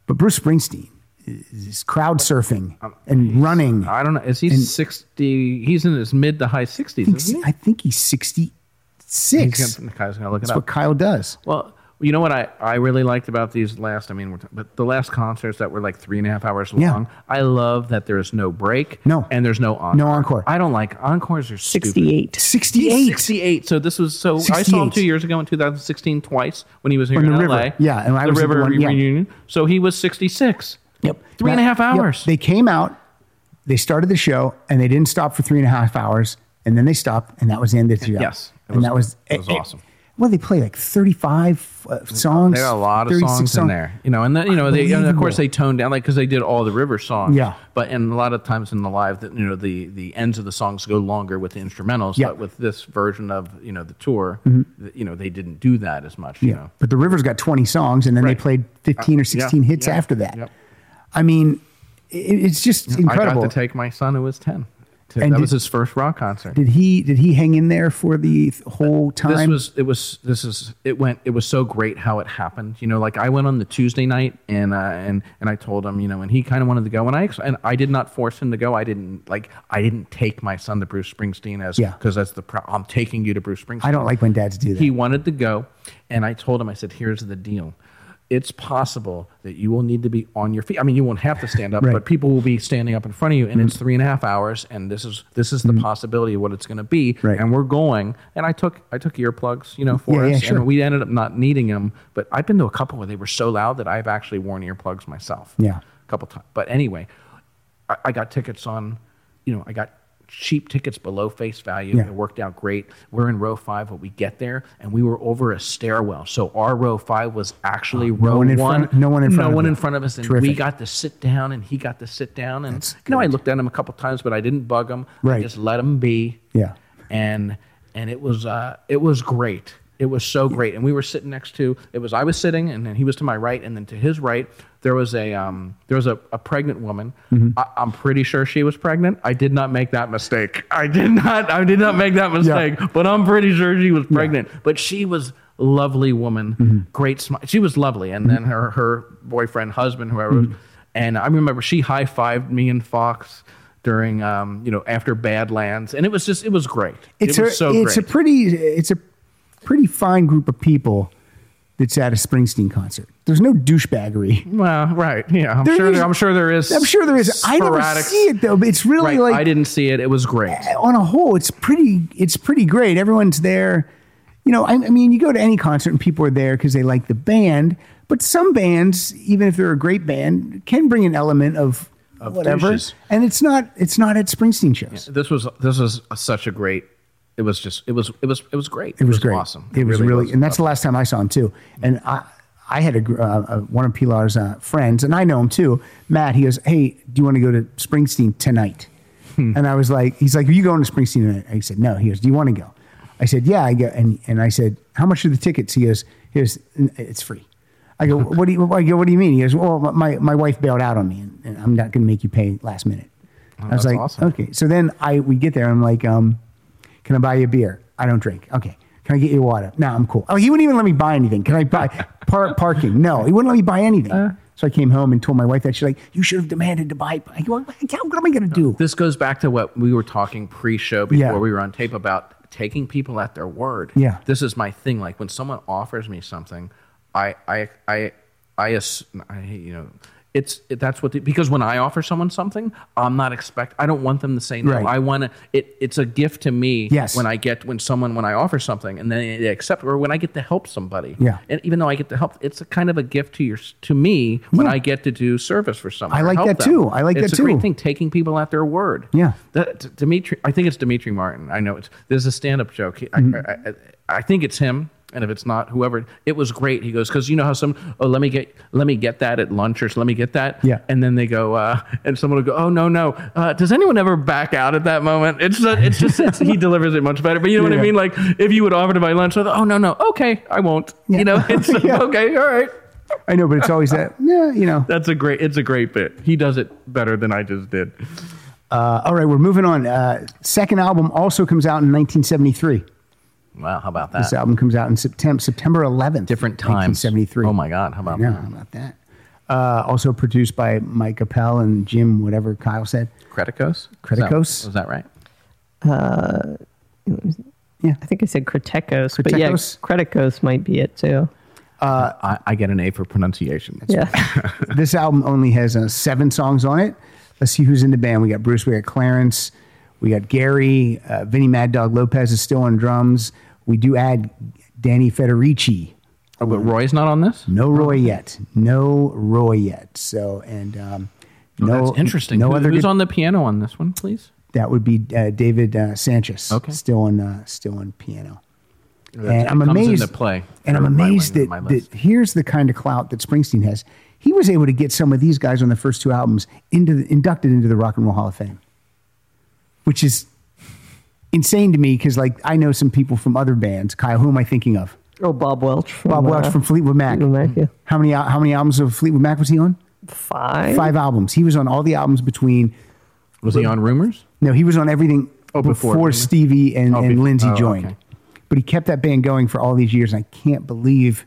Speaker 2: but Bruce Springsteen is crowd surfing
Speaker 4: Um,
Speaker 2: and running.
Speaker 4: I don't know. Is he
Speaker 2: Mm-hmm. And-
Speaker 4: sixty? He's in his mid to high sixties,
Speaker 2: I think-
Speaker 4: isn't he?
Speaker 2: I think he's sixty-six.
Speaker 4: He's gonna, Kai's gonna look it
Speaker 2: That's
Speaker 4: up.
Speaker 2: what Kyle does.
Speaker 4: Well, you know what I, I really liked about these last, I mean, we're t- but the last concerts that were like three and a half hours
Speaker 2: Yeah.
Speaker 4: long, I love that there is no break.
Speaker 2: No.
Speaker 4: And there's no encore.
Speaker 2: No encore.
Speaker 4: I don't like encores are stupid.
Speaker 3: 68.
Speaker 2: Sixty-eight.
Speaker 4: 68. So this was so, I saw him
Speaker 2: 68.
Speaker 4: two years ago in 2016 twice when he was here
Speaker 2: On
Speaker 4: in
Speaker 2: the
Speaker 4: LA.
Speaker 2: river. Yeah, and I
Speaker 4: the
Speaker 2: was at the
Speaker 4: river
Speaker 2: one- yeah.
Speaker 4: reunion. So he was 66.
Speaker 2: Yep.
Speaker 4: Three and a half
Speaker 2: yep.
Speaker 4: hours.
Speaker 2: They came out, they started the show, and they didn't stop for three and a half hours, and then they stopped, and that was the end of the show.
Speaker 4: Yes. It
Speaker 2: and
Speaker 4: was-
Speaker 2: that was
Speaker 4: it was awesome.
Speaker 2: well, they play like thirty-five uh, songs.
Speaker 4: There are a lot of
Speaker 2: 36
Speaker 4: songs in there, you know, and then you know, they, and of course
Speaker 2: Unbelievable.
Speaker 4: they toned down like because they did all the river songs,
Speaker 2: Yeah.
Speaker 4: But and a lot of times in the live, that you know, the the ends of the songs go longer with the instrumentals,
Speaker 2: Yeah. Mm-hmm.
Speaker 4: but with this version of you know the tour, th- you know, they didn't do that as much, you
Speaker 2: Yeah,
Speaker 4: know.
Speaker 2: but the River's got twenty songs, and then
Speaker 4: Right. Uh,
Speaker 2: they played fifteen or sixteen
Speaker 4: yeah,
Speaker 2: hits
Speaker 4: yeah,
Speaker 2: after that.
Speaker 4: yep.
Speaker 2: I mean, it, it's just incredible.
Speaker 4: I got to take my son who was ten. To, that
Speaker 2: And did-
Speaker 4: was his first rock concert.
Speaker 2: did he did he hang in there for the th- whole time?
Speaker 4: this was it was this is it went it was so great how it happened you know like i went on the tuesday night and uh, and and i told him you know and he kind of wanted to go and i ex- and i did not force him to go i didn't like i didn't take my son to bruce springsteen as
Speaker 2: Yeah.
Speaker 4: because that's the pro- i'm taking you to bruce springsteen
Speaker 2: I don't like when dads do that.
Speaker 4: he wanted to go and i told him i said here's the deal it's possible that you will need to be on your feet. I mean, you won't have to stand up,
Speaker 2: Right.
Speaker 4: but people will be standing up in front of you, and it's three and a half hours, and this is this is the possibility of what it's going to be.
Speaker 2: Mm-hmm. Right.
Speaker 4: And we're going. And I took I took earplugs, you know, for
Speaker 2: Yeah, yeah,
Speaker 4: us,
Speaker 2: sure.
Speaker 4: and we ended up not needing them. But I've been to a couple where they were so loud that I've actually worn earplugs myself.
Speaker 2: Yeah.
Speaker 4: a couple times. But anyway, I, I got tickets on. You know, I got cheap tickets below face value.
Speaker 2: Yeah.
Speaker 4: It worked out great. We're in row five when we get there, and we were over a stairwell. So our row five was actually row
Speaker 2: one in
Speaker 4: one.
Speaker 2: front- no one in front
Speaker 4: No
Speaker 2: of
Speaker 4: one
Speaker 2: you.
Speaker 4: in front of us. And we
Speaker 2: Terrific.
Speaker 4: got to sit down, and he got to sit down. And
Speaker 2: That's
Speaker 4: you know, I
Speaker 2: good.
Speaker 4: looked at him a couple times, but I didn't bug him.
Speaker 2: Right.
Speaker 4: I just let him be.
Speaker 2: Yeah.
Speaker 4: And and it was uh, it was great. It was so great. And we were sitting next to it was I was sitting, and then he was to my right, and then to his right there was a um, there was a, a pregnant woman. I, I'm pretty sure she was pregnant. I did not make that mistake. I did not I did not make that mistake. But I'm pretty sure she was pregnant. But she was lovely woman, great smile. She was lovely, and then her her boyfriend, husband, whoever. was And I remember she high fived me and Fox during um, you know after Badlands, and it was just it was great.
Speaker 2: It's
Speaker 4: it
Speaker 2: a
Speaker 4: was so
Speaker 2: it's
Speaker 4: great.
Speaker 2: a pretty it's a pretty fine group of people that's at a Springsteen concert. There's no douchebaggery.
Speaker 4: well, right? Yeah, I'm
Speaker 2: There
Speaker 4: sure.
Speaker 2: is-
Speaker 4: there, I'm sure there is.
Speaker 2: I'm sure there is. I never
Speaker 4: sporadic-
Speaker 2: see it though. But it's really
Speaker 4: Right,
Speaker 2: like
Speaker 4: I didn't see it. It was great.
Speaker 2: on a whole, it's pretty. It's pretty great. Everyone's there. You know, I, I mean, you go to any concert and people are there because they like the band. But some bands, even if they're a great band, can bring an element of, whatever.
Speaker 4: douches.
Speaker 2: And it's not. It's not at Springsteen shows.
Speaker 4: This was this was such a great. It was just it was it was it was great.
Speaker 2: It was great.
Speaker 4: Awesome.
Speaker 2: It, was really, and that's
Speaker 4: awesome.
Speaker 2: the last time I saw him too. And I, I had a gr- uh, uh, one of Pilar's uh, friends, and I know him too. Matt, he goes, "Hey, do you want to go to Springsteen tonight?" And I was like, "He's like, are you going to Springsteen tonight?" I said, "No." He goes, "Do you want to go?" I said, "Yeah." I go, and and I said, "How much are the tickets?" He goes, "He goes, "N- it's free." I go, "What do you?" I go, "What do you mean?" He goes, "Well, my my wife bailed out on me, and, and I'm not going to make you pay last minute." I was
Speaker 4: Oh, that's
Speaker 2: like,
Speaker 4: awesome.
Speaker 2: "Okay." So then I we get there, and I'm like, um. Can I buy you a beer? I don't drink. Okay. Can I get you water? No, I'm cool. Oh, he wouldn't even let me buy anything. Can I buy (laughs) par- parking? No, he wouldn't let me buy anything.
Speaker 4: Uh.
Speaker 2: so I came home and told my wife that she's like, you should have demanded to buy. I go, what am I going to do?
Speaker 4: this goes back to what we were talking pre-show before
Speaker 2: Yeah.
Speaker 4: we were on tape about taking people at their word.
Speaker 2: Yeah.
Speaker 4: This is my thing. Like when someone offers me something, I I I I, ass- I you know. It's it, that's what the, because when I offer someone something, I'm not expect. I don't want them to say no.
Speaker 2: Right.
Speaker 4: I want to. It, it's a gift to me.
Speaker 2: Yes.
Speaker 4: When I get when someone when I offer something and then they accept or when I get to help somebody.
Speaker 2: Yeah.
Speaker 4: And even though I get to help, it's a kind of a gift to your to me when I get to do service for someone.
Speaker 2: I
Speaker 4: or
Speaker 2: like
Speaker 4: help
Speaker 2: that
Speaker 4: them.
Speaker 2: too. I like
Speaker 4: it's
Speaker 2: that
Speaker 4: a great
Speaker 2: too.
Speaker 4: thing taking people at their word.
Speaker 2: Yeah.
Speaker 4: That, D- Dimitri, I think it's Dimitri Martin. I know it's, there's a stand up joke. He, I-
Speaker 2: Mm-hmm.
Speaker 4: I, I, I think it's him. And if it's not, whoever, it was great. He goes, because you know how some, oh, let me get, let me get that at lunch or let me get that.
Speaker 2: Yeah.
Speaker 4: And then they go, uh, and someone will go, oh, no, no. Uh, does anyone ever back out at that moment? It's not, it's just, it's, he delivers it much better. But you know what
Speaker 2: Yeah.
Speaker 4: I mean? Like if you would offer to buy lunch, I'd go, oh, no, no. Okay. I won't.
Speaker 2: (laughs)
Speaker 4: You know, it's okay. All right.
Speaker 2: I know, but it's always that, (laughs) yeah, you know.
Speaker 4: That's a great, it's a great bit. He does it better than I just did.
Speaker 2: Uh, all right, we're moving on. Uh, second album also comes out in 1973.
Speaker 4: Wow. How about
Speaker 2: This album comes out in September September 11th.
Speaker 4: Ah. different times.
Speaker 2: 1973.
Speaker 4: Oh my God! How about
Speaker 2: Yeah,
Speaker 4: that?
Speaker 2: how about that? Uh, also produced by Mike Appel and Jim, whatever Kyle said.
Speaker 4: Creticos?
Speaker 2: Creticos?
Speaker 4: Is that, was that right?
Speaker 3: I think I said Criticos, but yeah,
Speaker 2: Criticos?
Speaker 3: Criticos might be it too.
Speaker 4: I, I get an A for pronunciation.
Speaker 2: (laughs)
Speaker 3: Yeah.
Speaker 2: this album only has uh, seven songs on it. Let's see who's in the band. We got Bruce, we got Clarence, we got Gary, uh, Vinny Mad Dog Lopez is still on drums. We do add Danny Federici.
Speaker 4: Oh, but Roy's not on this.
Speaker 2: No Roy yet. No Roy yet. So, and um, no,
Speaker 4: Oh, That's interesting.
Speaker 2: No
Speaker 4: Who-
Speaker 2: other.
Speaker 4: who's
Speaker 2: gu-
Speaker 4: on the piano on this one, please?
Speaker 2: That would be uh, David uh, Sanchez.
Speaker 4: Okay.
Speaker 2: Still on, uh, still on piano.
Speaker 4: That
Speaker 2: And I'm
Speaker 4: comes
Speaker 2: amazed.
Speaker 4: into play
Speaker 2: and I'm
Speaker 4: for my-
Speaker 2: amazed that,
Speaker 4: my
Speaker 2: that
Speaker 4: list.
Speaker 2: here's the kind of clout that Springsteen has. He was able to get some of these guys on the first two albums into the, inducted into the Rock and Roll Hall of Fame, which is insane to me because like I know some people from other bands. Kyle, who am I thinking of?
Speaker 3: oh, Bob Welch. From,
Speaker 2: Bob Welch
Speaker 3: uh,
Speaker 2: from Fleetwood Mac.
Speaker 3: Fleetwood Mac, yeah.
Speaker 2: How many al- how many albums of Fleetwood Mac was he on?
Speaker 3: Five.
Speaker 2: Five albums. He was on all the albums between.
Speaker 4: Was he on Rumors?
Speaker 2: No, he was on everything
Speaker 4: Oh,
Speaker 2: before,
Speaker 4: before, remember?
Speaker 2: Stevie and,
Speaker 4: Oh,
Speaker 2: and
Speaker 4: be-
Speaker 2: Lindsey
Speaker 4: oh,
Speaker 2: joined.
Speaker 4: okay.
Speaker 2: But he kept that band going for all these years, and I can't believe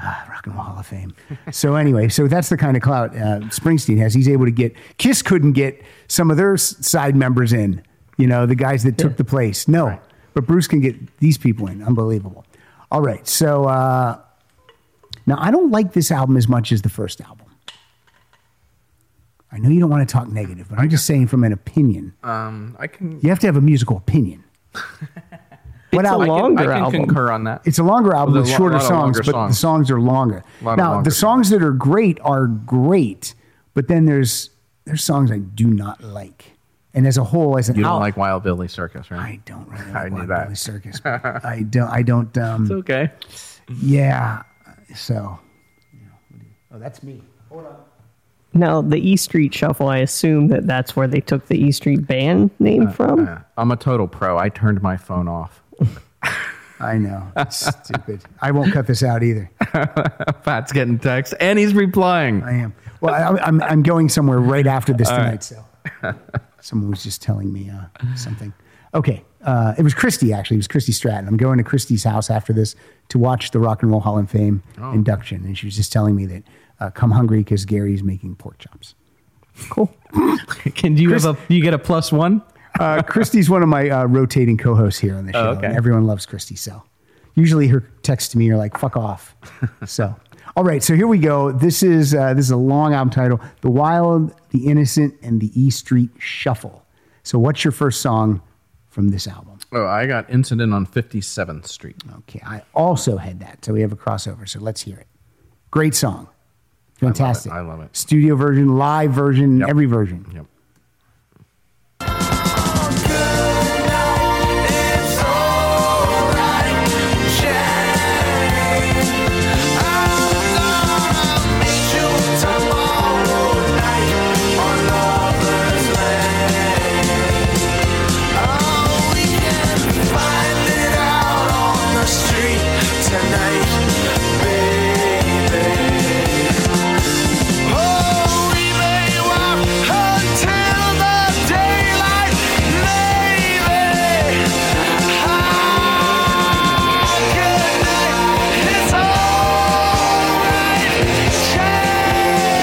Speaker 2: ah, Rock and Roll Hall of
Speaker 4: (laughs)
Speaker 2: Fame. so anyway, so that's the kind of clout uh, Springsteen has. He's able to get Kiss couldn't get some of their s- side members in. You know, the guys that took the place. No, but Bruce can get these people in. Unbelievable. All right, so uh, now I don't like this album as much as the first album. I know you don't want to talk negative, but I'm just saying from an opinion.
Speaker 4: Um, I can.
Speaker 2: You have to have a musical opinion. what
Speaker 3: a
Speaker 2: album?
Speaker 3: long- Longer
Speaker 4: I can
Speaker 3: album.
Speaker 4: concur on that.
Speaker 2: It's a longer album
Speaker 4: There's
Speaker 2: with
Speaker 4: a lo-
Speaker 2: shorter
Speaker 4: lot of
Speaker 2: songs,
Speaker 4: longer
Speaker 2: but the
Speaker 4: songs.
Speaker 2: songs are longer.
Speaker 4: Lot of
Speaker 2: now
Speaker 4: longer
Speaker 2: the songs that are great are great, but then there's there's songs I do not like, and as a whole, as an
Speaker 4: You don't
Speaker 2: out-
Speaker 4: like Wild Billy Circus, right?
Speaker 2: I don't really
Speaker 4: (laughs) I
Speaker 2: like
Speaker 4: knew
Speaker 2: Wild
Speaker 4: that.
Speaker 2: Billy
Speaker 4: (laughs)
Speaker 2: Circus. I don't. I don't. Um,
Speaker 3: It's okay.
Speaker 2: yeah. So. Oh, that's me.
Speaker 3: Now, the E Street Shuffle, I assume that that's where they took the E Street band
Speaker 4: Uh,
Speaker 3: name from.
Speaker 4: Yeah. I'm a total pro. I turned my phone off.
Speaker 2: I know. It's (laughs) stupid. I won't cut this out either.
Speaker 4: Pat's getting text and he's replying.
Speaker 2: I am. Well, I, I'm, I'm going somewhere right after this tonight. So someone was just telling me uh, something. Okay. Uh, it was Christy, actually. It was Christy Stratton. I'm going to Christy's house after this to watch the Rock and Roll Hall of Fame induction. And she was just telling me that uh, come hungry because Gary's making pork chops.
Speaker 3: Cool.
Speaker 4: Can you have a you get a plus one?
Speaker 2: Uh, Christy's one of my uh, rotating co hosts here on the show.
Speaker 4: Oh, okay.
Speaker 2: and everyone loves Christy. So usually her texts to me are like, fuck
Speaker 4: (laughs)
Speaker 2: off. so, all right. So here we go. This is, uh, this is a long album title The Wild, The Innocent, and The E Street Shuffle. So, what's your first song from this album?
Speaker 4: Oh, I got incident on 57th Street.
Speaker 2: Okay. I also had that. So we have a crossover. So let's hear it. Great song. Fantastic.
Speaker 4: I love it.
Speaker 2: Studio version, live version,
Speaker 4: Yep.
Speaker 2: every version.
Speaker 4: Yep.
Speaker 6: Tonight, baby. Holy may walk until the daylight, baby. Good night, it's alright, Jane.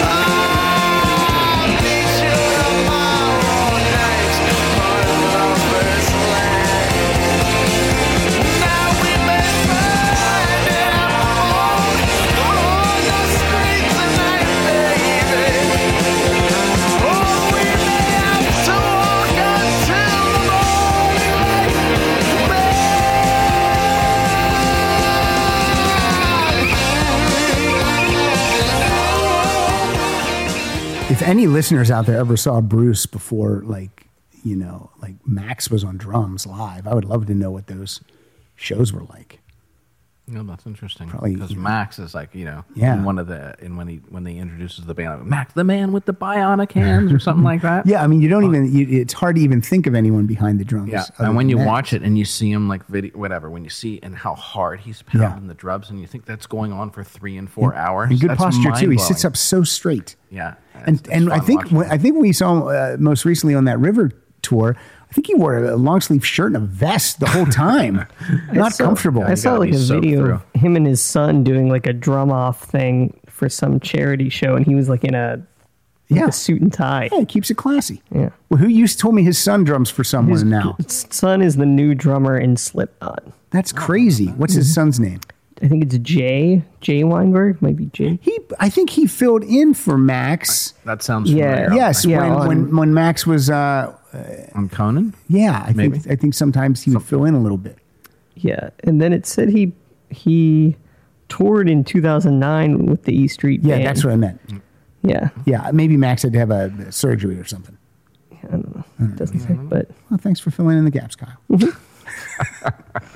Speaker 6: I'll meet you tomorrow night on lovers' land. Now we may find it out on the street tonight, baby. Oh, we may have to walk until the morning light, baby.
Speaker 2: If any listeners out there ever saw Bruce before, like, you know, like Max was on drums live, I would love to know what those shows were like.
Speaker 4: No, that's interesting.
Speaker 2: Probably,
Speaker 4: because
Speaker 2: you know.
Speaker 4: Max is like you know,
Speaker 2: Yeah.
Speaker 4: in one of the in when he when they introduces the band, like, Max the man with the bionic hands or something like
Speaker 2: (laughs)
Speaker 4: that.
Speaker 2: Yeah, I mean, you don't even, you, it's hard to even think of anyone behind the drums.
Speaker 4: Yeah,
Speaker 2: other
Speaker 4: and when
Speaker 2: than
Speaker 4: you
Speaker 2: that.
Speaker 4: watch it and you see him like video, whatever, when you see and how hard he's pounding the drums, and you think that's going on for three and four hours.
Speaker 2: and good
Speaker 4: that's
Speaker 2: posture too, he sits
Speaker 4: mind-blowing.
Speaker 2: up so straight.
Speaker 4: Yeah,
Speaker 2: and
Speaker 4: it's- it's
Speaker 2: and I
Speaker 4: fun
Speaker 2: think
Speaker 4: watching
Speaker 2: when, I think we saw him uh, most recently on that River tour. I think he wore a long sleeve shirt and a vest the whole
Speaker 4: (laughs)
Speaker 2: time. Not comfortable.
Speaker 3: I saw
Speaker 4: gotta
Speaker 3: like
Speaker 4: be
Speaker 3: a
Speaker 4: soaked
Speaker 3: video
Speaker 4: through.
Speaker 3: of him and his son doing like a drum off thing for some charity show, and he was like in a,
Speaker 2: yeah,
Speaker 3: a suit and tie.
Speaker 2: yeah, he keeps it classy.
Speaker 3: Yeah.
Speaker 2: Well, who used told me his son drums for someone now?
Speaker 3: His son is the new drummer in Slipknot.
Speaker 2: That's crazy. What's his son's name?
Speaker 3: I think it's Jay Jay Weinberg, maybe Jay.
Speaker 2: He, I think he filled in for Max.
Speaker 4: that sounds
Speaker 3: Yeah.
Speaker 4: familiar.
Speaker 2: Yes,
Speaker 3: Yeah,
Speaker 2: when,
Speaker 3: on-
Speaker 2: when when Max was, uh,
Speaker 4: on Conan.
Speaker 2: yeah, I
Speaker 4: Maybe.
Speaker 2: think I think sometimes he would fill in a little bit.
Speaker 3: Yeah, and then it said he he toured in 2009 with the E Street
Speaker 2: Yeah,
Speaker 3: Band.
Speaker 2: that's what I meant.
Speaker 4: Mm-hmm.
Speaker 3: Yeah,
Speaker 2: Yeah, maybe Max had to have a surgery or something.
Speaker 3: I don't know. It doesn't say, but
Speaker 2: Well, thanks for filling in the gaps, Kyle.
Speaker 4: Mm-hmm.
Speaker 2: (laughs)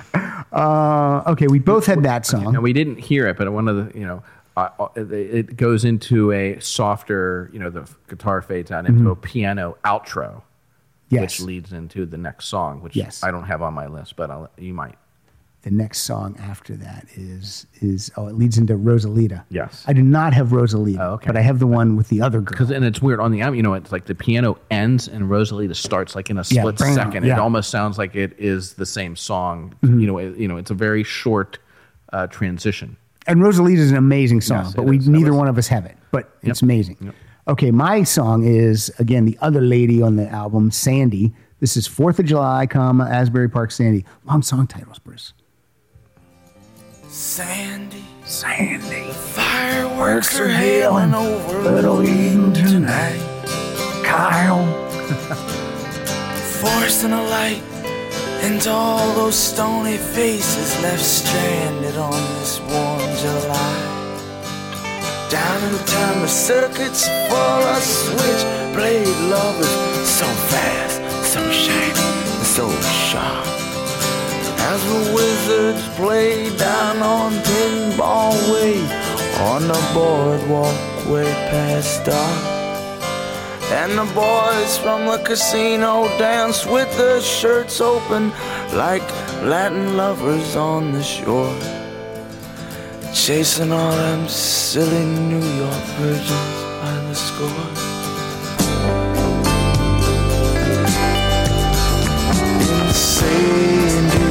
Speaker 2: uh, okay, we both had that
Speaker 4: And
Speaker 2: song.
Speaker 4: we didn't hear it, but one of the you know, uh, uh, it- it goes into a softer, you know, the guitar fades out
Speaker 2: Mm-hmm.
Speaker 4: into a piano outro,
Speaker 2: Yes,
Speaker 4: which leads into the next song, which
Speaker 2: Yes.
Speaker 4: I don't have on my list, but I'll, you might.
Speaker 2: the next song after that is is oh, it leads into Rosalita.
Speaker 4: Yes.
Speaker 2: I do not have Rosalita,
Speaker 4: Oh, okay.
Speaker 2: but I have the one with the other girl.
Speaker 4: Because and it's weird on the album, you know, it's like the piano ends and Rosalita starts like in a
Speaker 2: Yeah,
Speaker 4: split
Speaker 2: bam,
Speaker 4: second. It
Speaker 2: yeah. Mm-hmm.
Speaker 4: almost sounds like it is the same song. You know, it, you know, it's a very short uh, transition.
Speaker 2: And Rosalita is an amazing song,
Speaker 4: Yes,
Speaker 2: but
Speaker 4: it
Speaker 2: we
Speaker 4: is. That
Speaker 2: neither
Speaker 4: was-
Speaker 2: one of us have it, but it's amazing. Okay, my song is again the other lady on the album, Sandy. This is Fourth of July, comma Asbury Park, Sandy. Long song titles, Bruce.
Speaker 6: Sandy,
Speaker 2: Sandy,
Speaker 6: fireworks are hailing over Little Eden tonight.
Speaker 2: Kyle.
Speaker 6: Forcing a light into all those stony faces left stranded on this warm July. Down in the town, the circuits full of switchblade lovers
Speaker 7: So fast, so shiny, so sharp. As the wizards play down on pinball way, on the boardwalk way past dark. And the boys from the casino dance with their shirts open like Latin lovers on the shore. Chasing all them silly New York virgins by the score. In Sandy,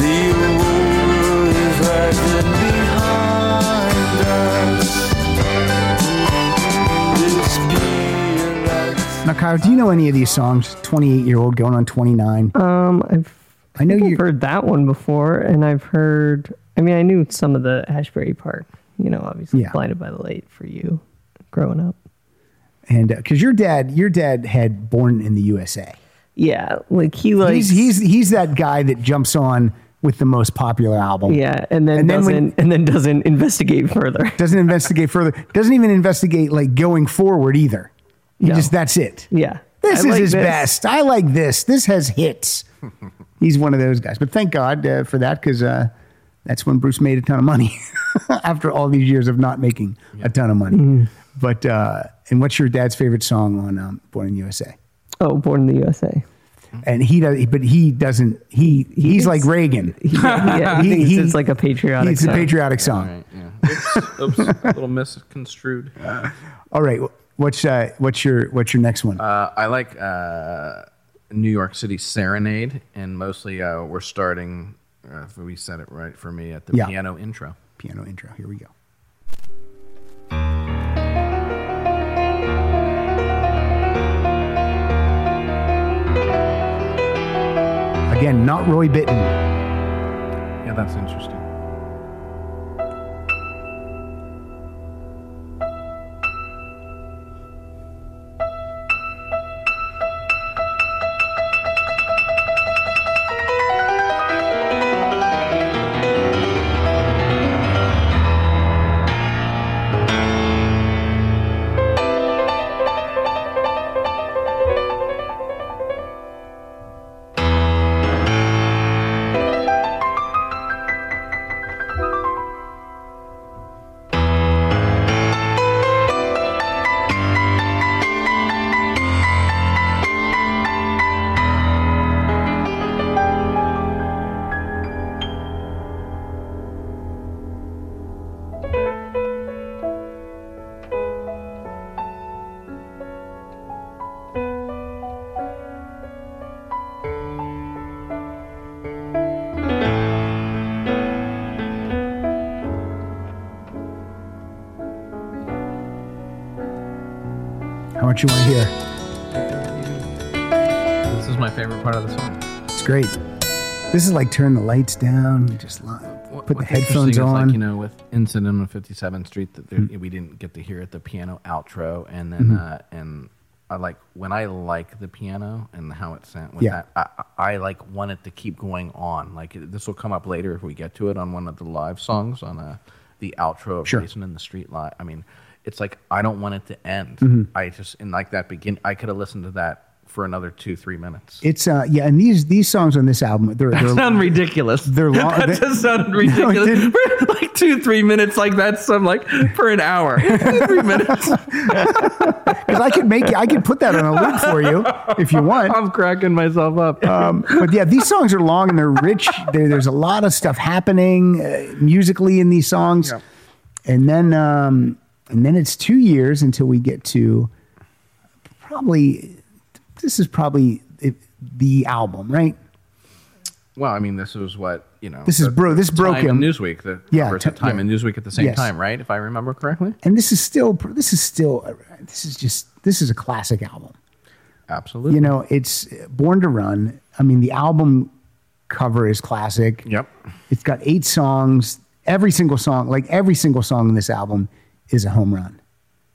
Speaker 7: the old is rising behind us. This beer lights
Speaker 2: Now, Kyle, do you know any of these songs? 28 year old going on 29.
Speaker 3: Um, I've
Speaker 2: I know
Speaker 3: think
Speaker 2: you.
Speaker 3: I've heard that one before, and I've heard. I mean, I knew some of the Ashbury Park. You know, obviously
Speaker 2: Yeah.
Speaker 3: blinded by the light for you, growing up.
Speaker 2: And because your dad, your dad had born in the USA.
Speaker 3: Yeah, like he
Speaker 2: He's
Speaker 3: likes.
Speaker 2: he's he's that guy that jumps on with the most popular album.
Speaker 3: yeah, and then
Speaker 2: and then
Speaker 3: doesn't
Speaker 2: when-
Speaker 3: and then doesn't investigate further. (laughs)
Speaker 2: Doesn't investigate further. Doesn't even investigate like going forward either. He
Speaker 3: No.
Speaker 2: just that's it.
Speaker 3: Yeah, I
Speaker 2: This is
Speaker 3: like
Speaker 2: his
Speaker 3: this.
Speaker 2: best. I like this. This has hits. (laughs) He's one of those guys. But thank God uh, for that because uh, that's when Bruce made a ton of money (laughs) after all these years of not making a ton of money. But, uh, and what's your dad's favorite song on um, Born in the USA?
Speaker 3: Oh, born in the USA.
Speaker 2: And he does, but he doesn't, he, he's like Reagan.
Speaker 3: He-
Speaker 2: (laughs)
Speaker 3: yeah, he,
Speaker 2: He-
Speaker 3: thinks
Speaker 2: he-
Speaker 3: it's like a patriotic.
Speaker 2: He's a
Speaker 3: song.
Speaker 2: patriotic
Speaker 4: All
Speaker 2: song.
Speaker 4: right, yeah. Oops, oops, a little (laughs) misconstrued.
Speaker 2: All right. What's, uh, what's your, what's your next one?
Speaker 4: Uh, I like uh, New York City Serenade, and mostly uh, we're starting. Uh, if we said it right for me at the
Speaker 2: Yeah.
Speaker 4: piano intro.
Speaker 2: Piano intro. Here we go. Again, not Roy Bitten.
Speaker 4: Yeah, that's interesting.
Speaker 2: How much you want to hear?
Speaker 4: This is my favorite part of the song.
Speaker 2: It's great. This is like turn the lights down, just li-
Speaker 4: What-
Speaker 2: put the
Speaker 4: what's
Speaker 2: headphones
Speaker 4: interesting is,
Speaker 2: on. Mm-hmm.
Speaker 4: Like, you know, with Incident on 57th Street, that there, we didn't get to hear it, the piano outro, and then uh, and I like when I like the piano and how it sounds. With
Speaker 2: Yeah.
Speaker 4: that, I, I I, like want it to keep going on. Like it- this will come up later if we get to it on one of the live songs on uh, the outro of
Speaker 2: Sure.
Speaker 4: Jason in the Street live. I mean, it's like I don't want it to end.
Speaker 2: Mm-hmm.
Speaker 4: I just and like that begin. I could have listened to that for another two three minutes.
Speaker 2: it's uh yeah, and these these songs on this album, they're they're
Speaker 4: (laughs)
Speaker 8: sound ridiculous.
Speaker 2: They're long-
Speaker 8: that
Speaker 2: they-
Speaker 8: just
Speaker 2: (laughs)
Speaker 8: sounded ridiculous.
Speaker 2: didn't.
Speaker 8: For like two, three minutes like that's some like for an hour.
Speaker 2: (laughs)
Speaker 8: Two, three minutes.
Speaker 2: 'cause I could make I could put that on a loop for you if you
Speaker 4: (laughs)
Speaker 2: want.
Speaker 8: I'm cracking myself up.
Speaker 4: Uh,
Speaker 2: Um, but yeah, these songs are long and they're rich. There, there's a lot of stuff happening uh, musically in these songs, and then um, and then it's two years until we get to probably this is probably it, the album, right?
Speaker 4: Well, I mean, this was what you know.
Speaker 2: This is bro- this broke
Speaker 4: Time
Speaker 2: him.
Speaker 4: And Newsweek, the
Speaker 2: Yeah,
Speaker 4: covers
Speaker 2: t-
Speaker 4: at Time
Speaker 2: yeah.
Speaker 4: and Newsweek at the same
Speaker 2: Yes.
Speaker 4: time, right? If I remember correctly.
Speaker 2: And this is still this is still uh, this is just this is a classic album.
Speaker 4: Absolutely.
Speaker 2: You know, it's Born to Run. I mean, the album cover is classic.
Speaker 4: Yep.
Speaker 2: It's got eight songs. Every single song, like every single song in this album, is a home run.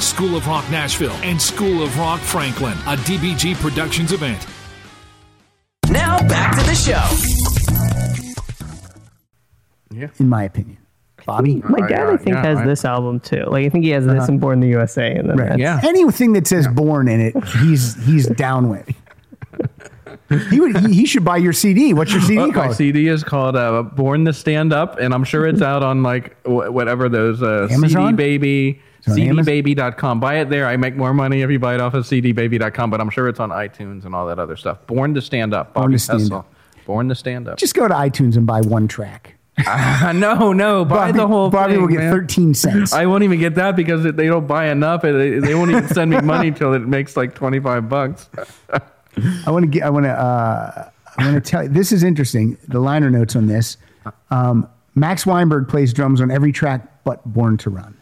Speaker 9: School of Rock Nashville, and School of Rock Franklin, a DBG Productions event.
Speaker 1: Now back to the show.
Speaker 2: in my opinion.
Speaker 4: (laughs)
Speaker 2: Bobby?
Speaker 3: My
Speaker 4: Right,
Speaker 3: dad,
Speaker 4: yeah,
Speaker 3: I think,
Speaker 4: yeah,
Speaker 3: has
Speaker 4: right.
Speaker 3: this album too. Like I think he has
Speaker 2: Uh-huh.
Speaker 3: this and Born in the USA, and then that's-
Speaker 4: Yeah.
Speaker 2: Anything that says born in it, he's he's down with. he would he, he should buy your CD. What's your CD
Speaker 4: Well, Oh, my
Speaker 2: called?
Speaker 4: CD is called uh, "Born to Stand Up," and I'm sure
Speaker 2: (laughs)
Speaker 4: it's out on like wh- whatever those uh, CD
Speaker 2: Amazon?
Speaker 4: Baby,
Speaker 2: on
Speaker 4: CDBaby.com. Buy it there. I make more money if you buy it off of CDBaby.com, but I'm sure it's on iTunes and all that other stuff. "Born to Stand Up," Bobby
Speaker 2: Born to Stand
Speaker 4: Hessel.
Speaker 2: Up.
Speaker 4: Born to Stand Up.
Speaker 2: Just go to iTunes and buy one track.
Speaker 4: no, no, buy
Speaker 2: Bobby,
Speaker 4: the whole.
Speaker 2: Bobby
Speaker 4: thing,
Speaker 2: will get
Speaker 4: man.
Speaker 2: 13 cents.
Speaker 4: I won't even get that because they don't buy enough, and they, they won't even send me (laughs) money till it makes like 25 bucks.
Speaker 2: I want to get. I want to. Uh, I want to tell you. This is interesting. The liner notes on this. Um, Max Weinberg plays drums on every track but "Born to Run."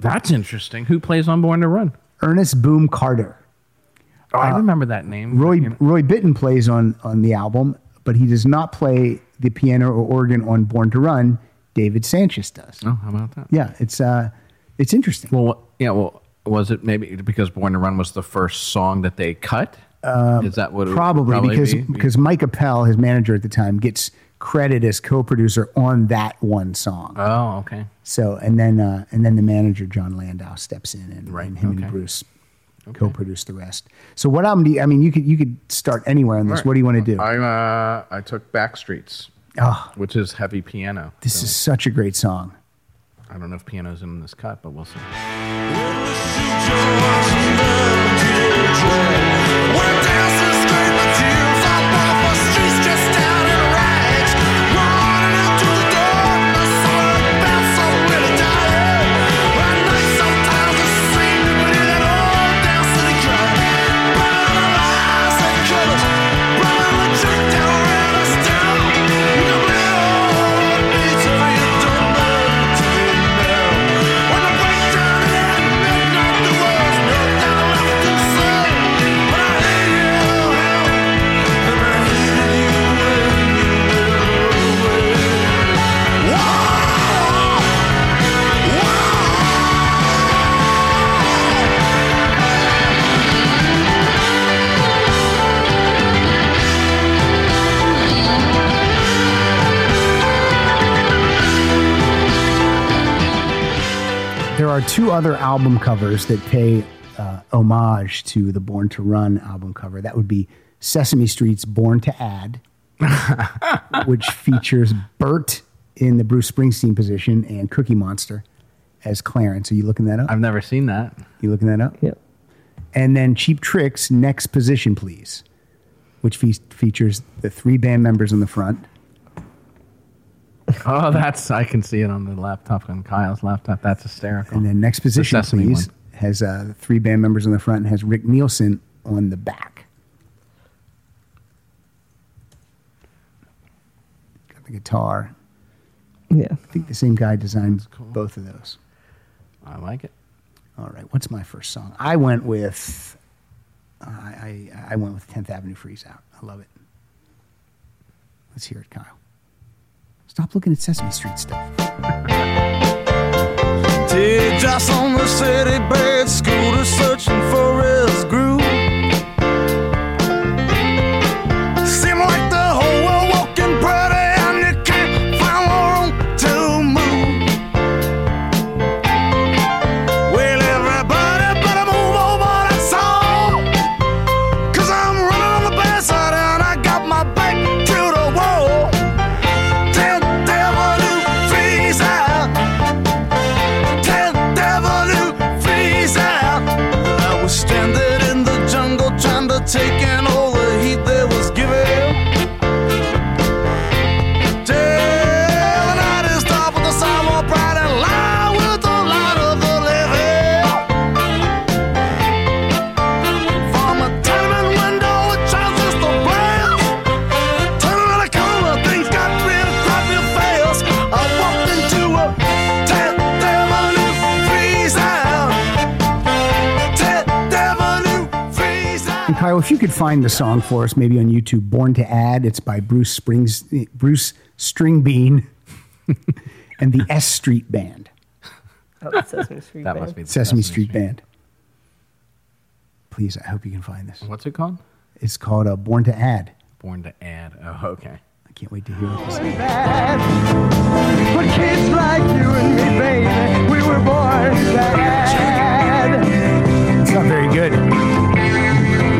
Speaker 4: That's interesting. Who plays on Born to Run?
Speaker 2: Ernest Boom Carter.
Speaker 4: Oh, I remember that name.
Speaker 2: Uh, Roy Roy Bittan plays on on the album, but he does not play the piano or organ on "Born to Run." David Sanchez does.
Speaker 4: Oh, how about that?
Speaker 2: Yeah, it's uh, it's interesting.
Speaker 4: Well, yeah. Well, was it maybe because "Born to Run" was the first song that they cut? Is that what? it would
Speaker 2: Uh, probably, because
Speaker 4: be?
Speaker 2: because Mike Appel, his manager at the time, gets credit as co-producer on that one song.
Speaker 4: Oh, okay.
Speaker 2: So and then uh, and then the manager John Landau steps in and,
Speaker 4: Right,
Speaker 2: and him
Speaker 4: okay.
Speaker 2: and Bruce co-produce the rest. So what album do you? I mean, you could you could start anywhere on this. What do you want to do? Ah,
Speaker 4: I'm. Uh, I took Backstreets, which is heavy piano.
Speaker 2: this is such a great song.
Speaker 4: I don't know if piano's in this cut, but we'll see.
Speaker 2: There are two other album covers that pay uh, homage to the Born to Run album cover. That would be Sesame Street's Born to Add, which features Bert in the Bruce Springsteen position and Cookie Monster as Clarence. Are you looking that up?
Speaker 4: I've never seen that.
Speaker 2: you looking that up?
Speaker 3: yeah.
Speaker 2: and then Cheap Tricks Next Position Please, which fe- features the three band members in the front.
Speaker 4: (laughs) Oh, that's. I can see it on the laptop on Kyle's laptop. That's hysterical.
Speaker 2: And then Next Position
Speaker 4: Sesame
Speaker 2: Please
Speaker 4: one.
Speaker 2: has uh, the three band members in the front and has Rick Nielsen on the back. Got the guitar.
Speaker 3: yeah.
Speaker 2: I think the same guy designed both of those.
Speaker 4: I like it.
Speaker 2: All right, what's my first song? I went with I, I, I went with 10th Avenue Freeze Out. I love it. Let's hear it, Kyle. Stop looking at Sesame Street stuff.
Speaker 6: Teardrops on the city bird scooter searching for his groove. Seem like the whole world walking pretty and you can't find no room to move. Well, everybody
Speaker 2: Joe, if you could find the song for us, maybe on YouTube, "Born to Add," it's by Bruce Springs, Bruce Stringbean, (laughs) and the S Street Band,
Speaker 3: Oh, that's Sesame Street.
Speaker 4: That
Speaker 3: Band.
Speaker 4: must be the
Speaker 2: Sesame, Street, Band. Please, I hope you can find this.
Speaker 4: What's it called?
Speaker 2: It's called uh, "Born to Add."
Speaker 4: Born to Add. Oh, okay.
Speaker 2: I can't wait to hear what this.
Speaker 1: bad. But kids like you and me, baby, we were born bad.
Speaker 2: It's not very good.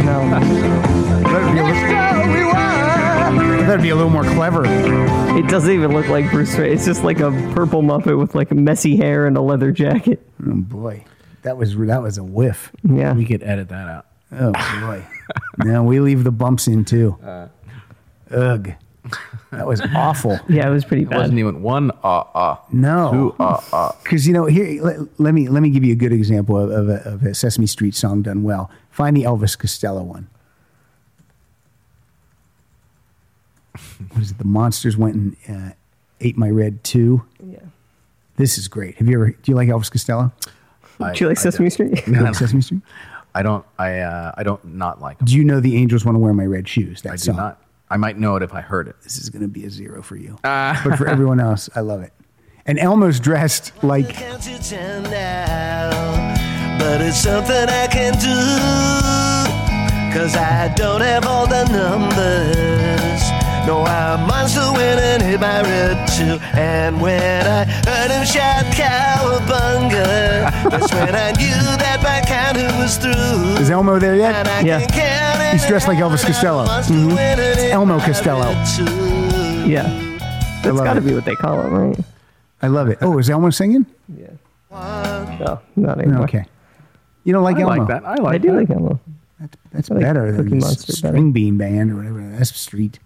Speaker 1: No. Let's go, we were.
Speaker 2: That'd be a little more clever.
Speaker 3: It doesn't even look like Bruce Ray. It's just like a purple Muppet with like messy hair and a leather jacket.
Speaker 2: Oh boy, that was that was a whiff.
Speaker 3: Yeah.
Speaker 4: We could (laughs) edit that out.
Speaker 2: Oh boy. now we leave the bumps in too. Ugh. That was awful.
Speaker 3: Yeah, it was pretty
Speaker 4: It
Speaker 3: bad.
Speaker 4: wasn't even one uh uh.
Speaker 2: No,
Speaker 4: Two uh uh.
Speaker 2: because you know here. Let, let me let me give you a good example of, of, a, of a Sesame Street song done well. Find the Elvis Costello one. What is it? The monsters went and uh, ate my red two.
Speaker 3: yeah.
Speaker 2: This is great. Have you ever? Do you like Elvis Costello?
Speaker 4: I-
Speaker 3: Do you like
Speaker 4: I
Speaker 3: Sesame
Speaker 4: don't-
Speaker 3: Street? (laughs)
Speaker 2: You like Sesame Street.
Speaker 4: I don't. I uh, I don't not like them.
Speaker 2: Do you know the angels want to wear my red shoes? That
Speaker 4: I do
Speaker 2: song.
Speaker 4: not. I might know it if I heard it.
Speaker 2: This is going to be a zero for you,
Speaker 4: Ah.
Speaker 2: but for everyone else, I love it. And Elmo's dressed like
Speaker 7: Count to ten now, but it's something I can do. Cause I don't have all the numbers. No, I'm a monster when I hit my red too. And when I heard him shout cowabunga, that's when I knew that my counter was through.
Speaker 2: is Elmo there
Speaker 7: And
Speaker 2: yet?
Speaker 7: I
Speaker 3: Yeah.
Speaker 7: can count
Speaker 2: He's
Speaker 7: every
Speaker 2: dressed like
Speaker 7: hour
Speaker 2: Elvis
Speaker 7: that
Speaker 2: Costello.
Speaker 7: I'm a monster
Speaker 2: Mhm.
Speaker 7: when I hit
Speaker 2: Elmo
Speaker 7: my
Speaker 2: Costello.
Speaker 7: red too.
Speaker 3: Yeah. That's
Speaker 2: love
Speaker 3: got to
Speaker 2: it.
Speaker 3: be what they call it, right?
Speaker 2: I love it. Oh, is Elmo singing?
Speaker 3: No, Oh, not anymore.
Speaker 2: Okay. You don't like
Speaker 4: I
Speaker 2: Elmo?
Speaker 4: like that. I like.
Speaker 3: I do
Speaker 4: that.
Speaker 3: like Elmo.
Speaker 2: That's
Speaker 3: like
Speaker 2: better than
Speaker 3: Cookie
Speaker 2: this
Speaker 3: Monster better.
Speaker 2: String Bean Band or whatever. That's Street.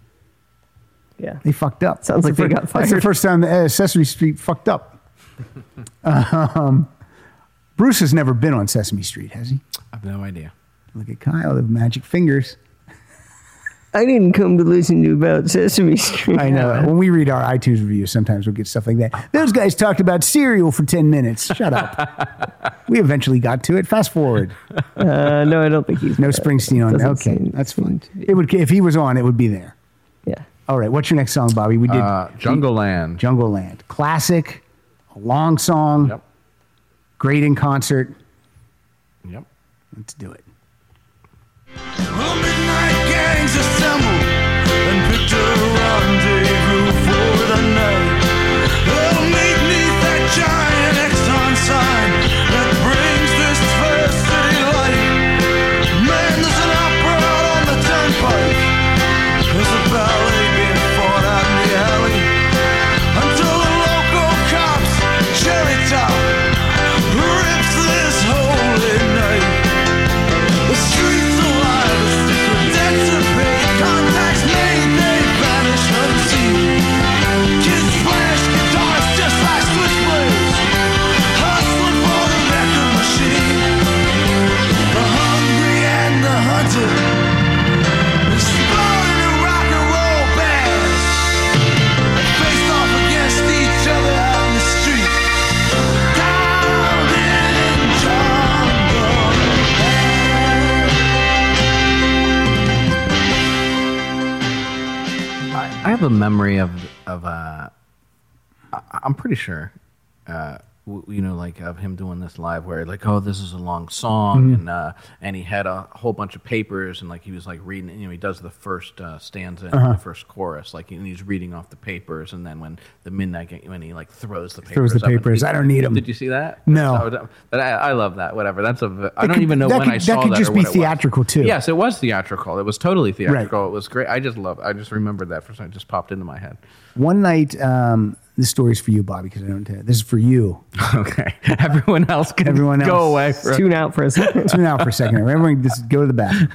Speaker 3: Yeah.
Speaker 2: They fucked up.
Speaker 3: Sounds like
Speaker 2: That's the fir-
Speaker 3: they got
Speaker 2: That's the
Speaker 3: fired.
Speaker 2: first time the uh, Sesame Street fucked up. um, Bruce has never been on Sesame Street, has he?
Speaker 4: I have no idea.
Speaker 2: Look at Kyle, the magic fingers.
Speaker 3: I didn't come to listen to about Sesame Street.
Speaker 2: I know. When we read our iTunes reviews, sometimes we'll get stuff like that. Those guys talked about cereal for 10 minutes. Shut up. we eventually got to it. Fast forward.
Speaker 3: (laughs) Uh, no, I don't think he's
Speaker 2: No Springsteen on.
Speaker 3: Doesn't
Speaker 2: Okay,
Speaker 3: seem-
Speaker 2: that's
Speaker 3: seem
Speaker 2: fine.
Speaker 3: to be-
Speaker 2: It would if he was on, it would be there.
Speaker 3: Yeah.
Speaker 2: All right, what's your next song, Bobby? We did
Speaker 4: Uh, Jungle Land.
Speaker 2: Jungle Land, classic, a long song,
Speaker 4: Yep.
Speaker 2: great in concert.
Speaker 4: Yep.
Speaker 2: Let's do it.
Speaker 6: The midnight gangs assembled and picked a rendezvous for the night. Oh, meet me that giant Exxon sign that brings this fair city light. Man, there's an opera out on the turnpike. There's a ballet being fought out in the alley. Until the local cops, cherry top, rips this holy night. The streets alive, the secret debts are paid, contacts made, they vanish unseen. Kids flash guitars just like switchblades, hustling for the record machine. The hungry and the hunted, exploding in rock and roll bands, faced off against each other out in the street. Down in jungle.
Speaker 4: I, I have a memory of of uh, I, I'm pretty sure, uh, w- you know, like of him doing this live where like, oh, this is a long song,
Speaker 2: Mm-hmm.
Speaker 4: and uh, and he had a whole bunch of papers and like he was like reading, you know, he does the first uh, stanza and
Speaker 2: Uh-huh.
Speaker 4: the first chorus, like and he's reading off the papers, and then when the midnight gang- when he like throws the papers,
Speaker 2: Throws the
Speaker 4: up and-
Speaker 2: papers. I don't need 'em.
Speaker 4: Did you see that?
Speaker 2: No.
Speaker 4: That was- but I, I love that. Whatever. That's a. v- I
Speaker 2: That
Speaker 4: don't
Speaker 2: could-
Speaker 4: even know
Speaker 2: that
Speaker 4: when
Speaker 2: could-
Speaker 4: I
Speaker 2: that
Speaker 4: saw that.
Speaker 2: could just
Speaker 4: or
Speaker 2: be
Speaker 4: what it was.
Speaker 2: theatrical, too.
Speaker 4: Yes, it was theatrical. It was totally theatrical. It was great. I just love. I just remembered that for some. It just popped into my head. (laughs)
Speaker 2: One night, um, this story's for you, Bobby, because I don't. This is for you.
Speaker 4: Okay. Everyone else can
Speaker 2: Everyone else.
Speaker 4: go away. For,
Speaker 3: Tune out for
Speaker 2: (laughs)
Speaker 3: a second.
Speaker 2: Tune out for a second. Everyone, just go to the bathroom.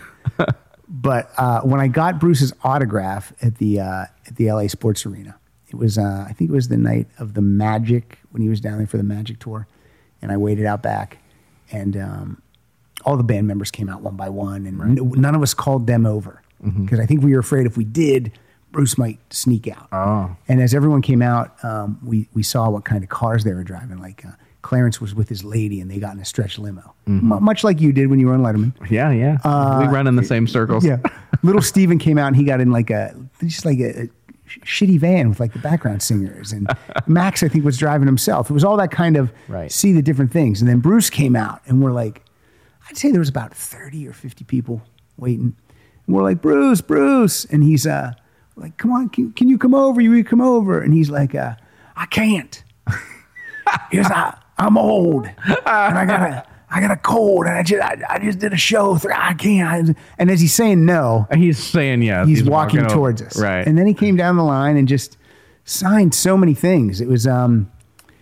Speaker 2: But uh, when I got Bruce's autograph at the uh, at the LA Sports Arena, it was uh, I think it was the night of the Magic when he was down there for the Magic tour, and I waited out back, and um, all the band members came out one by one, and n- none of us called them over because I think we were afraid if we did, Bruce might sneak out. Oh. And as everyone came out, um, we we saw what kind of cars they were driving, like uh, Clarence was with his lady and they got in a stretch limo, Mu- much like you did when you were on Letterman.
Speaker 4: Yeah, yeah. Uh, we run in the same circles.
Speaker 2: Yeah. Little Steven came out and he got in like a just like a, a sh- shitty van with like the background singers and Max I think was driving himself. It was all that kind of
Speaker 4: Right.
Speaker 2: see the different things. And then Bruce came out and we're like I'd say there was about 30 or 50 people waiting. And we're like Bruce, Bruce and he's uh like come on can, can you come over? You come over and he's like uh I can't. Here's I, I'm old and I got a I got a cold and I just I, I just did a show. Th- I can't. I- and as he's saying no,
Speaker 4: He's saying yes.
Speaker 2: he's, walking,
Speaker 4: over.
Speaker 2: towards us.
Speaker 4: Right.
Speaker 2: And then he came down the line and just signed so many things. It was um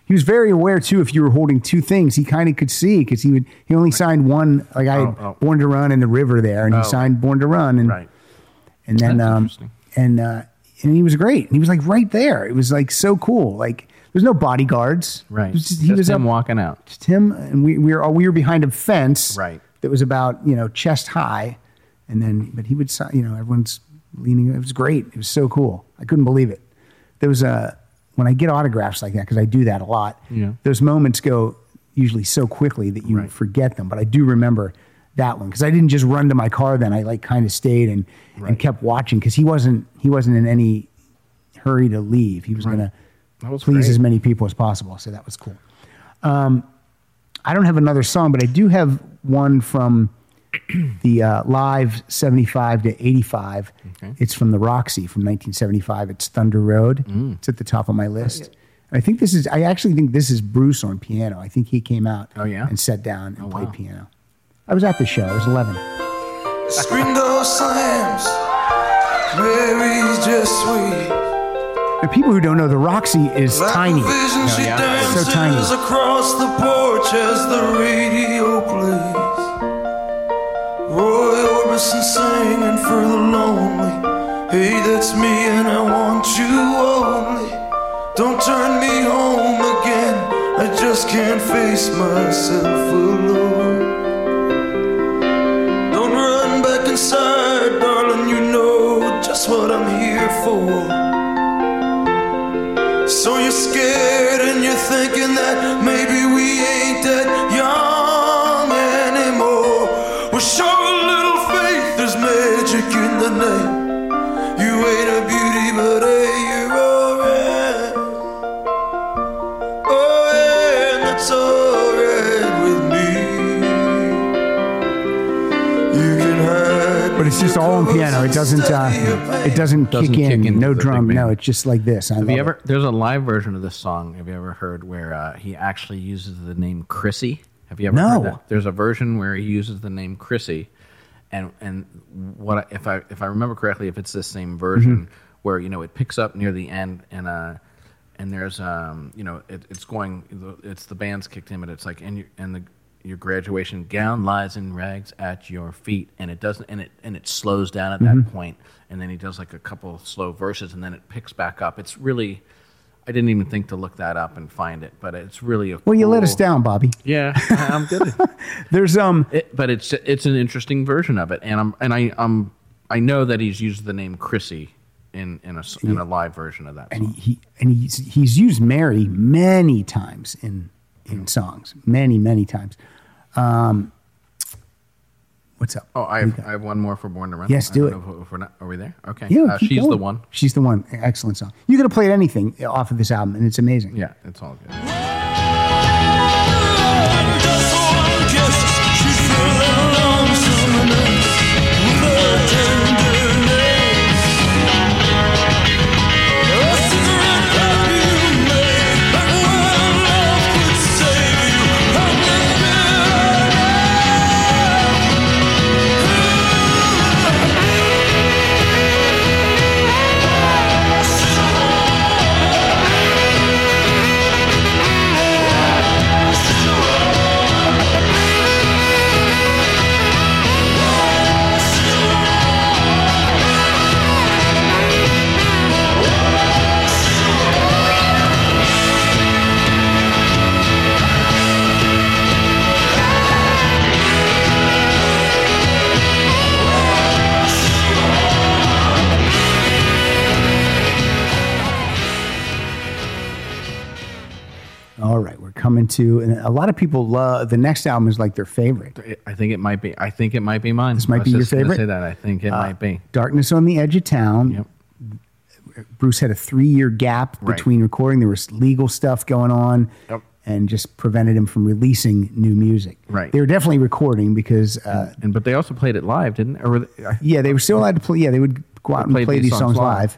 Speaker 2: he was very aware too if you were holding two things, he kind of could see because he would he only signed one like I had
Speaker 4: Oh, oh.
Speaker 2: Born to Run in the river there and he signed Born to Run and
Speaker 4: right.
Speaker 2: and then
Speaker 4: That's
Speaker 2: um
Speaker 4: interesting.
Speaker 2: and uh and he was great. And he was like right there. It was like so cool. Like there's no bodyguards.
Speaker 4: Right.
Speaker 2: It was just- he
Speaker 4: Just
Speaker 2: was up
Speaker 4: him walking out.
Speaker 2: just him and we, we were we were behind a fence
Speaker 4: Right.
Speaker 2: that was about you know chest high and then but he would si- you know everyone's leaning it was great it was so cool i couldn't believe it there was a when i get autographs like that because i do that a lot
Speaker 4: Yeah.
Speaker 2: those moments go usually so quickly that you forget them but i do remember that one because i didn't just run to my car then i like kind of stayed and and kept watching because he wasn't he wasn't in any hurry to leave he was gonna
Speaker 4: was
Speaker 2: please
Speaker 4: great.
Speaker 2: as many people as possible so that was cool I don't have another song, but I do have one from (clears throat) the uh, live 75 to 85. It's from the Roxy from 1975. It's Thunder Road.
Speaker 4: Mm.
Speaker 2: It's at the top of my list. And I think this is, I actually think this is Bruce on piano. I think he came out
Speaker 4: Oh, yeah?
Speaker 2: and sat down and played piano. I was at the show, I was 11.
Speaker 6: Spring those slams, very just sweet.
Speaker 2: The people who don't know, the Roxy is
Speaker 6: Like
Speaker 2: tiny.
Speaker 6: a vision, she
Speaker 4: yeah.
Speaker 2: So
Speaker 6: dances
Speaker 2: tiny.
Speaker 6: across the porch as the radio plays. Roy Orbison singing for the lonely. Hey, that's me, and I want you only. Don't turn me home again. I just can't face myself alone. Don't run back inside, darling. You know just what I'm here for. So you're scared and you're thinking that maybe we ain't that young anymore. Well, show a little faith, there's magic in the night. You ain't a beauty, but hey, you're alright. Oh, and that's alright with me. You can hide.
Speaker 2: But it's just all on piano. It doesn't, uh, it doesn't,
Speaker 4: Doesn't
Speaker 2: kick in.
Speaker 4: kick into
Speaker 2: no
Speaker 4: the
Speaker 2: drum.
Speaker 4: big
Speaker 2: No,
Speaker 4: band.
Speaker 2: it's just like this. I
Speaker 4: Have
Speaker 2: love
Speaker 4: you
Speaker 2: it.
Speaker 4: ever? There's a live version of this song. Have you ever heard where uh, he actually uses the name Chrissy? Have you ever?
Speaker 2: No.
Speaker 4: Heard that? There's a version where he uses the name Chrissy, and and what I, if I if I remember correctly, if it's this same version
Speaker 2: Mm-hmm.
Speaker 4: where you know it picks up near the end and uh and there's um you know it, it's going it's the band's kicked in, but it's like and you and the your graduation gown lies in rags at your feet and it doesn't and it and it slows down at that
Speaker 2: Mm-hmm.
Speaker 4: point and then he does like a couple of slow verses and then it picks back up it's really i didn't even think to look that up and find it but it's really a
Speaker 2: Well, you let us
Speaker 4: cool-
Speaker 2: down, Bobby.
Speaker 4: yeah I- i'm
Speaker 2: (laughs)
Speaker 4: good at
Speaker 2: There's, um,
Speaker 4: it, but it's it's an interesting version of it and i'm and i um i know that he's used the name chrissy in in a s- in a live version of that song.
Speaker 2: and he, he and he's he's used Mary many times in in songs, many many times. Um, what's up?
Speaker 4: Oh, I have, I have one more for Born to Run.
Speaker 2: Yes,
Speaker 4: I
Speaker 2: do
Speaker 4: don't
Speaker 2: it.
Speaker 4: know if- if we're not- are we there? Okay.
Speaker 2: Yeah,
Speaker 4: Uh,
Speaker 2: keep
Speaker 4: she's the
Speaker 2: going.
Speaker 4: one.
Speaker 2: She's the one. Excellent song. You could have played anything off of this album, and it's amazing.
Speaker 4: Yeah, it's all good.
Speaker 6: Thank you
Speaker 2: coming to. And a lot of people love the next album is like their favorite.
Speaker 4: I think it might be. I think it might be mine. This
Speaker 2: might be your favorite? Uh,
Speaker 4: Say that. I think it might be.
Speaker 2: Darkness on the Edge of Town. Bruce had a three year gap
Speaker 4: Right.
Speaker 2: between recording. There was legal stuff going on
Speaker 4: Yep.
Speaker 2: and just prevented him from releasing new music.
Speaker 4: Right.
Speaker 2: They were definitely recording because, uh,
Speaker 4: And but they also played it live, didn't? Or were they, I-
Speaker 2: yeah, they were still allowed to play. Yeah, they would go out
Speaker 4: They
Speaker 2: and
Speaker 4: played
Speaker 2: play
Speaker 4: these
Speaker 2: these songs,
Speaker 4: songs
Speaker 2: live.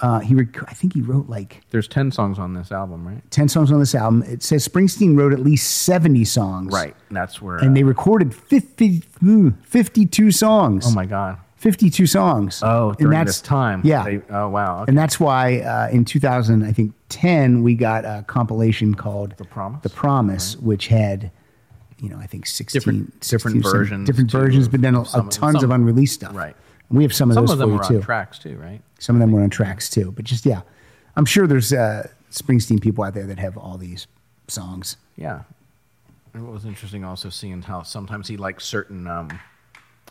Speaker 2: Uh, he, rec- I think he wrote like
Speaker 4: there's ten songs on this album, right?
Speaker 2: 10 songs on this album. It says Springsteen wrote at least 70 songs.
Speaker 4: And that's where.
Speaker 2: And
Speaker 4: uh,
Speaker 2: they recorded 50, mm, 52 songs.
Speaker 4: oh my god.
Speaker 2: 52 songs.
Speaker 4: Oh,
Speaker 2: and
Speaker 4: during
Speaker 2: that's
Speaker 4: this time.
Speaker 2: Yeah.
Speaker 4: They, oh wow. Okay.
Speaker 2: and that's why uh, in 2000, I think 10, we got a compilation called The
Speaker 4: Promise?
Speaker 2: The Promise, which had, you know, I think 16
Speaker 4: Different- different
Speaker 2: 16 or 17
Speaker 4: versions
Speaker 2: different
Speaker 4: too,
Speaker 2: versions, but then a, a
Speaker 4: some-
Speaker 2: tons of
Speaker 4: some-
Speaker 2: unreleased stuff.
Speaker 4: right.
Speaker 2: And we have some of
Speaker 4: Some
Speaker 2: those
Speaker 4: of them
Speaker 2: for
Speaker 4: were
Speaker 2: you too.
Speaker 4: on tracks too, right?
Speaker 2: Some of them were on tracks too, but just yeah, I'm sure there's uh, Springsteen people out there that have all these songs.
Speaker 4: Yeah. And what was interesting also seeing how sometimes he likes certain um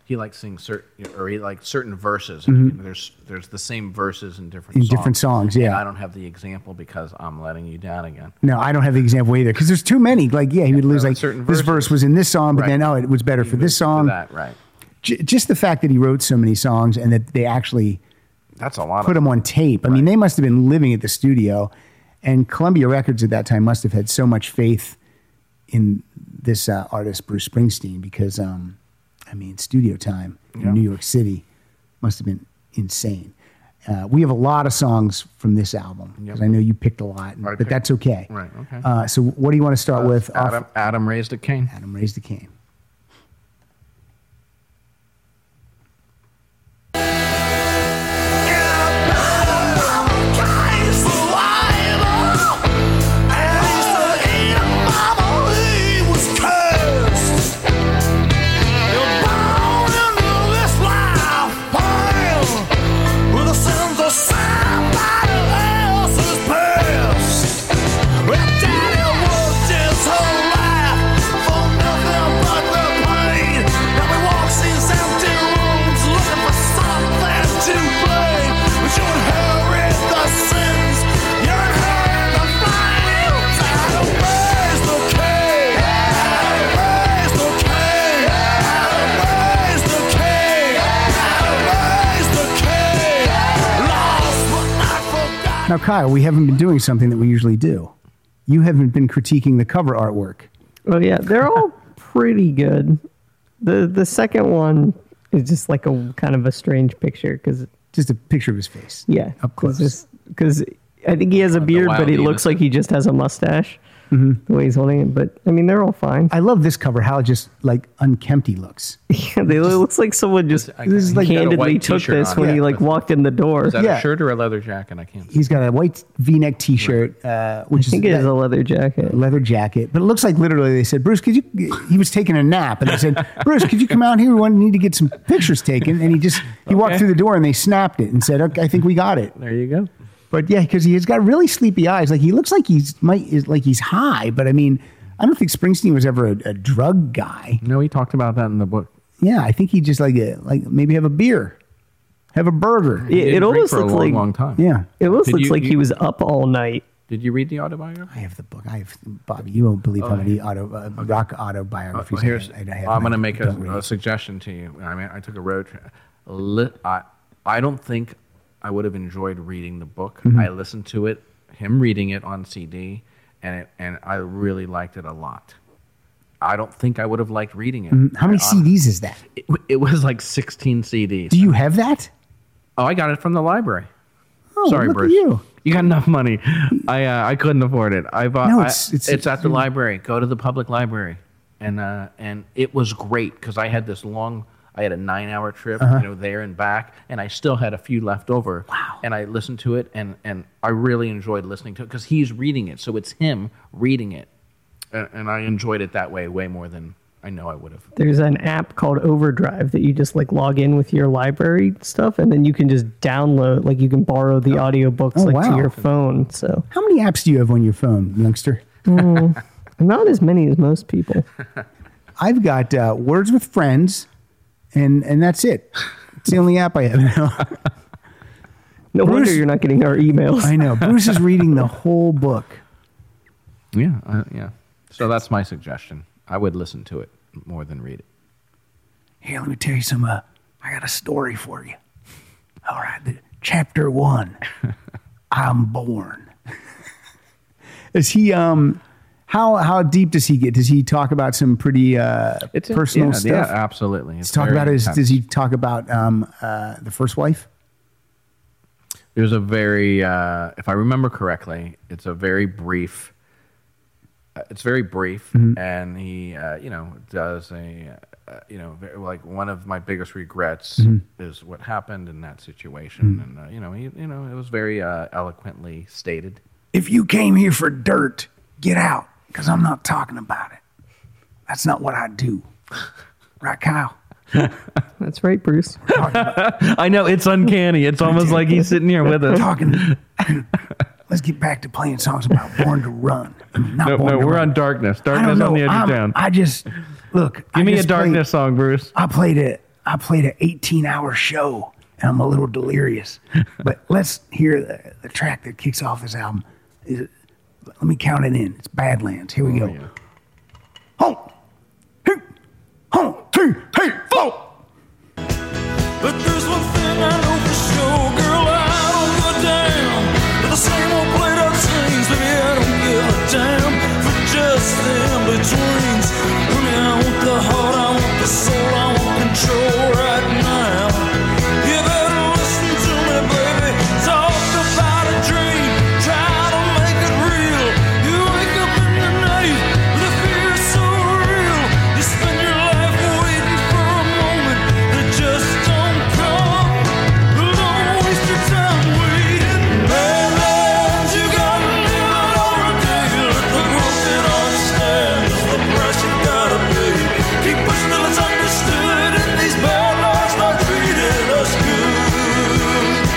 Speaker 4: he likes sing certain or he likes certain verses. And there's there's the same verses in different
Speaker 2: Mm-hmm. In
Speaker 4: songs.
Speaker 2: different songs, yeah.
Speaker 4: And I don't have the example because I'm letting you down again.
Speaker 2: No, I don't have the example either because there's too many. Like, yeah, he would lose
Speaker 4: no,
Speaker 2: like
Speaker 4: certain
Speaker 2: this verse
Speaker 4: verses.
Speaker 2: was in this song, but
Speaker 4: Right.
Speaker 2: then oh, it was better for this song.
Speaker 4: To that, right.
Speaker 2: J- just the fact that he wrote so many songs and that they actually
Speaker 4: That's a lot
Speaker 2: put
Speaker 4: of
Speaker 2: them on tape. I mean, they must have been living at the studio, and Columbia Records at that time must have had so much faith in this uh, artist Bruce Springsteen because, um, I mean, studio time in New York City must have been insane. Uh, we have a lot of songs from this album because I know you picked a lot, but
Speaker 4: picked-
Speaker 2: that's okay.
Speaker 4: right, okay.
Speaker 2: Uh, so, what do you want to start with? off-
Speaker 4: Adam Adam raised a cane.
Speaker 2: Adam raised the cane. Now, Kyle, we haven't been doing something that we usually do. You haven't been critiquing the cover artwork.
Speaker 3: Oh yeah, they're all pretty good. the The second one is just like a kind of a strange picture because
Speaker 2: Just a picture of his face.
Speaker 3: yeah,
Speaker 2: Up close.
Speaker 3: Because I think he has a beard, but
Speaker 8: wild
Speaker 3: he
Speaker 8: innocent.
Speaker 3: looks like he just has a mustache.
Speaker 4: Mm-hmm.
Speaker 3: The way he's holding it, but I mean, they're all fine.
Speaker 2: I love this cover, how just like unkempt he looks.
Speaker 3: they, (laughs) it looks like someone just
Speaker 4: I- This is like- He's got a
Speaker 3: candidly
Speaker 4: white
Speaker 3: took
Speaker 4: t-shirt
Speaker 3: this
Speaker 4: on.
Speaker 3: when he
Speaker 4: Yeah.
Speaker 3: like walked in the door.
Speaker 4: Is that
Speaker 2: Yeah.
Speaker 4: a shirt or a leather jacket? I can't.
Speaker 2: He's got a white v neck t shirt, uh, which
Speaker 3: I think it
Speaker 2: is
Speaker 3: is
Speaker 2: that
Speaker 3: a leather jacket.
Speaker 2: leather jacket. But it looks like literally they said, Bruce, could you? He was taking a nap and they
Speaker 3: (laughs)
Speaker 2: said, Bruce, could you come out here? We want- need to get some pictures taken. And he just, he walked through the door and they snapped it and said, okay, I think we got it.
Speaker 4: There you go.
Speaker 2: But yeah, because he's got really sleepy eyes. Like he looks like he's might is like he's high. But I mean, I don't think Springsteen was ever a, a drug guy.
Speaker 4: No, he talked about that in the book.
Speaker 2: Yeah, I think he just like uh, like maybe have a beer, have a burger.
Speaker 3: It,
Speaker 4: He
Speaker 3: it
Speaker 4: didn't drink
Speaker 3: almost
Speaker 4: for a
Speaker 3: looks
Speaker 4: long,
Speaker 3: like
Speaker 4: long time.
Speaker 2: Yeah,
Speaker 3: it almost
Speaker 4: Did
Speaker 3: looks
Speaker 4: you-
Speaker 3: like he
Speaker 4: you-
Speaker 3: was up all night.
Speaker 4: Did you read the autobiography?
Speaker 2: I have the book. I have Bobby. You won't believe how many auto uh, rock autobiographies.
Speaker 4: Oh, Well, here's,
Speaker 2: I,
Speaker 4: I,
Speaker 2: I have.
Speaker 4: am going
Speaker 2: I
Speaker 4: to make a,
Speaker 2: don't read.
Speaker 4: a suggestion to you. I mean, I took a road trip. Li- I, I don't think I would have enjoyed reading the book.
Speaker 2: Mm-hmm.
Speaker 4: I listened to it, him reading it on CD, and it, and I really liked it a lot. I don't think I would have liked reading it.
Speaker 2: Mm, How many
Speaker 4: I hon-
Speaker 2: CDs is that?
Speaker 4: It, it was like 16 CDs.
Speaker 2: Do you have that?
Speaker 4: oh, I got it from the library.
Speaker 2: Oh,
Speaker 4: Sorry,
Speaker 2: look at
Speaker 4: Bruce.
Speaker 2: you.
Speaker 4: got enough money. I uh, I couldn't afford it. I bought.
Speaker 2: No,
Speaker 4: I-
Speaker 2: it's-
Speaker 4: it's,
Speaker 2: it's-
Speaker 4: at the library. Go to the public library, and uh, and it was great because I had this long. I had a nine-hour trip,
Speaker 2: Uh-huh.
Speaker 4: you know, there and back, and I still had a few left over. Wow! And I listened to it, and and I really enjoyed listening to it because he's reading it, so it's him reading it, and, and I enjoyed it that way way more than I know I would have.
Speaker 3: There's an app called Overdrive that you just like log in with your library stuff, and then you can just download. Like you can borrow the audiobooks
Speaker 2: Oh,
Speaker 3: like
Speaker 2: wow.
Speaker 3: to your phone. So
Speaker 2: How many apps do you have on your phone, youngster?
Speaker 3: not as many as most people.
Speaker 2: I've got uh, Words with Friends, and and that's it. It's the only app I have. (laughs)
Speaker 3: No wonder
Speaker 2: Bruce-
Speaker 3: you're not getting our emails.
Speaker 2: I know. Bruce is reading the whole book.
Speaker 4: Yeah, uh, yeah. So that's my suggestion. I would listen to it more than read it.
Speaker 2: Here, let me tell you some. Uh, I got a story for you. All right, the, chapter
Speaker 4: (laughs)
Speaker 2: one. I'm born. Is he? Um, how how deep does he get? Does he talk about some pretty uh, personal
Speaker 4: yeah,
Speaker 2: stuff?
Speaker 4: Yeah, absolutely.
Speaker 2: Does he talk about his, Does he talk about um, uh, the first wife?
Speaker 4: There's a very, uh, if I remember correctly, it's a very brief. Uh, it's very brief, and he, uh, you know, does a, uh, you know, very, like one of my biggest regrets is what happened in that situation, and uh, you know, he, you know, it was very uh, eloquently stated.
Speaker 2: If you came here for dirt, get out, because I'm not talking about it. That's not what I do. Right, Kyle?
Speaker 3: That's right, Bruce.
Speaker 8: I know it's uncanny.
Speaker 4: (laughs)
Speaker 8: It's almost like he's sitting here with us.
Speaker 2: Talking. Let's get back to playing songs
Speaker 4: (laughs)
Speaker 2: about Born to Run. Not
Speaker 4: No,
Speaker 2: Born
Speaker 4: no,
Speaker 2: to
Speaker 4: we're
Speaker 2: Run.
Speaker 4: on darkness.
Speaker 2: I don't
Speaker 4: Darkness
Speaker 2: know.
Speaker 4: on the edge
Speaker 2: I'm-
Speaker 4: of town.
Speaker 2: I just look. I
Speaker 4: Give me a
Speaker 2: just played-
Speaker 4: darkness song, Bruce.
Speaker 2: I played a I played an 18 hour show, and I'm a little
Speaker 4: (laughs)
Speaker 2: delirious. but let's hear the, the track that kicks off this album. Is it- let me count it in. It's Badlands. Here
Speaker 4: Oh,
Speaker 2: we go. Honk, hoot, honk, two, hey, four.
Speaker 6: But there's one thing I know for sure, girl, I don't give a damn. But the same old played out scenes, baby, I don't give a damn. For just them betweens. Women, I want the heart, I want the soul, I want control right now. You better listen to me, baby. Talk about a dream, try to make it real. You wake up in the night with a fear so real. You spend your life waiting for a moment that just don't come. Don't waste your time waiting. Badlands, you gotta live it or die. Let the growth that understands the price you gotta pay. Keep pushing till it's understood, and these bad laws not treating us good.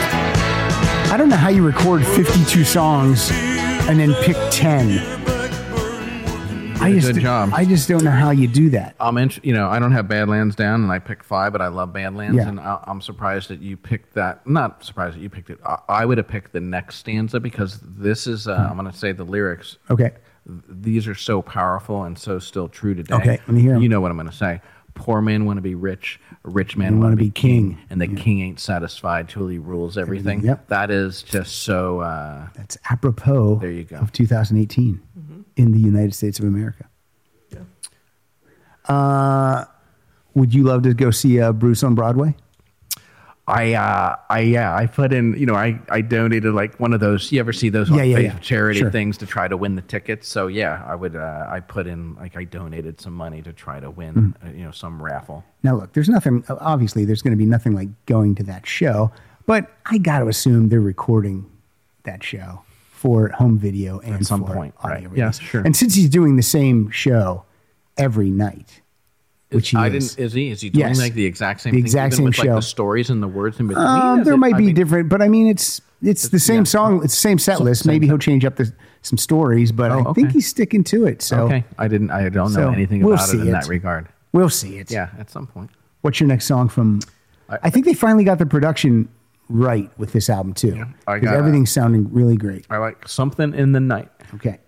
Speaker 2: I don't know how you record 52 songs and then pick 10. I just,
Speaker 4: Good job.
Speaker 2: I just don't know how you do that.
Speaker 4: I'm int- you know I don't have Badlands down, and I picked five, but I love Badlands,
Speaker 2: Yeah.
Speaker 4: and I- I'm surprised that you picked that. Not surprised that you picked it. I, I would have picked the next stanza because this is uh, I'm going to say the lyrics.
Speaker 2: Okay.
Speaker 4: Th- These are so powerful and so still true today.
Speaker 2: Okay, let me hear 'em.
Speaker 4: You know what I'm going to say. Poor man want to be rich. Rich man
Speaker 2: wanna
Speaker 4: want to
Speaker 2: be
Speaker 4: be king,
Speaker 2: king.
Speaker 4: and the king ain't satisfied till he rules everything.
Speaker 2: Yep.
Speaker 4: That is just so. Uh,
Speaker 2: That's apropos
Speaker 4: There you go.
Speaker 2: of 2018 in the United States of America. Uh, would you love to go see uh, Bruce on Broadway?
Speaker 4: I uh I yeah I put in you know I I donated like one of those you ever see those
Speaker 2: Yeah,
Speaker 4: on
Speaker 2: yeah,
Speaker 4: fa-
Speaker 2: yeah.
Speaker 4: charity
Speaker 2: Sure.
Speaker 4: things to try to win the tickets so yeah I would uh, I put in like I donated some money to try to win
Speaker 2: Mm.
Speaker 4: uh, you know some raffle
Speaker 2: Now, look, there's nothing, obviously, there's going to be nothing like going to that show, but I got to assume they're recording that show for home video and
Speaker 4: some
Speaker 2: for
Speaker 4: point,
Speaker 2: audio
Speaker 4: right.
Speaker 2: release.
Speaker 4: Yeah, sure.
Speaker 2: And since he's doing the same show every night, which he
Speaker 4: I
Speaker 2: is,
Speaker 4: didn't is he is he doing
Speaker 2: Yes.
Speaker 4: like the exact same
Speaker 2: The
Speaker 4: thing
Speaker 2: exact
Speaker 4: even
Speaker 2: same
Speaker 4: with, like
Speaker 2: show.
Speaker 4: the stories and the words in between
Speaker 2: Um,
Speaker 4: Is
Speaker 2: there
Speaker 4: it-
Speaker 2: might
Speaker 4: I
Speaker 2: be
Speaker 4: mean,
Speaker 2: different, but I mean, it's it's the same
Speaker 4: yeah.
Speaker 2: song, it's the same set list. Maybe he'll change up the, some stories, but I
Speaker 4: Oh,
Speaker 2: think
Speaker 4: okay.
Speaker 2: he's sticking to it. So
Speaker 4: okay I didn't I don't
Speaker 2: So,
Speaker 4: know anything
Speaker 2: we'll
Speaker 4: about it
Speaker 2: see
Speaker 4: in
Speaker 2: it.
Speaker 4: that regard
Speaker 2: we'll see it.
Speaker 4: yeah at some point
Speaker 2: What's your next song from? I, think they finally got the production right with this album too,
Speaker 4: I
Speaker 2: because
Speaker 4: got-
Speaker 2: everything's sounding really great.
Speaker 4: I like something in the night
Speaker 2: Okay.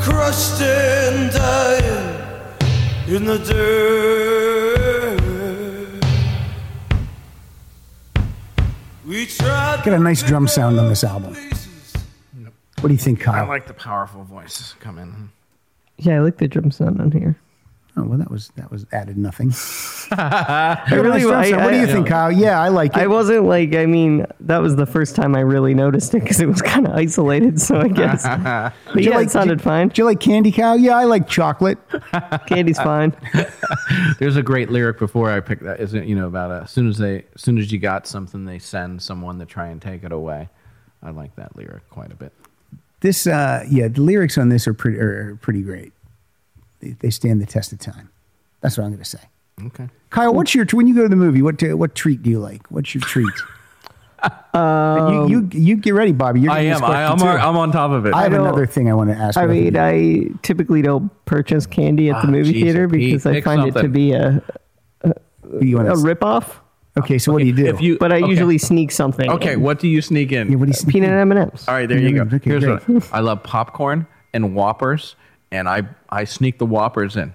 Speaker 6: Crushed and dying in the dirt. We tried.
Speaker 2: Got a nice drum sound on this album. What do you think,
Speaker 4: I
Speaker 2: Kyle?
Speaker 4: like the powerful voices come in
Speaker 3: Yeah, I like the drum sound on here.
Speaker 2: oh well, that was that was added nothing.
Speaker 3: I
Speaker 2: Nice
Speaker 3: really,
Speaker 2: drum
Speaker 3: I,
Speaker 2: sound. what do you
Speaker 3: I,
Speaker 2: think, Kyle? Yeah, I like it.
Speaker 3: I wasn't like, I mean, that was the first time I really noticed it because it was kind of isolated. So I guess, but yeah,
Speaker 2: like-
Speaker 3: it sounded fine.
Speaker 2: Do you like Candy Cow? Yeah, I like chocolate.
Speaker 3: Candy's fine.
Speaker 4: There's a great lyric before I picked that, isn't it? You know about uh, as soon as they, as soon as you got something, they send someone to try and take it away. I like that lyric quite a bit.
Speaker 2: This, uh, yeah, the lyrics on this are pretty, are pretty great. They, they stand the test of time. That's what I'm going to say.
Speaker 4: Okay.
Speaker 2: Kyle, what's your when you go to the movie? What what treat do you like? What's your treat? you, you you get ready, Bobby. You're
Speaker 4: I
Speaker 2: getting this
Speaker 4: am. I,
Speaker 2: question,
Speaker 4: I'm,
Speaker 2: too.
Speaker 4: I'm on top of it.
Speaker 2: I have
Speaker 3: Um, I don't-
Speaker 2: another thing I want to ask.
Speaker 3: I
Speaker 2: both of
Speaker 3: mean,
Speaker 2: you.
Speaker 3: I typically don't purchase candy at the
Speaker 4: Ah,
Speaker 3: movie
Speaker 4: Jesus,
Speaker 3: theater
Speaker 4: Pete,
Speaker 3: because I
Speaker 4: pick
Speaker 3: find it to
Speaker 4: something.
Speaker 3: be a,
Speaker 2: You wanna-
Speaker 3: a ripoff.
Speaker 2: okay, so what do you do?
Speaker 4: If you,
Speaker 3: But I
Speaker 4: okay.
Speaker 3: usually sneak something.
Speaker 4: Okay,
Speaker 3: in.
Speaker 4: what do you sneak in?
Speaker 2: yeah, what do you
Speaker 3: peanut M&Ms.
Speaker 4: All right, there you go.
Speaker 2: Okay,
Speaker 4: Here's
Speaker 2: great.
Speaker 4: what I love: popcorn and Whoppers, and I I sneak the Whoppers in,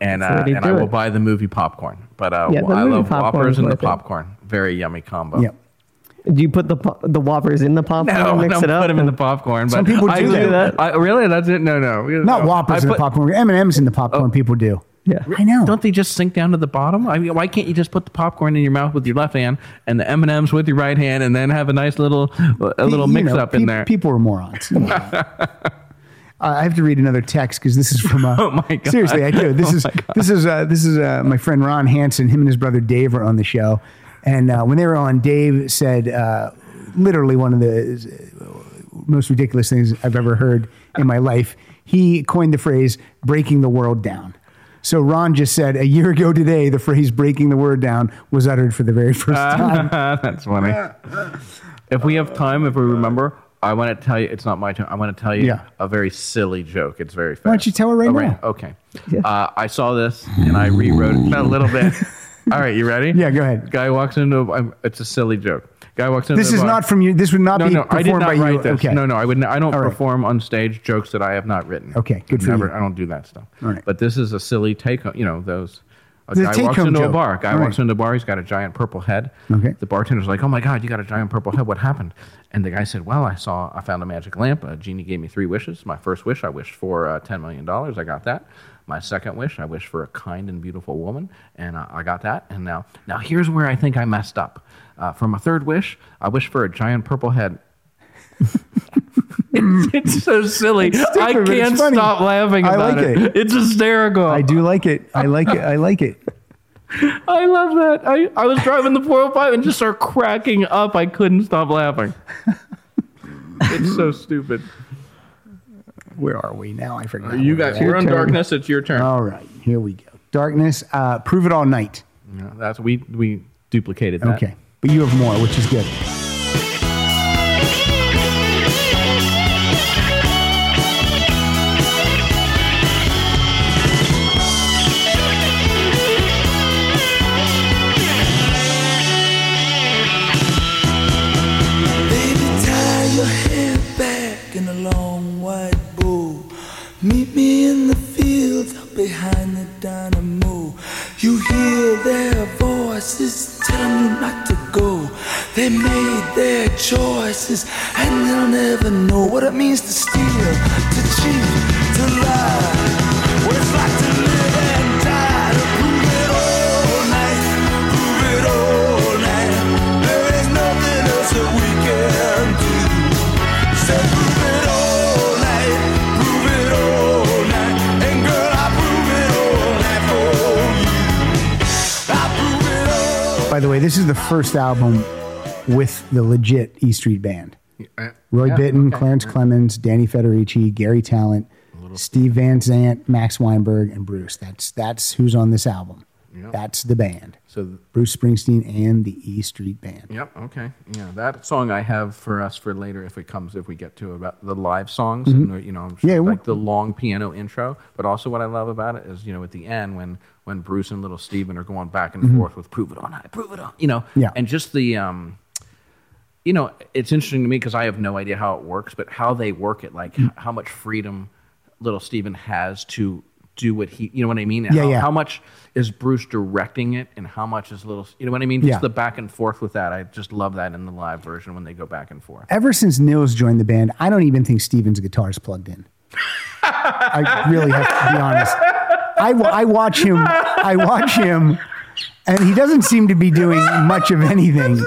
Speaker 4: and
Speaker 3: That's the
Speaker 4: uh,
Speaker 3: way to
Speaker 4: and I
Speaker 3: do
Speaker 4: will
Speaker 3: it.
Speaker 4: buy the movie popcorn. But uh,
Speaker 3: Yeah, the
Speaker 4: I
Speaker 3: movie
Speaker 4: love
Speaker 3: popcorn
Speaker 4: Whoppers
Speaker 3: is
Speaker 4: and the
Speaker 3: worth it.
Speaker 4: popcorn. Very yummy combo.
Speaker 2: Yep.
Speaker 3: Do you put the po- the whoppers in the popcorn
Speaker 4: No,
Speaker 3: and mix
Speaker 4: don't
Speaker 3: it up?
Speaker 4: put them in the popcorn. But
Speaker 2: Some people
Speaker 4: I
Speaker 2: do
Speaker 3: that.
Speaker 4: I, really? That's it? No, no.
Speaker 2: Not
Speaker 4: No.
Speaker 2: Whoppers
Speaker 4: Oh, I
Speaker 2: in the
Speaker 4: put- Oh.
Speaker 2: popcorn. M and M's in the popcorn. People do.
Speaker 3: Yeah.
Speaker 2: I know.
Speaker 4: Don't they just sink down to the bottom? I mean, why can't you just put the popcorn in your mouth with your left hand and the M and M's with your right hand, and then have a nice little a little
Speaker 2: You
Speaker 4: mix
Speaker 2: know,
Speaker 4: up in
Speaker 2: pe-
Speaker 4: there?
Speaker 2: People are morons. You know.
Speaker 4: (laughs)
Speaker 2: Uh, I have to read another text because this is from. Uh,
Speaker 4: (laughs) Oh, my God.
Speaker 2: Seriously, I do. This
Speaker 4: Oh,
Speaker 2: is
Speaker 4: my God.
Speaker 2: this is uh, this is uh, my friend Ron Hansen. Him and his brother Dave are on the show, and uh, when they were on, Dave said uh, literally one of the uh, most ridiculous things I've ever heard in my life. He coined the phrase "breaking the world down." So Ron just said a year ago today, the phrase "breaking the word down" was uttered for the very first
Speaker 4: Ah,
Speaker 2: time.
Speaker 4: That's funny. If we have time, if we remember, I want to tell you. It's not my turn. I want to tell you
Speaker 2: Yeah.
Speaker 4: a very silly joke. It's very. Fast.
Speaker 2: don't you tell it right
Speaker 4: Oh,
Speaker 2: now?
Speaker 4: Okay. Uh, I saw this and I rewrote it a
Speaker 2: (laughs)
Speaker 4: little bit. All right, you ready?
Speaker 2: Yeah, go ahead.
Speaker 4: Guy walks into. I'm, it's a silly joke. Guy walks into.
Speaker 2: This
Speaker 4: the
Speaker 2: is
Speaker 4: bar-
Speaker 2: not from you. This would not
Speaker 4: No,
Speaker 2: be
Speaker 4: no, I
Speaker 2: performed
Speaker 4: did not
Speaker 2: by
Speaker 4: write
Speaker 2: you.
Speaker 4: this.
Speaker 2: Okay.
Speaker 4: No, no, I would. Not, I don't
Speaker 2: All right.
Speaker 4: perform on stage jokes that I have not written.
Speaker 2: Okay, good for
Speaker 4: Never,
Speaker 2: you.
Speaker 4: I don't do that stuff.
Speaker 2: All right.
Speaker 4: But this is a silly take. You know those. A
Speaker 2: The
Speaker 4: guy walks
Speaker 2: take-home
Speaker 4: into a
Speaker 2: joke.
Speaker 4: bar. A guy
Speaker 2: All
Speaker 4: walks
Speaker 2: right.
Speaker 4: into a bar. He's got a giant purple head.
Speaker 2: Okay.
Speaker 4: The bartender's like, "Oh my God, you got a giant purple head. What happened?" And the guy said, "Well, I saw. I found a magic lamp. A genie gave me three wishes. My first wish, I wished for uh, ten million dollars. I got that. My second wish, I wished for a kind and beautiful woman, and uh, I got that. And now, now here's where I think I messed up. Uh, for my third wish, I wished for a giant purple head." (laughs) it's so silly.
Speaker 2: stupid,
Speaker 4: I
Speaker 2: but it's
Speaker 4: can't
Speaker 2: funny.
Speaker 4: stop laughing
Speaker 2: I
Speaker 4: about
Speaker 2: like
Speaker 4: it.
Speaker 2: it.
Speaker 4: It's hysterical.
Speaker 2: I
Speaker 4: (laughs)
Speaker 2: do like it. I like it. I like it.
Speaker 4: I love that. I, I was driving the 405 and just started cracking up. I couldn't
Speaker 2: (laughs)
Speaker 4: stop laughing. it's so stupid.
Speaker 2: Where are we now? I forgot.
Speaker 4: You
Speaker 2: where
Speaker 4: guys,
Speaker 2: we're
Speaker 4: you're on
Speaker 3: turn.
Speaker 4: darkness. It's your
Speaker 2: at.
Speaker 4: turn.
Speaker 2: All right. Here we go. Darkness. Uh, prove it all night.
Speaker 4: Yeah, that's we we duplicated that.
Speaker 2: Okay. But you have more, which is good.
Speaker 6: Baby, tie your hair back in a long white bow. Meet me in the fields up behind the dynamo. You hear their voices telling you not to go. They made their choices, and they'll never know what it means to steal, to cheat, to lie. What it's like to live and die. To prove it all night, prove it all night. There is nothing else that we can do. So prove it all night, prove it all night, and girl, I prove it all night for you. I prove it all.
Speaker 2: By the way, this is the first album with the legit E Street Band. Roy Bittan, Clarence Clemens, Danny Federici, Gary Talent, Steve Van Zant, Max Weinberg, and Bruce. That's that's who's on this album. That's the band.
Speaker 4: So th-
Speaker 2: Bruce Springsteen and the E Street Band.
Speaker 4: Yep. Okay. Yeah, that song I have for us for later if it comes if we get to about the live songs and the, you know
Speaker 2: Mm-hmm. Yeah, we'll-
Speaker 4: like the long piano intro. But also what I love about it is you know at the end when when Bruce and Little Steven are going back and forth with "Prove it on, I prove it on," you know,
Speaker 2: Yeah.
Speaker 4: and just the um, you know, it's interesting to me because I have no idea how it works, but how they work it, like h- how much freedom little Steven has to do what he, you know what I mean? And
Speaker 2: Yeah,
Speaker 4: how,
Speaker 2: yeah.
Speaker 4: how much is Bruce directing it and how much is little, you know what I mean? Just
Speaker 2: Yeah.
Speaker 4: the back and forth with that. I just love that in the live version when they go back and forth.
Speaker 2: ever since Nils joined the band, I don't even think Steven's guitar is plugged in. I really have to be honest. I, wa- I watch him. I watch him, and he doesn't seem to be doing much of anything.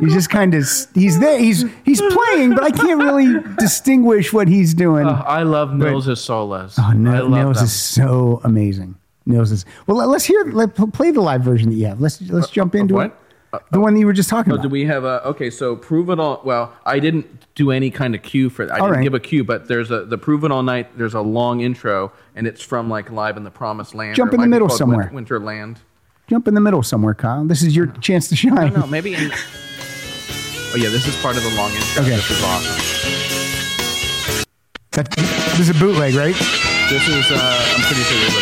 Speaker 2: He's just kind of he's there. He's he's playing, but I can't really distinguish what he's doing.
Speaker 4: Oh, I love Nils' solos.
Speaker 2: Oh,
Speaker 4: I
Speaker 2: Nils,
Speaker 4: love
Speaker 2: Nils
Speaker 4: them.
Speaker 2: is so amazing. Nils is well. let- Let's hear. Let, pl- play the live version that you have. Let's let's jump into
Speaker 4: Uh, What?
Speaker 2: it. the one that you were just talking
Speaker 4: Oh,
Speaker 2: about.
Speaker 4: do we have a okay? So prove it all. Well, I didn't do any kind of cue for. I
Speaker 2: All
Speaker 4: didn't
Speaker 2: right.
Speaker 4: give a cue, but there's a the prove it all night. There's a long intro, and it's from like live in the promised land.
Speaker 2: Jump
Speaker 4: or it
Speaker 2: in the
Speaker 4: might be
Speaker 2: middle
Speaker 4: called
Speaker 2: somewhere.
Speaker 4: Win- Winter land.
Speaker 2: Jump in the middle somewhere, Kyle. This is your chance to shine.
Speaker 4: No, maybe. In, oh yeah, this is part of the long intro.
Speaker 2: Okay.
Speaker 4: This is awesome.
Speaker 2: That, this is a bootleg, right?
Speaker 4: This is. Uh, I'm pretty sure there's a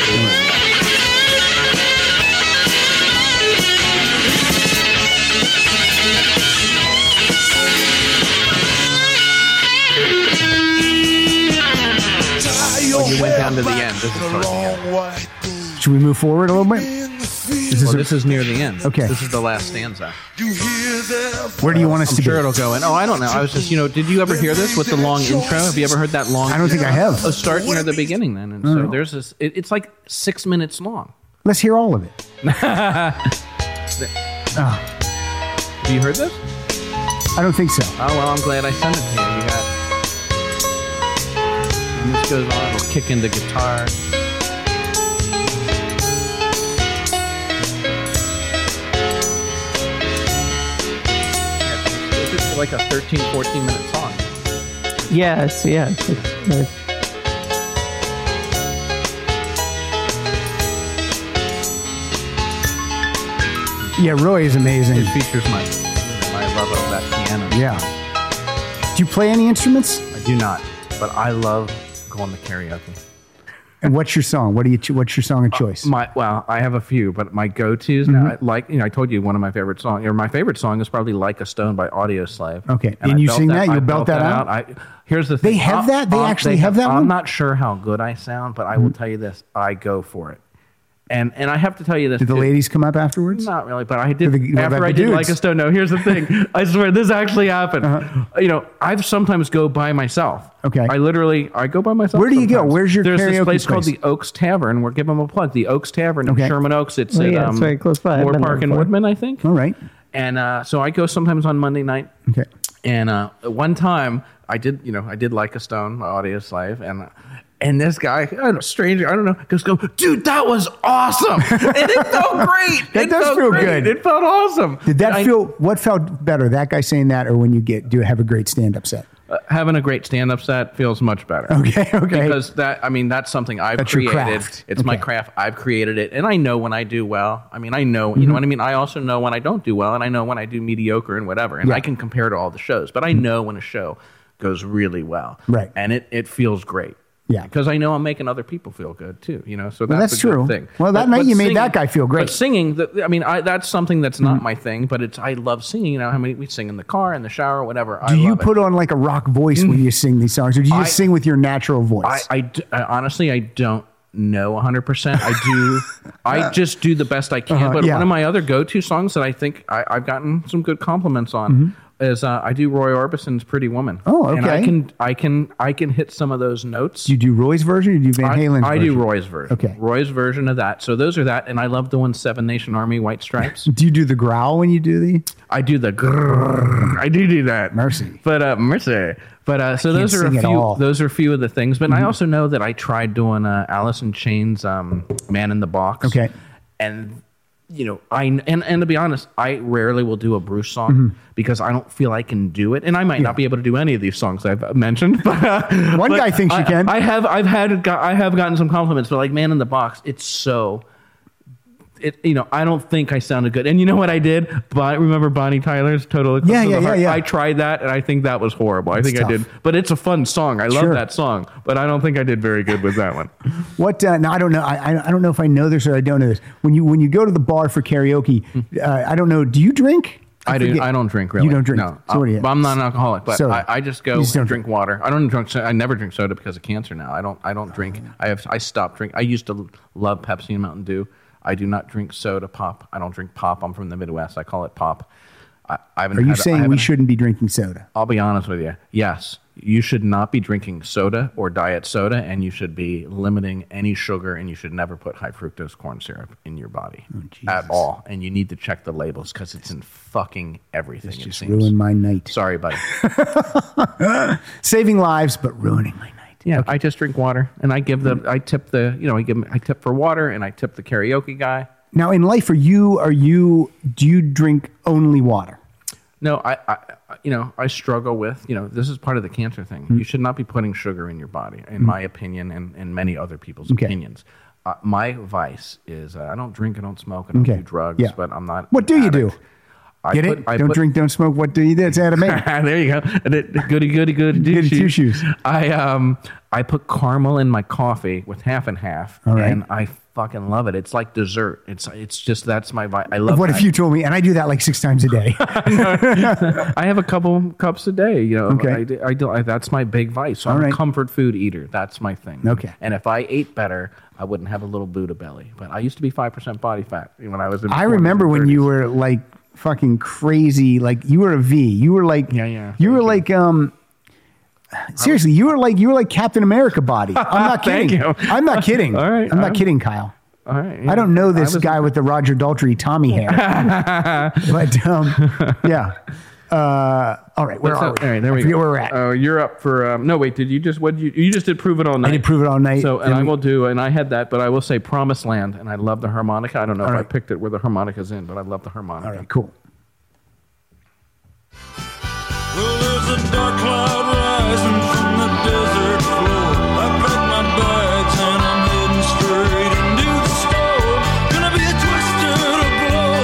Speaker 4: Oh, you went down to the end. This is towards the end.
Speaker 2: Should we move forward a little bit? This
Speaker 4: Well,
Speaker 2: is a-
Speaker 4: this is near the end.
Speaker 2: Okay.
Speaker 4: This is the last stanza.
Speaker 2: where do you want us
Speaker 4: uh, I'm
Speaker 2: to
Speaker 4: sure
Speaker 2: be?
Speaker 4: it'll go in. Oh, I don't know. I was just, you know, did you ever hear this with the long intro? Have you ever heard that long?
Speaker 2: I don't think I have.
Speaker 4: Oh, start near the beginning then. And so there's this. It, it's like six minutes long.
Speaker 2: Let's hear all of
Speaker 4: (laughs)
Speaker 2: it. Ah,
Speaker 4: Have you heard this?
Speaker 2: I don't think so.
Speaker 4: Oh well, I'm glad I sent it to you. You got. And this goes on. We'll kick into guitar. This is like a 13, 14 minute song.
Speaker 3: Yes, yes. It's, uh,
Speaker 2: Yeah, Roy is amazing.
Speaker 4: It features my my love of that piano.
Speaker 2: Yeah. Do you play any instruments?
Speaker 4: I do not, but I love going to karaoke.
Speaker 2: And what's your song? What do you? cho- What's your song of choice?
Speaker 4: Uh, My well, I have a few, but my go-tos now,
Speaker 2: Mm-hmm.
Speaker 4: I like you know, I told you one of my favorite songs, or my favorite song is probably "Like a Stone" by Audio Slave.
Speaker 2: Okay. And you sing that? You belt that out?
Speaker 4: I, here's the thing.
Speaker 2: They have
Speaker 4: I'll-
Speaker 2: that? They
Speaker 4: I'll-
Speaker 2: actually have that
Speaker 4: I'm
Speaker 2: one? Mm-hmm.
Speaker 4: not sure how good I sound, but I will tell you this: I go for it. And and I have to tell you this.
Speaker 2: Did the
Speaker 4: too.
Speaker 2: ladies come up afterwards?
Speaker 4: Not really, but I did.
Speaker 2: the- well, that'd
Speaker 4: after
Speaker 2: be
Speaker 4: I did
Speaker 2: dudes.
Speaker 4: like a stone. No, here's
Speaker 2: (laughs)
Speaker 4: the thing. I swear this actually happened. You know, I've sometimes go by myself.
Speaker 2: Uh-huh. Okay.
Speaker 4: I literally I go by myself.
Speaker 2: Where do you go?
Speaker 4: sometimes.
Speaker 2: Where's your
Speaker 4: There's
Speaker 2: karaoke
Speaker 4: this place, called
Speaker 2: place?
Speaker 4: the Oaks Tavern. We're giving them a plug. The Oaks Tavern
Speaker 2: Okay.
Speaker 4: in Sherman Oaks. It's
Speaker 3: Oh,
Speaker 4: at
Speaker 3: yeah,
Speaker 4: um,
Speaker 3: it's very close by. I've
Speaker 4: Moore
Speaker 3: been there
Speaker 4: Park and
Speaker 3: before.
Speaker 4: Woodman, I think.
Speaker 2: All right.
Speaker 4: And uh, so I go sometimes on Monday night.
Speaker 2: Okay.
Speaker 4: And uh, one time I did, you know, I did like a stone, my audio slave, and. and this guy, I don't know, stranger, I don't know, just go, dude, that was awesome.
Speaker 2: (laughs)
Speaker 4: And it felt great.
Speaker 2: That
Speaker 4: It
Speaker 2: does
Speaker 4: felt
Speaker 2: feel
Speaker 4: great.
Speaker 2: good.
Speaker 4: It felt awesome.
Speaker 2: Did that
Speaker 4: I-
Speaker 2: feel? What felt better? That guy saying that, or when you get do have a great stand-up set? (laughs)
Speaker 4: uh, having a great stand-up set feels much better.
Speaker 2: Okay, okay.
Speaker 4: Because that, I mean, that's something I've
Speaker 2: That's your
Speaker 4: created.
Speaker 2: craft.
Speaker 4: It's my
Speaker 2: Okay.
Speaker 4: craft. I've created it, and I know when I do well. I mean, I know, you
Speaker 2: Mm-hmm.
Speaker 4: know what I mean. I also know when I don't do well, and I know when I do mediocre and whatever. And
Speaker 2: Yeah. Mm-hmm.
Speaker 4: I can compare to all the shows, but I know when a show goes really well,
Speaker 2: Right.
Speaker 4: And it it feels great.
Speaker 2: Yeah.
Speaker 4: because I know I'm making other people feel good too. You know, so
Speaker 2: Well,
Speaker 4: that's,
Speaker 2: that's
Speaker 4: a good
Speaker 2: true.
Speaker 4: thing.
Speaker 2: Well, that night you made that guy feel great. Mm-hmm.
Speaker 4: But singing, the, I mean, I, that's something that's not my thing, but it's I love singing. You know, how many we sing in the car, in the shower, whatever. I
Speaker 2: Do you
Speaker 4: love it.
Speaker 2: put on like a rock voice when you sing these songs, or do you just
Speaker 4: I-
Speaker 2: sing with your natural voice?
Speaker 4: I, I d- I honestly I don't know 100%. I do
Speaker 2: (laughs)
Speaker 4: I just do the best I can,
Speaker 2: Uh-huh,
Speaker 4: but
Speaker 2: yeah.
Speaker 4: one of my other go-to songs that I think I, I've gotten some good compliments on is uh, I do Roy Orbison's Pretty Woman.
Speaker 2: Mm-hmm. Oh,
Speaker 4: And I
Speaker 2: okay.
Speaker 4: can I can I can hit some of those notes.
Speaker 2: do you do Roy's version, or do you do Van Halen's?
Speaker 4: I, I
Speaker 2: version?
Speaker 4: do Roy's version.
Speaker 2: Okay.
Speaker 4: Roy's version of that. So those are that and I love the one Seven Nation Army White Stripes.
Speaker 2: Do you do the growl when you do the?
Speaker 4: I do the grrr. I do do that.
Speaker 2: Mercy.
Speaker 4: But uh, mercy. But uh, so those are a
Speaker 2: sing at all. Mm-hmm.
Speaker 4: few. Those are a few of the things. But I also know that I tried doing uh, Alice in Chains, um, Man in the Box.
Speaker 2: Okay.
Speaker 4: And you know, I and and to be honest, I rarely will do a Bruce song
Speaker 2: Mm-hmm.
Speaker 4: because I don't feel I can do it, and I might not be able to do any of these songs I've mentioned. (laughs) But, uh,
Speaker 2: One
Speaker 4: but
Speaker 2: guy thinks you
Speaker 4: I-
Speaker 2: can.
Speaker 4: I have. I've had. got- I have gotten some compliments, but like Man in the Box, it's so it, you know, I don't think I sounded good. And you know what I did? Bon- remember Bonnie Tyler's Total Eclipse
Speaker 2: Yeah,
Speaker 4: of
Speaker 2: yeah,
Speaker 4: the
Speaker 2: yeah,
Speaker 4: Heart?
Speaker 2: yeah.
Speaker 4: I tried that, and I think that was horrible. I think
Speaker 2: tough.
Speaker 4: I did, but it's a fun song. I love
Speaker 2: Sure.
Speaker 4: that song, but I don't think I did very good with that one.
Speaker 2: What? Uh, no, I don't know. I, I I don't know if I know this or I don't know this. When you when you go to the bar for karaoke, uh, I don't know. Do you drink?
Speaker 4: I, do.
Speaker 2: forget.
Speaker 4: I don't drink really.
Speaker 2: You don't drink.
Speaker 4: No,
Speaker 2: So what do you-
Speaker 4: I'm not an alcoholic, but
Speaker 2: Soda.
Speaker 4: I, I just go
Speaker 2: You just don't
Speaker 4: drink, water. I don't drink. so- I never drink soda because of cancer now. I don't. I don't drink.
Speaker 2: Oh.
Speaker 4: I have. I stopped drinking. I used to love Pepsi and Mountain Dew. I do not drink soda pop. I don't drink pop. I'm from the Midwest. I call it pop. I, I haven't
Speaker 2: Are you
Speaker 4: had a- I
Speaker 2: saying we
Speaker 4: haven't-
Speaker 2: shouldn't be drinking soda?
Speaker 4: I'll be honest with you. Yes, you should not be drinking soda or diet soda, and you should be limiting any sugar, and you should never put high fructose corn syrup in your body at all. And you need to check the labels because it's in fucking everything. it
Speaker 2: Just
Speaker 4: seems.
Speaker 2: ruin my night.
Speaker 4: Sorry, buddy.
Speaker 2: Saving lives, but ruining my night.
Speaker 4: Yeah, I just drink water, and I give the, I tip the, you know, I give, I tip for water, and I tip the karaoke guy.
Speaker 2: Now in life, are you are you do you drink only water?
Speaker 4: No, I, I, I- you know, I struggle with, you know, this is part of the cancer thing.
Speaker 2: Mm-hmm.
Speaker 4: You should not be putting sugar in your body, in my opinion, and, and many other people's
Speaker 2: Okay.
Speaker 4: opinions. Uh, my vice is uh, I don't drink, I don't smoke, I don't
Speaker 2: Okay.
Speaker 4: do drugs,
Speaker 2: Yeah.
Speaker 4: but I'm not.
Speaker 2: What
Speaker 4: an
Speaker 2: do you
Speaker 4: addict.
Speaker 2: do?
Speaker 4: I
Speaker 2: Get
Speaker 4: put-
Speaker 2: it?
Speaker 4: I
Speaker 2: don't
Speaker 4: put- (laughs) Ah,
Speaker 2: drink, don't smoke. What do you do? It's out of me.
Speaker 4: there you go. (laughs) The- the Goody, goody, goody,
Speaker 2: Goody two
Speaker 4: two
Speaker 2: shoes.
Speaker 4: shoes. I um, I put caramel in my coffee with half and half,
Speaker 2: All right.
Speaker 4: and I fucking love it. It's like dessert. It's it's just that's my vice. I love.
Speaker 2: What
Speaker 4: that.
Speaker 2: if you told me? And I do that like six times a
Speaker 4: (laughs)
Speaker 2: day.
Speaker 4: I have a couple cups a day. You know,
Speaker 2: Okay.
Speaker 4: I, do- I do. I, that's my big vice. So
Speaker 2: All
Speaker 4: I'm
Speaker 2: right.
Speaker 4: a comfort food eater. That's my thing.
Speaker 2: Okay.
Speaker 4: And if I ate better, I wouldn't have a little Buddha belly. But I used to be five percent body fat when I was. in
Speaker 2: I
Speaker 4: 40s and
Speaker 2: remember when you
Speaker 4: 30s.
Speaker 2: were like fucking crazy. Like you were a V. You were like
Speaker 4: Yeah, yeah.
Speaker 2: You were like um. Seriously, you were like you were like Captain America
Speaker 4: (laughs)
Speaker 2: body. I'm not kidding.
Speaker 4: Thank you.
Speaker 2: I'm not kidding.
Speaker 4: All right,
Speaker 2: I'm
Speaker 4: all
Speaker 2: not
Speaker 4: right.
Speaker 2: kidding, Kyle.
Speaker 4: All right.
Speaker 2: I don't know
Speaker 4: yeah.
Speaker 2: this
Speaker 4: was-
Speaker 2: guy with the Roger Daltrey Tommy hair,
Speaker 4: (laughs)
Speaker 2: but um, yeah. Uh, all right, where
Speaker 4: What's
Speaker 2: are
Speaker 4: up?
Speaker 2: we?
Speaker 4: All right, there
Speaker 2: I
Speaker 4: we
Speaker 2: forget
Speaker 4: go.
Speaker 2: where we're at.
Speaker 4: Oh, you're up for. Um, no, wait. Did you just what? You, you just did prove it all night.
Speaker 2: did Prove It All Night,
Speaker 4: So, and
Speaker 2: and
Speaker 4: I
Speaker 2: we-
Speaker 4: will do. And I had that, but I will say Promised Land, and I love the harmonica. I don't know if I
Speaker 2: right.
Speaker 4: picked it where the harmonica's in, but I love the harmonica.
Speaker 2: all right, cool.
Speaker 6: Well, there's a dark cloud rising from the desert floor. I pack my bags and I'm heading straight into the store. Gonna be a twister to blow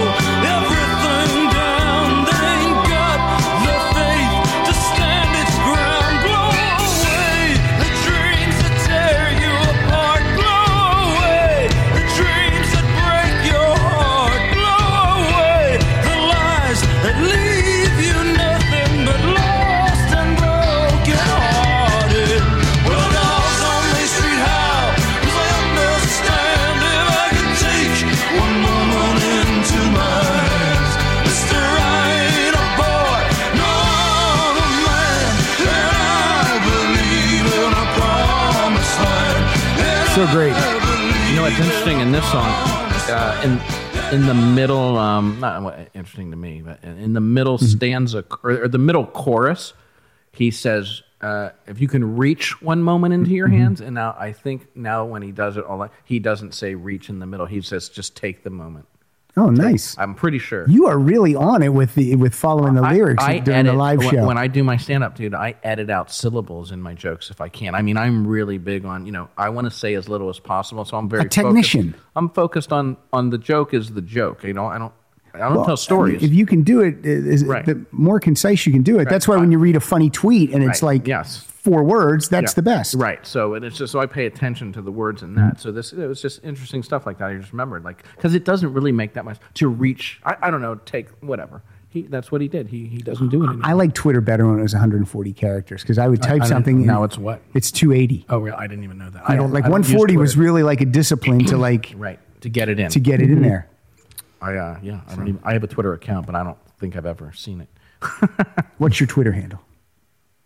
Speaker 6: everything down. They ain't got the faith to stand its ground. Blow away the dreams that tear you apart. Blow away the dreams that break your heart. Blow away the lies that leave you nothing but lost and broken hearted. Well, dogs on Main Street, how do I understand if I could take one moment into my hands? Mr. I ain't a boy, no, I'm a man, and I believe in a promised land. And
Speaker 2: So great.
Speaker 6: I believe
Speaker 4: You know what's interesting in this song, uh, in in the middle, um, not what- interesting to me, but in, in the middle stanza or, or the middle chorus, he says, uh, "If you can reach one moment into your hands," and now I think now when he does it all, that- he doesn't say reach in the middle. He says just take the moment.
Speaker 2: Oh, nice.
Speaker 4: I'm pretty sure.
Speaker 2: You are really on it with the with following the
Speaker 4: I-
Speaker 2: lyrics
Speaker 4: I
Speaker 2: during the
Speaker 4: edit-
Speaker 2: live
Speaker 4: when,
Speaker 2: show.
Speaker 4: When I do my stand up, dude, I edit out syllables in my jokes if I can. I mean, I'm really big on, you know, I want to say as little as possible, so I'm very focused-
Speaker 2: technician.
Speaker 4: I'm focused on on the joke is the joke, you know. I don't I don't
Speaker 2: Well,
Speaker 4: tell stories.
Speaker 2: I mean, if you can do it, it- is-
Speaker 4: Right.
Speaker 2: the more concise you can do it. That's why when you read a funny tweet and it's
Speaker 4: Right.
Speaker 2: like
Speaker 4: Yes.
Speaker 2: four words, that's
Speaker 4: Yeah.
Speaker 2: the best.
Speaker 4: Right. So and it's just so I pay attention to the words in that. So this it was just interesting stuff like that. I just remembered like because it doesn't really make that much to reach. I, I don't know. Take whatever. He that's what he did. He he doesn't do it. Anymore.
Speaker 2: I like Twitter better when it was 140 characters because I would type
Speaker 4: I don't-
Speaker 2: something. and
Speaker 4: now it's what?
Speaker 2: It's 280.
Speaker 4: oh, really? I didn't even know that. I
Speaker 2: Yeah,
Speaker 4: don't
Speaker 2: like
Speaker 4: I don't use
Speaker 2: 140 was
Speaker 4: Twitter.
Speaker 2: really like a discipline to like
Speaker 4: (clears throat) right Mm-hmm. to get it in
Speaker 2: to get it in there.
Speaker 4: I uh, yeah, I, don't even, I have a Twitter account, but I don't think I've ever seen it.
Speaker 2: What's your Twitter handle?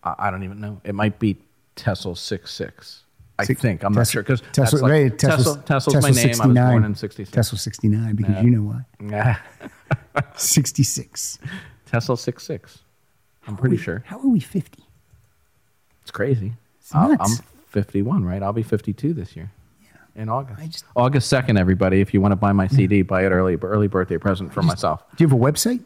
Speaker 4: I, I don't even know. It might be Tessel six six. I
Speaker 2: Six-
Speaker 4: think I'm not
Speaker 2: Tesla-
Speaker 4: sure because
Speaker 2: Tesla,
Speaker 4: Tesla, like,
Speaker 2: right, Tesla's-
Speaker 4: Tesla, Tesla's my
Speaker 2: Tesla
Speaker 4: name. I was
Speaker 2: 69.
Speaker 4: born in sixty six.
Speaker 2: Tesla 69 because you know why. 66.
Speaker 4: (laughs) Tesla six six. I'm pretty sure
Speaker 2: How are we 50?
Speaker 4: it's crazy.
Speaker 2: It's
Speaker 4: I- I'm
Speaker 2: nuts.
Speaker 4: 51, right? I'll be 52 this year. In August,
Speaker 2: I just-
Speaker 4: August second, everybody. If you want to buy my CD, buy it early. Early birthday present for myself.
Speaker 2: Do you have a website?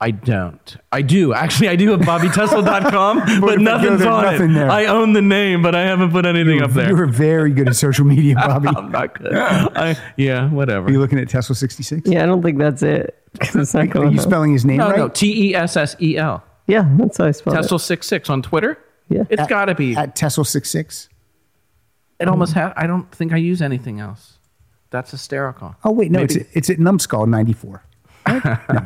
Speaker 4: I don't. I do. Actually, I do
Speaker 2: (laughs)
Speaker 4: have BobbyTessel.com,
Speaker 2: But
Speaker 4: but
Speaker 2: if I go
Speaker 4: nothing's
Speaker 2: there,
Speaker 4: on
Speaker 2: nothing
Speaker 4: it.
Speaker 2: there.
Speaker 4: I own the name, but I haven't put anything up there.
Speaker 2: You were very good at social media, Bobby.
Speaker 4: (laughs) I'm not good. I, yeah, whatever.
Speaker 2: Are you looking at Tesla 66?
Speaker 3: Yeah, I don't think that's it. 'cause it's not
Speaker 2: Are
Speaker 3: going
Speaker 2: (laughs) you
Speaker 4: Uh-huh.
Speaker 3: up.
Speaker 2: spelling his name
Speaker 4: No,
Speaker 2: right?
Speaker 4: no. T E S S E L.
Speaker 3: yeah, that's how I spelled
Speaker 4: Tesla six six on Twitter.
Speaker 3: Yeah.
Speaker 4: it's got to be.
Speaker 2: At Tesla 66?
Speaker 4: it almost ha I don't think I use anything else. That's hysterical.
Speaker 2: Oh, wait, no, it's,
Speaker 4: Maybe-
Speaker 2: it's at Numbskull
Speaker 4: (laughs)
Speaker 2: 94. no, I don't know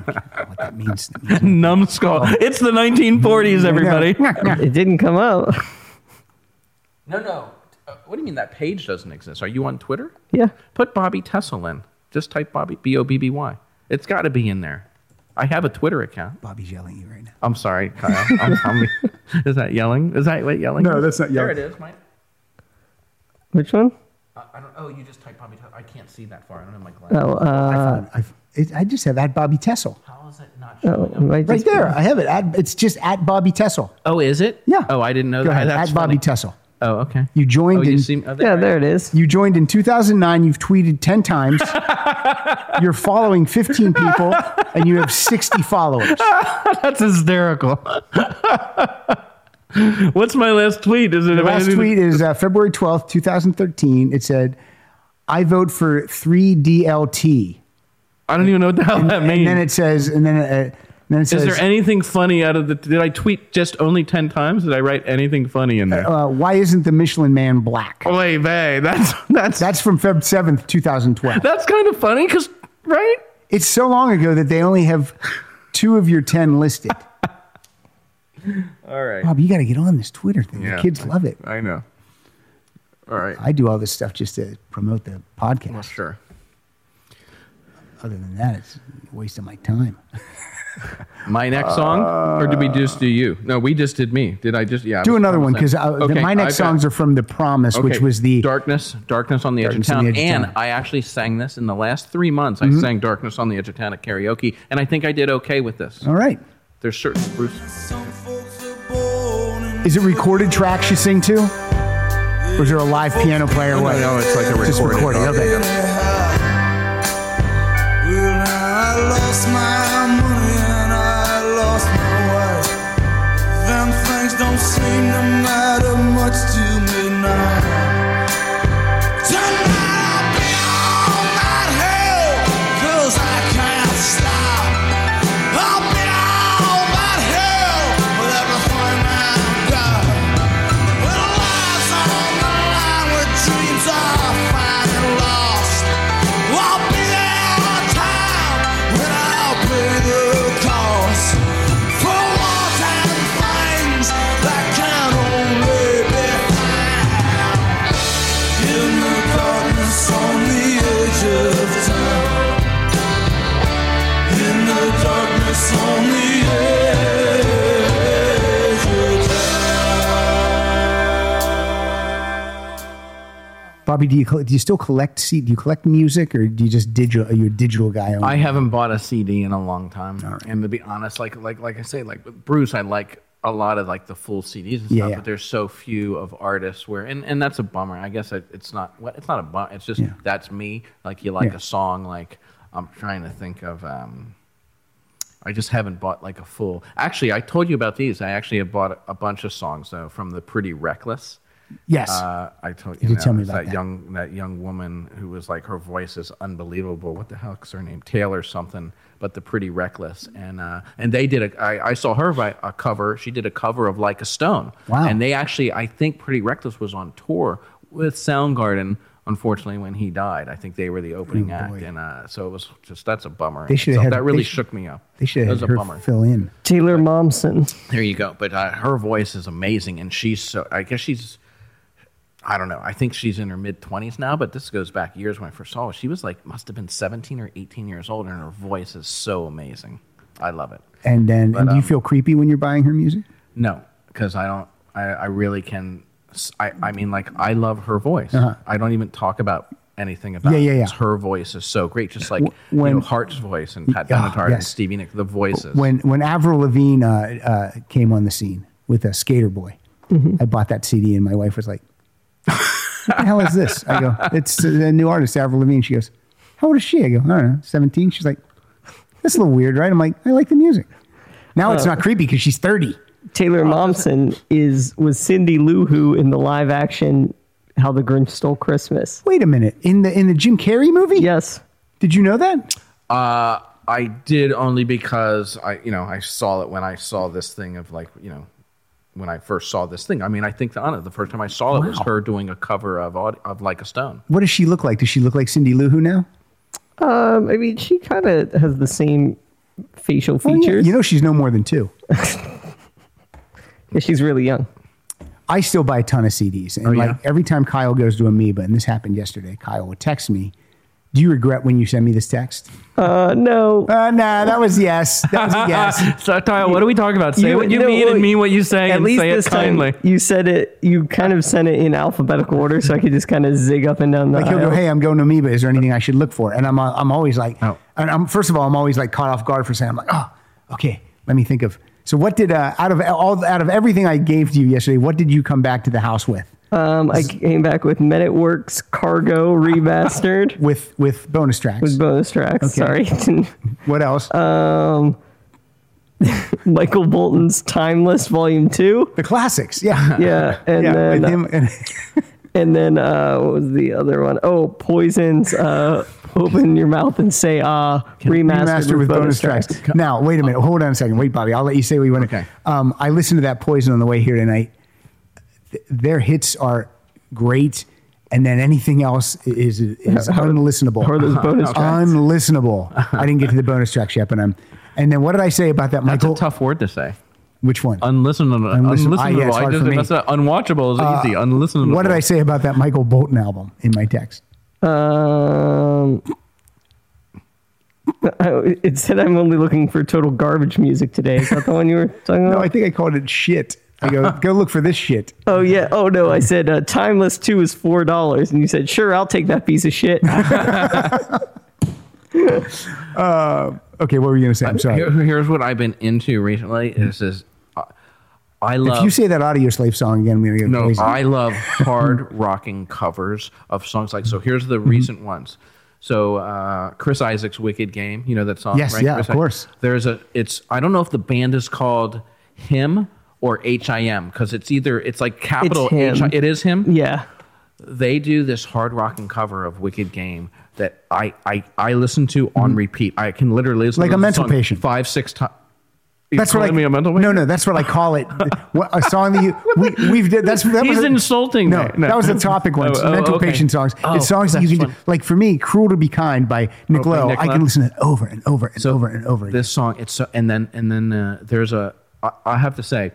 Speaker 2: what that means. That means
Speaker 4: numbskull.
Speaker 2: Oh.
Speaker 4: It's the 1940s, everybody.
Speaker 3: it. It didn't come out. (laughs)
Speaker 4: No, no. Uh, What do you mean that page doesn't exist? Are you on Twitter?
Speaker 3: yeah.
Speaker 4: Put Bobby Tessel in. Just type Bobby B O B B Y. It's got to be in there. I have a Twitter account.
Speaker 2: Bobby's yelling at you right now.
Speaker 4: I'm sorry, Kyle.
Speaker 2: (laughs)
Speaker 4: I'm, I'm- is that yelling? Is that what yelling?
Speaker 2: No,
Speaker 4: is?
Speaker 2: that's not yelling.
Speaker 4: There it is, Mike.
Speaker 3: Which one?
Speaker 4: I- I don't. Oh, you just type Bobby. Tessel. I can't see that far. I don't have my glasses.
Speaker 3: Oh, uh,
Speaker 2: Uh, I've, it, I just have at Bobby Tessel.
Speaker 4: How is it not
Speaker 3: oh,
Speaker 4: showing up?
Speaker 3: am I
Speaker 2: Right
Speaker 3: just-
Speaker 2: there. I have it. At, it's just at Bobby Tessel.
Speaker 4: Oh, is it?
Speaker 2: Yeah.
Speaker 4: Oh, I didn't know
Speaker 2: Go
Speaker 4: that.
Speaker 2: ahead.
Speaker 4: That's
Speaker 2: at Bobby
Speaker 4: funny.
Speaker 2: Tessel.
Speaker 4: Oh, okay.
Speaker 2: You joined
Speaker 4: Oh,
Speaker 2: in.
Speaker 4: you see, oh,
Speaker 3: Yeah,
Speaker 4: there.
Speaker 3: there it is.
Speaker 2: You joined in 2009. You've tweeted 10
Speaker 4: (laughs)
Speaker 2: times. You're following 15 people and you have 60 followers.
Speaker 4: That's hysterical. (laughs) What's my last tweet? Is it
Speaker 2: The last tweet is uh, February 12th, 2013. It said, I vote for 3DLT.
Speaker 4: I don't even know what the hell that
Speaker 2: And
Speaker 4: means.
Speaker 2: then it says, and then, uh, and then it says,
Speaker 4: Is there anything funny out of the? Did I tweet just only ten times? Did I write anything funny in there?
Speaker 2: uh, why isn't the Michelin man black?
Speaker 4: Oy vey, that's that's
Speaker 2: oh, That's from Feb 7th, 2012.
Speaker 4: that's kind of funny because right.
Speaker 2: It's so long ago that they only have two of your 10 listed.
Speaker 4: All right,
Speaker 2: Bob, you got to get on this Twitter thing.
Speaker 4: Yeah.
Speaker 2: The kids love it.
Speaker 4: I know. All right,
Speaker 2: I do all this stuff just to promote the podcast.
Speaker 4: sure.
Speaker 2: Other than that, it's a waste of my time.
Speaker 4: My next song, or did we just do you? No, we just did me. Did I just? Yeah. I
Speaker 2: Do
Speaker 4: was
Speaker 2: another one
Speaker 4: probably
Speaker 2: because
Speaker 4: saying- Okay,
Speaker 2: my next
Speaker 4: I've got-
Speaker 2: songs are from The Promise, which
Speaker 4: okay,
Speaker 2: was the.
Speaker 4: darkness, darkness on the edge of
Speaker 2: Darkness on
Speaker 4: town,
Speaker 2: the Edge of
Speaker 4: and
Speaker 2: Town. Mm-hmm.
Speaker 4: I actually sang this in the last three months. I sang darkness on the edge of town at karaoke, and I think I did okay with this.
Speaker 2: All right.
Speaker 4: There's certain Bruce.
Speaker 2: Is it recorded tracks you sing to? Or is there a live piano player? What?
Speaker 4: no, it's like a
Speaker 2: Just
Speaker 4: recorded,
Speaker 2: recorded. Okay.
Speaker 1: Well, I lost my money and I lost my wife. Them things don't seem to matter much to me now. Tonight I'll be on that hill, 'cause I can't stop. I'll be on that hill with everything I've got. With lives on the line, with dreams are finally lost. I'll be there on time when I'll pay the cost for wars and things that can only be found in the darkness on the edge of time. In the darkness on the edge of time.
Speaker 2: Bobby, do you col- do you still collect C- do you collect music or do you just digital? Are you a digital guy? Only?
Speaker 4: I haven't bought a CD in a long time, and to be honest, like like like I say, like with Bruce, I like a lot of like the full CDs and stuff,
Speaker 2: Yeah, yeah.
Speaker 4: but there's so few of artists where, and, and that's a bummer. I guess it, it's not what it's not a bummer. It's just
Speaker 2: Yeah.
Speaker 4: that's me. Like you like
Speaker 2: Yeah.
Speaker 4: a song, like I'm trying to think of. um I just haven't bought like a full. Actually, I told you about these. I actually have bought a bunch of songs though from the Pretty Reckless.
Speaker 2: yes.
Speaker 4: Uh, I told you,
Speaker 2: did
Speaker 4: know,
Speaker 2: tell me
Speaker 4: it's
Speaker 2: about that.
Speaker 4: young that young woman who was like her voice is unbelievable. What the heck's her name? Taylor something, but the pretty reckless. And uh, and they did a. I, I saw her by a cover. She did a cover of Like a Stone.
Speaker 2: Wow.
Speaker 4: And they actually, I think, Pretty Reckless was on tour with Soundgarden. Unfortunately, when he died, I think they were the opening
Speaker 2: Oh,
Speaker 4: act,
Speaker 2: boy.
Speaker 4: and uh, so it was just that's a bummer. in
Speaker 2: They should've
Speaker 4: itself.
Speaker 2: had-
Speaker 4: that really
Speaker 2: they sh-
Speaker 4: shook me up.
Speaker 2: they should
Speaker 4: It
Speaker 2: have
Speaker 4: was a
Speaker 2: had her
Speaker 4: bummer.
Speaker 2: fill in.
Speaker 3: Taylor Momsen.
Speaker 4: There you go. But uh, her voice is amazing, and she's so. I guess she's. I don't know. I think she's in her mid twenties now, but this goes back years when I first saw her. She was like must have been seventeen or eighteen years old, and her voice is so amazing. I love it.
Speaker 2: And then,
Speaker 4: But,
Speaker 2: and do you
Speaker 4: um,
Speaker 2: feel creepy when you're buying her music?
Speaker 4: No, because I don't. I, I really can. s- I, I mean, like I love her voice. I don't even talk about anything about.
Speaker 2: Uh-huh. Yeah, yeah,
Speaker 4: it,
Speaker 2: yeah.
Speaker 4: 'cause Her voice is so great, just like
Speaker 2: when-
Speaker 4: you know, Hart's voice and Pat
Speaker 2: Yeah,
Speaker 4: Benatar and
Speaker 2: yes.
Speaker 4: Stevie Nicks. The voices.
Speaker 2: When when Avril Lavigne uh, uh, came on the scene with a Skater Boy, I bought that CD and my wife was like, "What the hell is this?" I go, "It's a new artist, Avril Lavigne." She goes, "How old is she?" I go, "I don't know, 17. She's like, "That's a little weird, right?" I'm like, "I like the music." Now it's not creepy because she's 30. Oh,
Speaker 3: Taylor Momsen is was Cindy Lou Who in the live action How the Grinch Stole Christmas.
Speaker 2: Wait a minute. In the in the Jim Carrey movie?
Speaker 3: Yes.
Speaker 2: Did you know that?
Speaker 4: Uh, I did only because I, you know, I saw it when I saw this thing of like, you know, when I first saw this thing. I mean, I think the honor the first time I saw it was her doing a cover of Aud- of Like a Stone.
Speaker 2: What does she look like? Does she look like Cindy Lou Who now?
Speaker 3: Um, I mean, she kind of has the same facial
Speaker 2: Well, yeah,
Speaker 3: features.
Speaker 2: You know she's no more than two.
Speaker 3: Yeah, she's really young.
Speaker 2: I still buy a ton of CDs.
Speaker 3: Oh,
Speaker 2: And like every time Kyle goes to Amoeba, and this happened yesterday, Kyle would text me, Do you regret when you sent me this text?
Speaker 3: Uh, no.
Speaker 2: Uh, nah, that was yes. That was a yes.
Speaker 3: (laughs)
Speaker 8: So, Tyler, what are we talking about? Say
Speaker 3: You-
Speaker 8: what you
Speaker 3: no,
Speaker 8: mean
Speaker 3: well,
Speaker 8: and mean what you say
Speaker 3: At
Speaker 8: and
Speaker 3: least
Speaker 8: say
Speaker 3: this
Speaker 8: it kindly.
Speaker 3: time you said it. You kind of sent it in alphabetical order, so I could just kind of zig up and down the
Speaker 2: Like he'll
Speaker 3: aisle.
Speaker 2: go, Hey, I'm going to Amoeba. Is there anything I should look for? And I'm, uh, I'm always like,
Speaker 4: Oh.
Speaker 2: and I'm, first of all, I'm always like caught off guard for saying, I'm like, Oh, okay. Let me think of. So what did, uh, out of all, out of everything I gave to you yesterday, what did you come back to the house with?
Speaker 3: Um, I came back with Men at Work's Cargo Remastered
Speaker 2: with with bonus tracks.
Speaker 3: with bonus tracks.
Speaker 2: (laughs) Okay.
Speaker 3: Sorry, (laughs) Didn't-
Speaker 2: what else?
Speaker 3: um, Michael Bolton's Timeless Volume Two.
Speaker 2: the classics. Yeah.
Speaker 3: (laughs) Yeah, and
Speaker 2: yeah.
Speaker 3: then uh,
Speaker 2: with him and-
Speaker 3: and then uh, what was the other one? Oh, Poison's uh, Open Your Mouth and Say Ah remastered,
Speaker 2: remastered with bonus tracks. Now, wait a minute. Hold on a second. Wait, Bobby. I'll let you say what you want.
Speaker 4: Okay.
Speaker 2: Um, I listened to that Poison on the way here tonight. Th- Their hits are great, and then anything else i- is (laughs) is unlistenable.
Speaker 3: how are those bonus
Speaker 2: It's (laughs)
Speaker 3: tracks?
Speaker 2: Unlistenable. I didn't get to the bonus tracks yet, but I'm. And then what did I say about that,
Speaker 4: That's
Speaker 2: Michael?
Speaker 4: a tough word to say.
Speaker 2: Which one?
Speaker 4: Unlistenable.
Speaker 2: Unlisten-
Speaker 4: Unlistenable.
Speaker 2: Ah, yeah, it's
Speaker 4: I
Speaker 2: hard
Speaker 4: just-
Speaker 2: for me. Uh,
Speaker 4: that's not- unwatchable is easy. Unlistenable.
Speaker 2: what did I say about that Michael Bolton album in my text?
Speaker 3: Um, I- it said I'm only looking for total garbage music today. Is that the one you were talking
Speaker 2: (laughs)
Speaker 3: about?
Speaker 2: No, I think I called it shit. I (laughs) go go look for this shit.
Speaker 3: oh yeah. Oh no, I said uh, Timeless Two is four dollars, and you said sure, I'll take that piece of shit.
Speaker 2: (laughs) Uh, Okay, what were you gonna say? I'm sorry.
Speaker 4: Here- here's what I've been into recently. Is this? I- I love.
Speaker 2: If you say that audio slave song again, we're gonna go
Speaker 4: No,
Speaker 2: crazy.
Speaker 4: I
Speaker 2: (laughs)
Speaker 4: love hard rocking covers of songs like so. Here's
Speaker 2: Mm-hmm.
Speaker 4: the recent ones. So uh, Chris Isaac's "Wicked Game," you know that song,
Speaker 2: Yes,
Speaker 4: right?
Speaker 2: yeah,
Speaker 4: Chris
Speaker 2: of
Speaker 4: Isaac-
Speaker 2: course.
Speaker 4: There's a. It's I don't know if the band is called him or him because it's either it's like capital
Speaker 3: him.
Speaker 4: H- It is him.
Speaker 3: yeah.
Speaker 4: They do this hard rocking cover of "Wicked Game" that I I I listen to on repeat. I can literally listen
Speaker 2: Mm-hmm. Like
Speaker 4: to
Speaker 2: a
Speaker 4: the
Speaker 2: mental
Speaker 4: song
Speaker 2: patient.
Speaker 4: five six times.
Speaker 2: That's what I
Speaker 4: me a mental
Speaker 2: No, no, that's what I call
Speaker 4: (laughs)
Speaker 2: it. what, a song that you we, we've did. That's that
Speaker 4: He's
Speaker 2: was a-
Speaker 4: insulting
Speaker 2: No,
Speaker 4: me. No.
Speaker 2: that was the topic once.
Speaker 4: Oh, oh,
Speaker 2: Mental
Speaker 4: okay.
Speaker 2: patient songs.
Speaker 4: Oh,
Speaker 2: it's songs that you
Speaker 4: that's
Speaker 2: can do.
Speaker 4: fun.
Speaker 2: Like for me, "Cruel to Be Kind" by Nick
Speaker 4: by
Speaker 2: Lowe.
Speaker 4: Nick
Speaker 2: I
Speaker 4: Lowe.
Speaker 2: can listen to it over and over and over and over. Again.
Speaker 4: this song it's so, and then and then uh, there's a I, I have to say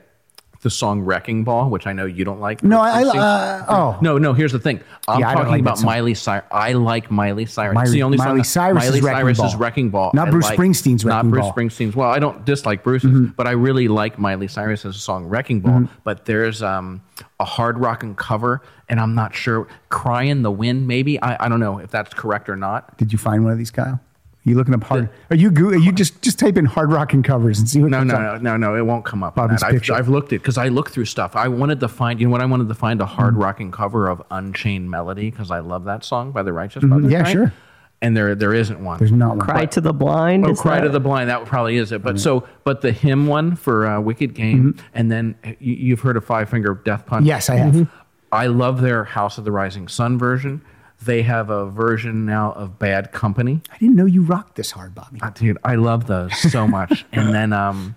Speaker 4: the song wrecking ball which i know you don't like
Speaker 2: No, I, I
Speaker 4: Chrissy.
Speaker 2: uh, oh
Speaker 4: no no here's the thing i'm
Speaker 2: Yeah, I don't
Speaker 4: talking
Speaker 2: like that
Speaker 4: about
Speaker 2: song.
Speaker 4: miley cyrus i like miley cyrus
Speaker 2: Miley-
Speaker 4: it's the only song
Speaker 2: Miley
Speaker 4: that-
Speaker 2: Cyrus's
Speaker 4: miley
Speaker 2: Wrecking
Speaker 4: cyrus's
Speaker 2: Ball.
Speaker 4: wrecking ball
Speaker 2: Not
Speaker 4: I
Speaker 2: Bruce Springsteen's
Speaker 4: not
Speaker 2: Wrecking
Speaker 4: bruce
Speaker 2: Ball. Mm-hmm.
Speaker 4: springsteen's well i don't dislike bruce's but i really like miley cyrus's song wrecking ball but there's um a hard rockin' cover and i'm not sure crying the wind maybe i, I don't know if that's correct or not
Speaker 2: Did you find one of these, Kyle? you looking up hard? Are you go- are you just just type in hard rock and covers and see what
Speaker 4: No,
Speaker 2: comes
Speaker 4: no,
Speaker 2: up?
Speaker 4: no, no, no. It won't come up. on
Speaker 2: Bobby's
Speaker 4: that. I've,
Speaker 2: picture.
Speaker 4: I've looked at because I look through stuff. I wanted to find. You know what? I wanted to find a hard
Speaker 2: Mm.
Speaker 4: rocking cover of Unchained Melody because I love that song by the Righteous Brothers.
Speaker 2: Mm-hmm. Yeah,
Speaker 4: right?
Speaker 2: sure.
Speaker 4: And there, there isn't one.
Speaker 2: There's not one.
Speaker 3: Cry to the blind.
Speaker 4: Oh,
Speaker 3: is
Speaker 4: Cry to
Speaker 3: that-
Speaker 4: the Blind. That probably is it. But
Speaker 2: Mm-hmm.
Speaker 4: so, but the hymn one for uh, Wicked Game, and then uh, you, you've heard of Five Finger Death Punch. Mm-hmm.
Speaker 2: Yes, I have.
Speaker 4: I love their House of the Rising Sun version. They have a version now of Bad Company.
Speaker 2: I didn't know you rocked this hard, Bobby.
Speaker 4: Ah, dude i love those so much and then um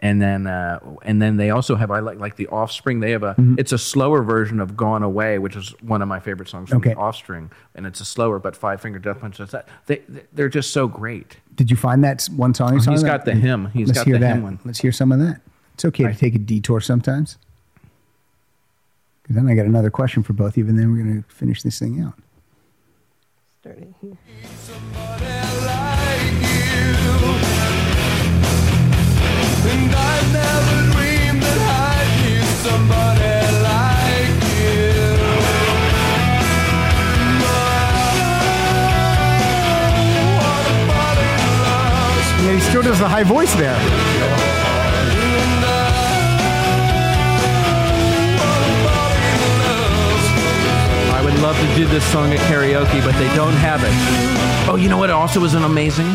Speaker 4: and then uh and then they also have i like like the offspring they have a it's a slower version of gone away which is one of my favorite songs from
Speaker 2: Okay.
Speaker 4: the offspring and it's a slower but five finger death punch that's that they they're just so great
Speaker 2: Did you find that s- one song? You saw
Speaker 4: he's
Speaker 2: that?
Speaker 4: got the hymn. He's
Speaker 2: Let's
Speaker 4: got
Speaker 2: hear
Speaker 4: the
Speaker 2: that.
Speaker 4: hymn one.
Speaker 2: Let's hear some of that. It's okay to take a detour sometimes. 'Cause then I got another question for both of you, and then we're going to finish this thing out.
Speaker 3: Starting here.
Speaker 2: Yeah, he still does the high voice there.
Speaker 4: i would love to do this song at karaoke but they don't have it oh you know what also is an amazing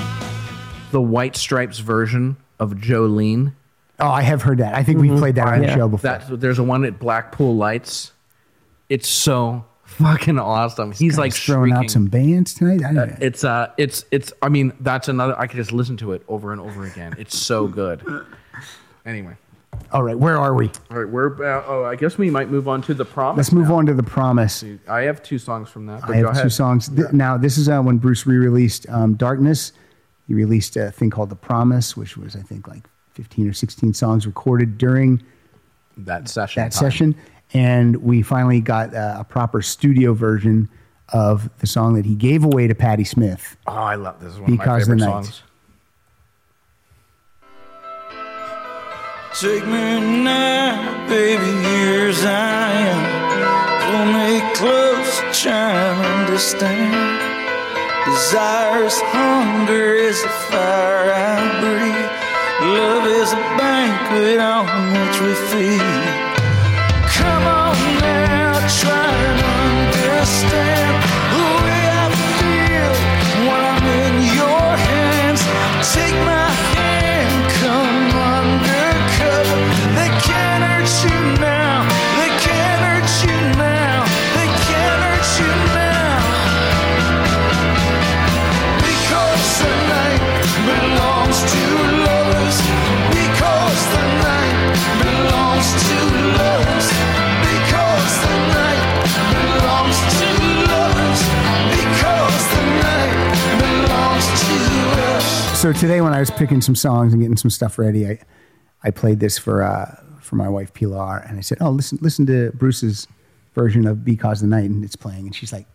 Speaker 4: the white stripes version of jolene
Speaker 2: Oh, I have heard that. I think
Speaker 4: Mm-hmm.
Speaker 2: we played that on the show before.
Speaker 4: That's there's a one at Blackpool Lights. It's so fucking awesome. He's like
Speaker 2: Just throwing
Speaker 4: shrieking.
Speaker 2: out some bands tonight. I, don't
Speaker 4: It's uh, it's it's. I mean, that's another. I could just listen to it over and over again. It's so good. Anyway,
Speaker 2: all right, where are we?
Speaker 4: all right, we're about. Oh, I guess we might move on to the promise.
Speaker 2: Let's move on to the promise.
Speaker 4: I have two songs from that. But
Speaker 2: I have
Speaker 4: go ahead.
Speaker 2: two songs. Th- Now, this is uh, when Bruce re-released um, Darkness. He released a thing called The Promise, which was I think like 15 or 16 songs recorded during
Speaker 4: That session.
Speaker 2: that
Speaker 4: time.
Speaker 2: session, and we finally got uh, a proper studio version of the song that he gave away to Patti Smith.
Speaker 4: Oh, I love this. Is one of my
Speaker 2: Because the
Speaker 4: favorite
Speaker 2: night.
Speaker 4: songs.
Speaker 6: Take me now, baby, here's I am. Pull me close, try and understand. Desire's hunger is the fire I breathe. Love is a banquet on which we feed. Come on now.
Speaker 2: so today when I was picking some songs and getting some stuff ready, I, I played this for uh, for my wife Pilar, and I said, "Oh, listen, listen to Bruce's version of Because the Night," and it's playing, and she's like,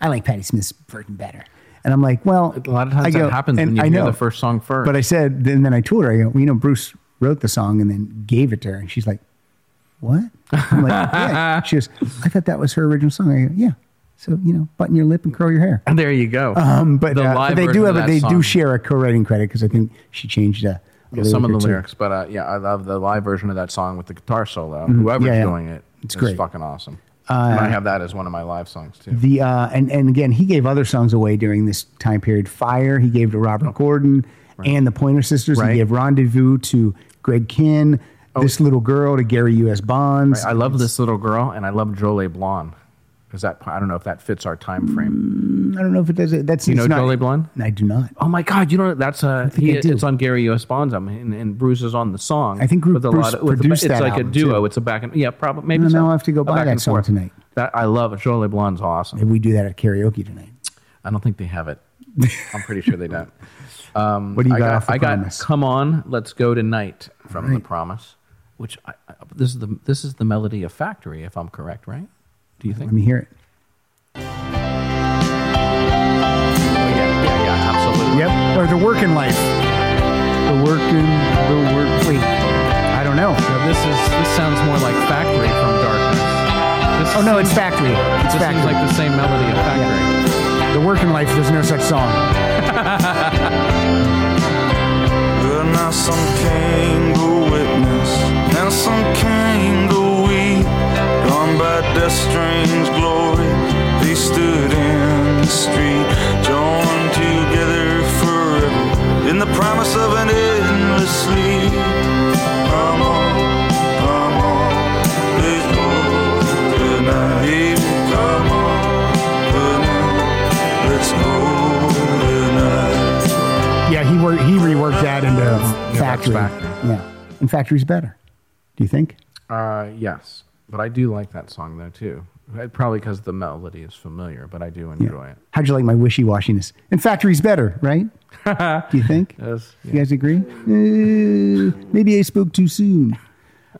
Speaker 2: "I like Patti Smith's version better,ver." And I'm like, "Well,
Speaker 4: A lot of times
Speaker 2: I go-
Speaker 4: that happens
Speaker 2: and
Speaker 4: when you
Speaker 2: I
Speaker 4: hear
Speaker 2: know,
Speaker 4: the first song first.
Speaker 2: But I said, then, then I told her, I go, well, you know, Bruce wrote the song and then gave it to her. And she's like, what? I'm like,
Speaker 4: (laughs)
Speaker 2: yeah. She goes, I thought that was her original song. I go, yeah. So, you know, button your lip and curl your hair.
Speaker 4: and there you go.
Speaker 2: Um, but,
Speaker 4: The
Speaker 2: uh,
Speaker 4: live
Speaker 2: but they do
Speaker 4: version
Speaker 2: have,
Speaker 4: of
Speaker 2: a-
Speaker 4: that
Speaker 2: they do
Speaker 4: song.
Speaker 2: share a co-writing credit because I think she changed uh, a
Speaker 4: Yeah, some of
Speaker 2: lyric
Speaker 4: the
Speaker 2: or two.
Speaker 4: lyrics, but uh, yeah, I love the live version of that song with the guitar solo. Whoever's
Speaker 2: Mm-hmm. Yeah, yeah.
Speaker 4: doing it, it's
Speaker 2: great. Uh,
Speaker 4: fucking awesome. and I have that as one of my live songs too.
Speaker 2: The uh, and and again, he gave other songs away during this time period. Fire, he gave to Robert Gordon and the Pointer Sisters.
Speaker 4: Oh, Right. Oh.
Speaker 2: He gave Rendezvous to Greg Kinn. This little girl to Gary U.S. Bonds.
Speaker 4: I love this little girl, and I love Jolie Blonde because that I don't know if that fits our time frame.
Speaker 2: I don't know if it does it. That's
Speaker 4: You know
Speaker 2: it's not,
Speaker 4: Jolie Blonde?
Speaker 2: I do not.
Speaker 4: Oh my God! You know that's a
Speaker 2: think
Speaker 4: he,
Speaker 2: I do.
Speaker 4: it's on Gary U.S. Bonds, I'm- and, and Bruce is on the song.
Speaker 2: I think Gru-
Speaker 4: with a
Speaker 2: Bruce
Speaker 4: lot of, with
Speaker 2: produced
Speaker 4: a, it's
Speaker 2: that
Speaker 4: like a
Speaker 2: album,
Speaker 4: duo.
Speaker 2: too.
Speaker 4: It's a back and yeah, probably maybe.
Speaker 2: No,
Speaker 4: so.
Speaker 2: now I'll have to go
Speaker 4: A
Speaker 2: buy
Speaker 4: back
Speaker 2: that
Speaker 4: and
Speaker 2: song
Speaker 4: forth.
Speaker 2: tonight.
Speaker 4: That I love it. Jolie Blonde's awesome.
Speaker 2: Maybe we do that at karaoke tonight.
Speaker 4: I don't think they have
Speaker 2: (laughs)
Speaker 4: it. I'm pretty sure they don't.
Speaker 2: What do you
Speaker 4: Mm,
Speaker 2: got,
Speaker 4: I got,
Speaker 2: off the
Speaker 4: I got
Speaker 2: promise?
Speaker 4: Come On, Let's Go Tonight from The Promise, which I, I, this, is the, this is the melody of Factory, if I'm correct, right? Do you think?
Speaker 2: Let me hear it.
Speaker 4: yeah, yeah, yeah, absolutely.
Speaker 2: Yep. Or the working life. The working, the work. Wait, I don't know.
Speaker 4: So this, is, this sounds more like Factory from Darkness. This
Speaker 2: Oh no,
Speaker 4: seems-
Speaker 2: it's factory.
Speaker 4: This
Speaker 2: It's
Speaker 4: seems
Speaker 2: factory.
Speaker 4: like the same melody of Factory.
Speaker 2: the working life. There's no such song.
Speaker 6: But now some came to witness, and some came to weep. Gone by death's strange glory, they stood in the street, joined together forever in the promise of an endless sleep. Come on, come on, let's go tonight. Come on, come on, let's go tonight.
Speaker 2: Yeah, he wor- he reworked that into factory.
Speaker 4: Factory.
Speaker 2: Yeah, and factory's better. Do you think?
Speaker 4: Uh, yes, but I do like that song, though, too. Uh, Probably because the melody is familiar, but I do enjoy it.
Speaker 2: How'd you like my wishy washiness? And factory's better, (laughs) right? Do you think?
Speaker 4: Yes,
Speaker 2: You guys agree? Uh, maybe I spoke too soon.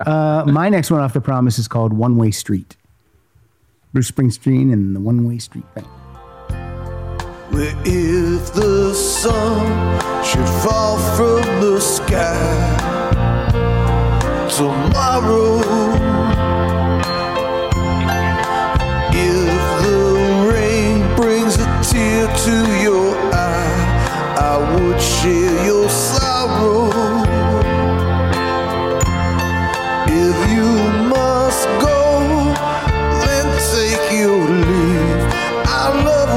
Speaker 2: Uh, my next one off the promise is called One Way Street. Bruce Springsteen and the One Way Street Band.
Speaker 6: Where if the sun should fall from the sky tomorrow, if the rain brings a tear to your eye, I would share your sorrow. If you must go, then take your leave. Our love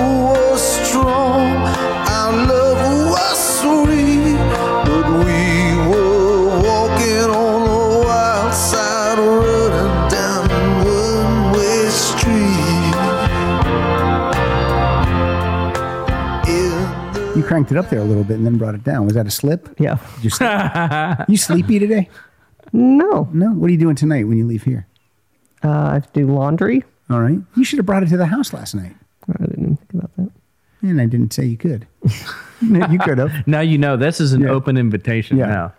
Speaker 6: was strong, our love was sweet, but we were walking on a wild side, running down one way street. In the
Speaker 2: You cranked it up there a little bit and then brought it down. Was that a slip?
Speaker 3: Yeah.
Speaker 2: You, sleep- (laughs) you sleepy today?
Speaker 3: No.
Speaker 2: No. What are you doing tonight when you leave here?
Speaker 3: Uh, I have to do laundry.
Speaker 2: All right. You should have brought it to the house last night.
Speaker 3: I didn't even think about that.
Speaker 2: And I didn't say you could. (laughs) No, you could have.
Speaker 4: Now you know this is an
Speaker 2: Yeah.
Speaker 4: open invitation.
Speaker 2: Yeah.
Speaker 4: Now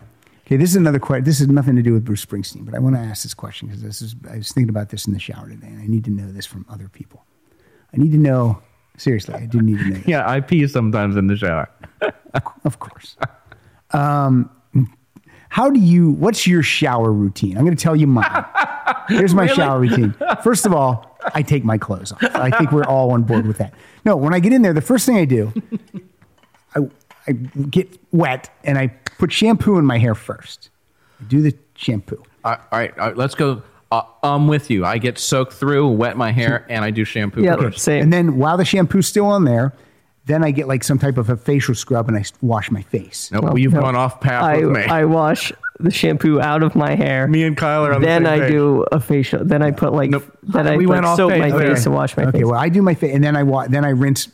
Speaker 2: Okay, this is another question. This has nothing to do with Bruce Springsteen, but I want to ask this question because this is I was thinking about this in the shower today, and I need to know this from other people. I need to know seriously. I do need to know. this.
Speaker 4: yeah, I pee sometimes in the shower.
Speaker 2: of course. Um, how do you? What's your shower routine? I'm going to tell you mine. Here's my shower routine. First of all, I take my clothes off. I think we're all on board with that. No, when I get in there, the first thing I do, I, I get wet and I put shampoo in my hair first. I do the shampoo.
Speaker 4: All right, all right, let's go. Uh, I'm with you. I get soaked through, wet my hair, and I do shampoo
Speaker 3: Yeah.
Speaker 4: first.
Speaker 3: Same.
Speaker 2: And then while the shampoo's still on there, then I get like some type of a facial scrub and I s- wash my face.
Speaker 4: Nope, you've
Speaker 3: no.
Speaker 4: gone off path
Speaker 3: I,
Speaker 4: with me. (laughs)
Speaker 3: I wash the shampoo out of my hair.
Speaker 4: me and Kyle are on
Speaker 3: then
Speaker 4: the same
Speaker 3: I
Speaker 4: page.
Speaker 3: do a facial. Then I put like.
Speaker 4: Nope.
Speaker 3: Then I
Speaker 4: We
Speaker 3: like,
Speaker 4: went off
Speaker 3: soap
Speaker 4: base.
Speaker 3: my
Speaker 4: Okay.
Speaker 3: face and wash my
Speaker 2: Okay,
Speaker 3: face.
Speaker 2: well I do my face and then I wa- then I rinse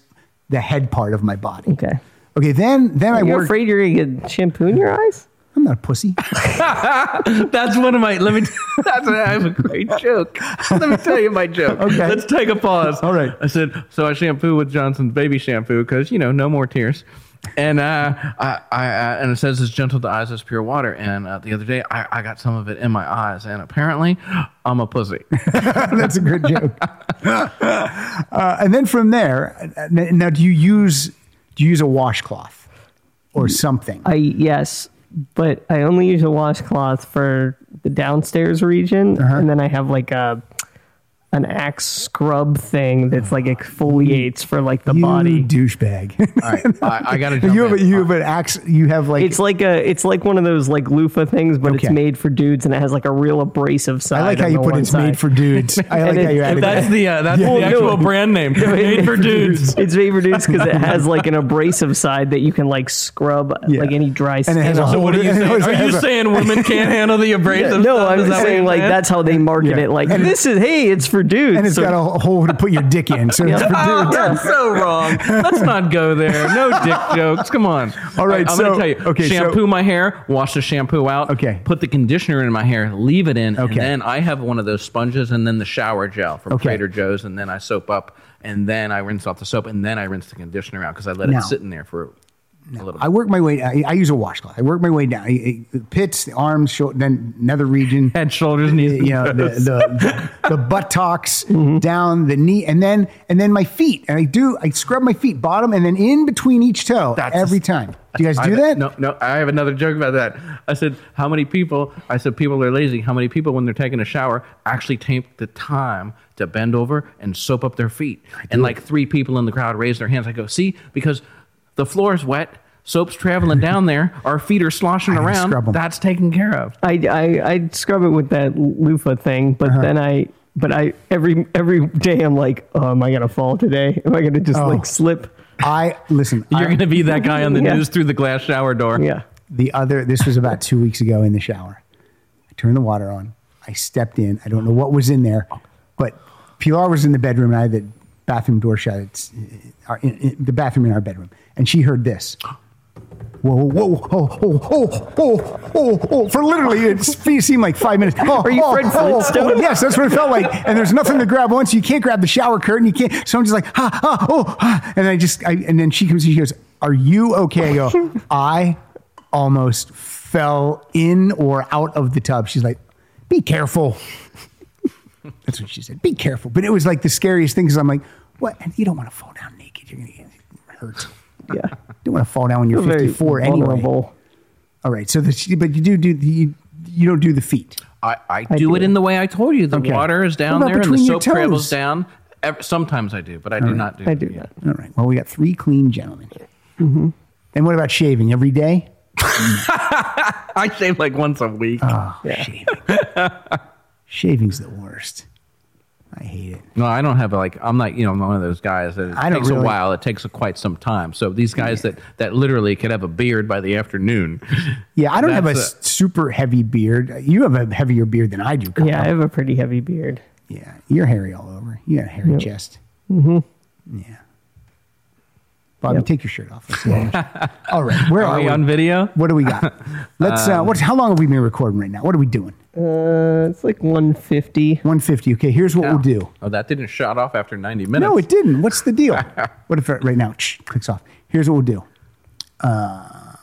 Speaker 2: the head part of my body.
Speaker 3: okay.
Speaker 2: Okay, then then I
Speaker 3: You're
Speaker 2: work.
Speaker 3: afraid you're gonna get shampoo in your eyes?
Speaker 2: I'm not a pussy. (laughs)
Speaker 8: That's one of my. Let me. That's I have a great joke. Let me tell you my joke.
Speaker 2: Okay.
Speaker 8: Let's take a pause.
Speaker 2: All right.
Speaker 4: I said, so I shampoo with Johnson's baby shampoo because, you know, no more tears. and uh, I, I, I and it says as gentle to eyes as pure water. And uh, the other day, I, I got some of it in my eyes, and apparently, I'm a pussy.
Speaker 2: That's a good joke. uh, and then from there, uh, n- now do you use do you use a washcloth or something?
Speaker 3: I yes, but I only use a washcloth for the downstairs region, and then I have like a an axe scrub thing that's like exfoliates for like the
Speaker 2: you
Speaker 3: body.
Speaker 2: douchebag. (laughs)
Speaker 4: All right, I, I got to jump
Speaker 2: you have
Speaker 4: in.
Speaker 2: a, you have an axe. You have like
Speaker 3: It's like a it's like one of those like loofah things, but it's
Speaker 2: Okay.
Speaker 3: made for dudes, and it has like a real abrasive side.
Speaker 2: I like how
Speaker 3: on
Speaker 2: you
Speaker 3: the
Speaker 2: put
Speaker 3: one
Speaker 2: it's
Speaker 3: side.
Speaker 2: made for dudes. I like
Speaker 3: And
Speaker 2: how you
Speaker 3: it-
Speaker 2: added
Speaker 8: That's
Speaker 2: that.
Speaker 8: the uh, that's
Speaker 2: Yeah,
Speaker 8: the actual
Speaker 2: no.
Speaker 8: brand name.
Speaker 2: (laughs)
Speaker 8: Made for dudes.
Speaker 3: It's made for dudes because it has like an abrasive side that you can like scrub
Speaker 2: Yeah.
Speaker 3: like any dry skin.
Speaker 2: and it has a
Speaker 3: off.
Speaker 2: whole.
Speaker 8: So what are you
Speaker 2: and (laughs) it
Speaker 8: saying?
Speaker 2: has-
Speaker 8: Are you
Speaker 2: has a-
Speaker 8: saying women can't handle the abrasive?
Speaker 3: no,
Speaker 8: stuff?
Speaker 3: I'm
Speaker 8: Is that what
Speaker 3: saying
Speaker 8: you're
Speaker 3: like that's how they market
Speaker 2: Yeah.
Speaker 3: it. Like
Speaker 2: And-
Speaker 3: this is hey, it's for dudes.
Speaker 2: and it's
Speaker 3: So-
Speaker 2: got a hole to put your dick in. So it's for
Speaker 4: Oh,
Speaker 2: dudes.
Speaker 4: that's so wrong. Let's not go there.
Speaker 2: (laughs)
Speaker 4: No dick jokes. Come on.
Speaker 2: All right,
Speaker 4: I'm
Speaker 2: so-
Speaker 4: gonna tell you.
Speaker 2: okay, so-
Speaker 4: shampoo my hair. Wash the shampoo out.
Speaker 2: Okay.
Speaker 4: Put the conditioner in my hair. Leave it in.
Speaker 2: Okay.
Speaker 4: And then I have one of those sponges, and then the shower gel from
Speaker 2: Okay.
Speaker 4: Trader Joe's, and then I soap up, and then I rinse off the soap, and then I rinse the conditioner out because I let
Speaker 2: No.
Speaker 4: it sit in there for a little.
Speaker 2: I
Speaker 4: bit.
Speaker 2: work my way. I, I use a washcloth. I work my way down. I, I, the pits, the arms, shoulder, then nether region.
Speaker 4: Head, shoulders, (laughs) knees.
Speaker 2: you know the the, the buttocks
Speaker 4: Mm-hmm.
Speaker 2: down the knee and then and then my feet and i do i scrub my feet bottom and then in between each toe
Speaker 4: That's-
Speaker 2: every time do you guys
Speaker 4: I
Speaker 2: do
Speaker 4: have-
Speaker 2: that
Speaker 4: No, no. I have another joke about that. I said, "How many people?" I said, "People are lazy. How many people, when they're taking a shower, actually take the time to bend over and soap up their feet?" And like three people in the crowd raised their hands. I go, "See, because the floor is wet." Soap's traveling
Speaker 2: (laughs)
Speaker 4: down there. Our feet are sloshing
Speaker 2: gotta
Speaker 4: around.
Speaker 2: scrub 'em.
Speaker 4: That's taken care of.
Speaker 3: I, I I scrub it with that loofah thing, but
Speaker 2: Uh-huh.
Speaker 3: then I but I every every day I'm like, oh, am I gonna fall today? (laughs) Am I gonna just
Speaker 2: Oh.
Speaker 3: like slip?
Speaker 2: i listen
Speaker 4: (laughs) You're
Speaker 2: I-
Speaker 4: going to be that guy
Speaker 2: (laughs)
Speaker 4: on the
Speaker 3: Yeah.
Speaker 4: news through the glass shower door.
Speaker 3: Yeah.
Speaker 2: the other this was about two weeks ago in the shower i turned the water on i stepped in i don't know what was in there but pilar was in the bedroom and i had the bathroom door shut it's uh, our, in, in- the bathroom in our bedroom and she heard this Whoa, whoa, whoa, whoa, whoa, whoa, whoa, whoa. For literally, it seemed like five minutes. Oh,
Speaker 3: Are you
Speaker 2: oh,
Speaker 3: Fred
Speaker 2: oh,
Speaker 3: Flintstone?
Speaker 2: oh, yes, that's what it felt like. And there's nothing to grab once. You can't grab the shower curtain. You can't. So I'm just like, ha, ha, oh, ha. And I just, I, and then she comes and she goes, Are you okay? I go, I almost fell in or out of the tub. She's like, Be careful. That's what she said. Be careful. But it was like the scariest thing because I'm like, What? And you don't want to fall down naked. You're going to get hurt. (laughs)
Speaker 3: Yeah.
Speaker 2: You don't want to fall down when you're
Speaker 3: Very
Speaker 2: 54 anyway.
Speaker 3: vulnerable.
Speaker 2: All right. So, the, but you do do the, you, you don't do the feet.
Speaker 4: I, I, do it
Speaker 3: do.
Speaker 4: in the way I told you. The
Speaker 2: Okay.
Speaker 4: water is down
Speaker 2: What about
Speaker 4: there and the
Speaker 2: between your
Speaker 4: soap travels
Speaker 2: toes?
Speaker 4: down. Ev- Sometimes I do, but I do not do
Speaker 3: I
Speaker 4: it.
Speaker 3: do
Speaker 4: Yeah.
Speaker 3: that.
Speaker 2: All right. Well, we got three clean gentlemen. And what about shaving every day?
Speaker 4: (laughs) I shave like once a week.
Speaker 2: Shaving. Shaving's the worst. I hate it.
Speaker 4: No, I don't have like I'm not you know I'm one of those guys that it
Speaker 2: I don't
Speaker 4: takes
Speaker 2: really-
Speaker 4: a while. It takes a, quite some time. So these guys that that literally could have a beard by the afternoon.
Speaker 2: Yeah, I don't have a,
Speaker 4: That's
Speaker 2: s- super heavy beard. You have a heavier beard than I do. Kyle.
Speaker 3: Yeah, I have a pretty heavy beard.
Speaker 2: Yeah, you're hairy all over. You got a hairy chest. Mm-hmm. Yeah. Bobby,
Speaker 3: Yep.
Speaker 2: take your shirt off. Let's see how much- all right. Where are,
Speaker 4: Are we
Speaker 2: we?
Speaker 4: on video?
Speaker 2: what do we got? Let's. uh, what's how long have we been recording right now? What are we doing?
Speaker 3: Uh, it's like 150.
Speaker 2: 150. Okay, here's what we'll do.
Speaker 4: Oh, that didn't shut off after 90 minutes.
Speaker 2: No, it didn't. What's the
Speaker 4: (laughs)
Speaker 2: deal? what if it right now shh, clicks off? Here's what we'll do. Uh,